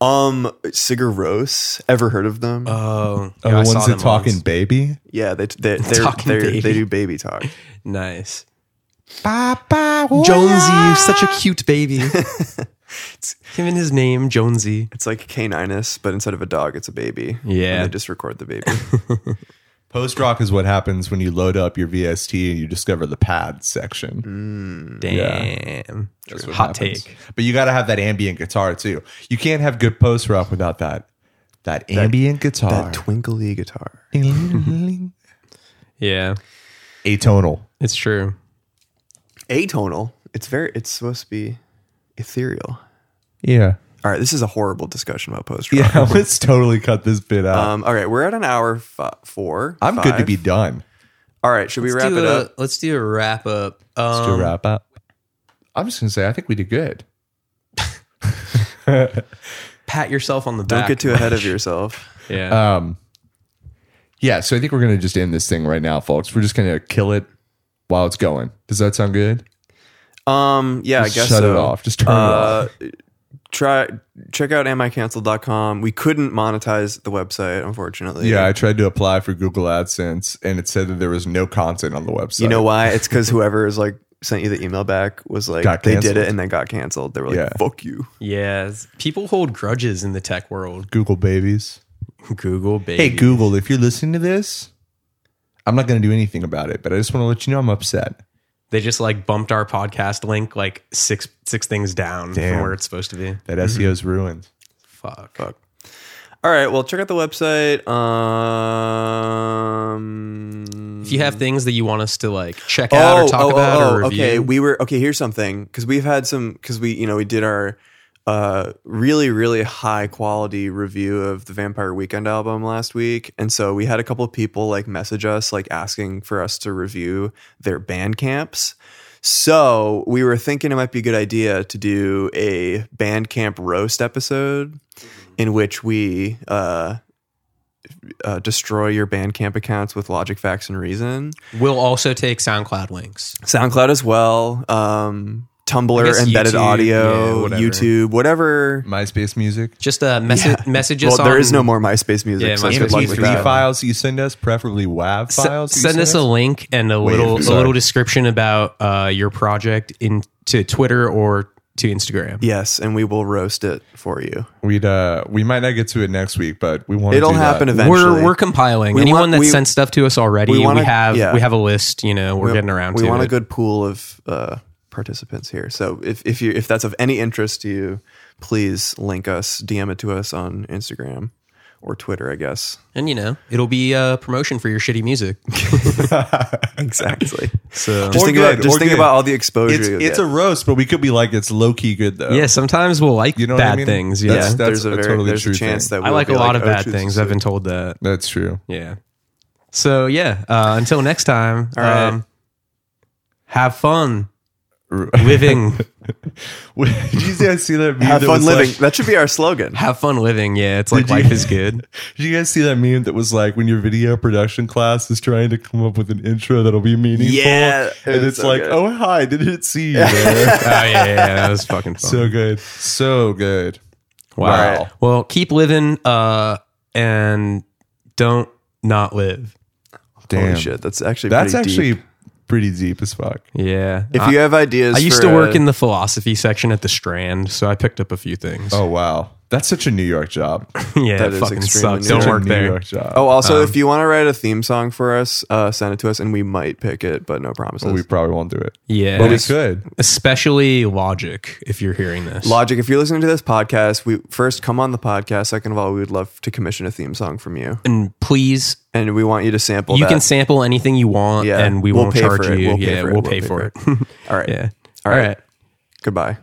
[SPEAKER 3] Um, Sigur Rós. Ever heard of them?
[SPEAKER 1] Oh,
[SPEAKER 2] Oh,
[SPEAKER 1] yeah, I
[SPEAKER 2] the
[SPEAKER 1] saw
[SPEAKER 2] ones that
[SPEAKER 1] them
[SPEAKER 2] talk in
[SPEAKER 1] once.
[SPEAKER 2] baby.
[SPEAKER 3] yeah, they they they're,
[SPEAKER 1] Talking
[SPEAKER 3] they're,
[SPEAKER 1] baby.
[SPEAKER 3] they do baby talk.
[SPEAKER 1] Nice.
[SPEAKER 2] Papa
[SPEAKER 1] Jonesy, you're such a cute baby. Him and his name, Jonesy.
[SPEAKER 3] It's like caninus, but instead of a dog, it's a baby.
[SPEAKER 1] Yeah.
[SPEAKER 3] and they just record the baby.
[SPEAKER 2] Post rock is what happens when you load up your VST and you discover the pad section.
[SPEAKER 1] Damn. Hot
[SPEAKER 2] happens.
[SPEAKER 1] take.
[SPEAKER 2] But you got to have that ambient guitar too. You can't have good post rock without that that ambient guitar.
[SPEAKER 3] that twinkly guitar.
[SPEAKER 1] Yeah,
[SPEAKER 2] Atonal.
[SPEAKER 1] it's true.
[SPEAKER 3] Atonal. It's very. It's supposed to be ethereal.
[SPEAKER 2] Yeah.
[SPEAKER 3] All right, this is a horrible discussion about post rock.
[SPEAKER 2] Yeah, let's totally cut this bit out.
[SPEAKER 3] Um, all right, we're at an hour f- four.
[SPEAKER 2] I'm good to
[SPEAKER 3] five.
[SPEAKER 2] be done.
[SPEAKER 3] All right, should we
[SPEAKER 1] Let's
[SPEAKER 3] wrap
[SPEAKER 1] do
[SPEAKER 3] it
[SPEAKER 1] a-
[SPEAKER 3] up?
[SPEAKER 1] Let's do a wrap up. Um,
[SPEAKER 2] to wrap up, I'm just gonna say I think we did good.
[SPEAKER 1] Pat yourself on the
[SPEAKER 3] Don't
[SPEAKER 1] back.
[SPEAKER 3] get too ahead of yourself.
[SPEAKER 1] Yeah.
[SPEAKER 2] Um, yeah, so I think we're gonna just end this thing right now, folks. We're just gonna kill it while it's going. Does that sound good?
[SPEAKER 3] Um, yeah, I
[SPEAKER 2] Just
[SPEAKER 3] guess
[SPEAKER 2] shut
[SPEAKER 3] so.
[SPEAKER 2] it off. Just turn
[SPEAKER 3] Uh,
[SPEAKER 2] it off.
[SPEAKER 3] try check out amicancelled.com. We couldn't monetize the website, unfortunately.
[SPEAKER 2] Yeah, I tried to apply for Google AdSense, and it said that there was no content on the website.
[SPEAKER 3] you know why? It's because whoever is like sent you the email back was like
[SPEAKER 2] Got
[SPEAKER 3] they did
[SPEAKER 2] canceled.
[SPEAKER 3] it and then got canceled. They were like,
[SPEAKER 2] Yeah.
[SPEAKER 3] "Fuck you."
[SPEAKER 1] Yes. People hold grudges in the tech world.
[SPEAKER 2] Google babies.
[SPEAKER 1] Google, baby.
[SPEAKER 2] Hey, Google, if you're listening to this, I'm not going to do anything about it, but I just want to let you know I'm upset.
[SPEAKER 1] They just like bumped our podcast link like six six things down
[SPEAKER 2] Damn.
[SPEAKER 1] from where it's supposed to be.
[SPEAKER 2] That SEO's ruined.
[SPEAKER 1] Fuck.
[SPEAKER 3] All right, well, check out the website. Um,
[SPEAKER 1] If you
[SPEAKER 3] Mm-hmm.
[SPEAKER 1] have things that you want us to like check out
[SPEAKER 3] Oh,
[SPEAKER 1] or talk about or review,
[SPEAKER 3] okay. We were okay. Here's something because we've had some because we you know we did our uh really really high quality review of the Vampire Weekend album last week, and so we had a couple of people like message us like asking for us to review their band camps. So we were thinking it might be a good idea to do a band camp roast episode in which we uh, uh, destroy your Bandcamp accounts with logic, facts, and reason.
[SPEAKER 1] we'll also take SoundCloud links.
[SPEAKER 3] SoundCloud as well. Um,
[SPEAKER 1] I
[SPEAKER 3] Tumblr,
[SPEAKER 1] guess
[SPEAKER 3] embedded
[SPEAKER 1] YouTube,
[SPEAKER 3] audio,
[SPEAKER 1] yeah, whatever.
[SPEAKER 3] YouTube, whatever.
[SPEAKER 2] MySpace music.
[SPEAKER 1] Just uh, messa- messages.
[SPEAKER 3] Well, there
[SPEAKER 1] on-
[SPEAKER 3] is no more MySpace music.
[SPEAKER 1] Yeah,
[SPEAKER 3] so
[SPEAKER 1] MySpace
[SPEAKER 3] good luck with
[SPEAKER 1] music.
[SPEAKER 2] MP3
[SPEAKER 3] that.
[SPEAKER 2] files that you send us, preferably WAV
[SPEAKER 1] S-
[SPEAKER 2] files. that you
[SPEAKER 1] send us a link and a little a
[SPEAKER 2] sorry.
[SPEAKER 1] little description about uh, your project in to Twitter or to Instagram.
[SPEAKER 3] Yes, and we will roast it for you.
[SPEAKER 2] We'd uh, we might not get to it next week, but we want.
[SPEAKER 3] It'll
[SPEAKER 2] do
[SPEAKER 3] happen
[SPEAKER 2] That.
[SPEAKER 3] eventually.
[SPEAKER 1] We're we're compiling.
[SPEAKER 3] We
[SPEAKER 1] Anyone
[SPEAKER 3] want-
[SPEAKER 1] that
[SPEAKER 3] we-
[SPEAKER 1] sent stuff to us already,
[SPEAKER 3] we
[SPEAKER 1] we,
[SPEAKER 3] wanna-
[SPEAKER 1] have
[SPEAKER 3] yeah.
[SPEAKER 1] we have a list. You know, we're getting around
[SPEAKER 3] we
[SPEAKER 1] to
[SPEAKER 3] want
[SPEAKER 1] it.
[SPEAKER 3] a good pool of uh, participants here. So if if you if that's of any interest to you, please link us, DM it to us on Instagram or Twitter, I guess.
[SPEAKER 1] and you know, it'll be a promotion for your shitty music.
[SPEAKER 3] Exactly.
[SPEAKER 1] So
[SPEAKER 3] just
[SPEAKER 2] Or
[SPEAKER 3] think
[SPEAKER 2] good,
[SPEAKER 3] about just
[SPEAKER 2] or
[SPEAKER 3] think
[SPEAKER 2] good.
[SPEAKER 3] about all the exposure.
[SPEAKER 2] It's
[SPEAKER 3] you
[SPEAKER 2] it's
[SPEAKER 3] get.
[SPEAKER 2] a roast, but we could be like it's low key good though.
[SPEAKER 1] yeah, sometimes we'll like
[SPEAKER 2] You know what I
[SPEAKER 1] bad
[SPEAKER 2] mean?
[SPEAKER 1] things.
[SPEAKER 2] That's-
[SPEAKER 1] Yeah,
[SPEAKER 2] that-
[SPEAKER 3] there's a,
[SPEAKER 2] a
[SPEAKER 3] very,
[SPEAKER 2] totally
[SPEAKER 3] there's
[SPEAKER 2] true
[SPEAKER 3] a chance
[SPEAKER 2] thing.
[SPEAKER 3] that
[SPEAKER 1] I
[SPEAKER 3] we'll
[SPEAKER 1] like a
[SPEAKER 3] be
[SPEAKER 1] lot of
[SPEAKER 3] "Oh,
[SPEAKER 1] bad
[SPEAKER 3] Jesus."
[SPEAKER 1] things. I've been told that.
[SPEAKER 2] that's true.
[SPEAKER 1] Yeah. So yeah, uh, until next time. um,
[SPEAKER 3] All right.
[SPEAKER 1] have fun living.
[SPEAKER 2] Did you guys see that? Meme
[SPEAKER 3] Have
[SPEAKER 2] that
[SPEAKER 3] fun
[SPEAKER 2] was
[SPEAKER 3] living.
[SPEAKER 2] Like,
[SPEAKER 3] that should be our slogan.
[SPEAKER 1] have fun living. Yeah, it's like
[SPEAKER 2] Did you-
[SPEAKER 1] life is good.
[SPEAKER 2] did you guys see that meme that was like when your video production class is trying to come up with an intro that'll be meaningful?
[SPEAKER 3] Yeah, it
[SPEAKER 2] and
[SPEAKER 3] was
[SPEAKER 2] it's
[SPEAKER 3] so
[SPEAKER 2] like,
[SPEAKER 3] good.
[SPEAKER 2] oh hi, didn't see you. there."
[SPEAKER 1] oh yeah, yeah, yeah, that was fucking fun.
[SPEAKER 2] so good, so good.
[SPEAKER 1] wow.
[SPEAKER 3] Wow.
[SPEAKER 1] Well, keep living uh, and don't not live.
[SPEAKER 2] Damn.
[SPEAKER 3] Holy shit, that's actually
[SPEAKER 2] That's
[SPEAKER 3] pretty
[SPEAKER 2] actually
[SPEAKER 3] deep.
[SPEAKER 2] pretty deep as fuck.
[SPEAKER 1] Yeah.
[SPEAKER 3] If
[SPEAKER 1] I,
[SPEAKER 3] you have ideas,
[SPEAKER 1] I used
[SPEAKER 3] for
[SPEAKER 1] to work
[SPEAKER 3] a-
[SPEAKER 1] in the philosophy section at the Strand, so I picked up a few things.
[SPEAKER 2] Oh wow, that's such a New York job.
[SPEAKER 1] yeah,
[SPEAKER 3] that
[SPEAKER 1] it
[SPEAKER 3] is
[SPEAKER 1] fucking
[SPEAKER 3] extremely
[SPEAKER 1] sucks. Don't
[SPEAKER 2] Such a
[SPEAKER 1] work
[SPEAKER 2] New
[SPEAKER 1] there.
[SPEAKER 2] York job.
[SPEAKER 3] Oh, also, if you want to write a theme song for us, uh, send it to us, and we might pick it, but no promises.
[SPEAKER 2] we probably won't do it.
[SPEAKER 1] Yeah.
[SPEAKER 2] but we could.
[SPEAKER 1] Especially logic. If you're hearing this,
[SPEAKER 3] Logic, if you're listening to this podcast, we first come on the podcast. Second of all, we would love to commission a theme song from you,
[SPEAKER 1] and please
[SPEAKER 3] and we want you to sample.
[SPEAKER 1] you
[SPEAKER 3] that.
[SPEAKER 1] can sample anything you want
[SPEAKER 3] Yeah,
[SPEAKER 1] and we
[SPEAKER 3] we'll
[SPEAKER 1] won't
[SPEAKER 3] pay
[SPEAKER 1] charge
[SPEAKER 3] for it.
[SPEAKER 1] you
[SPEAKER 3] We'll pay
[SPEAKER 1] yeah
[SPEAKER 3] for it.
[SPEAKER 1] we'll pay for it
[SPEAKER 3] All right.
[SPEAKER 1] yeah
[SPEAKER 3] All right. Goodbye.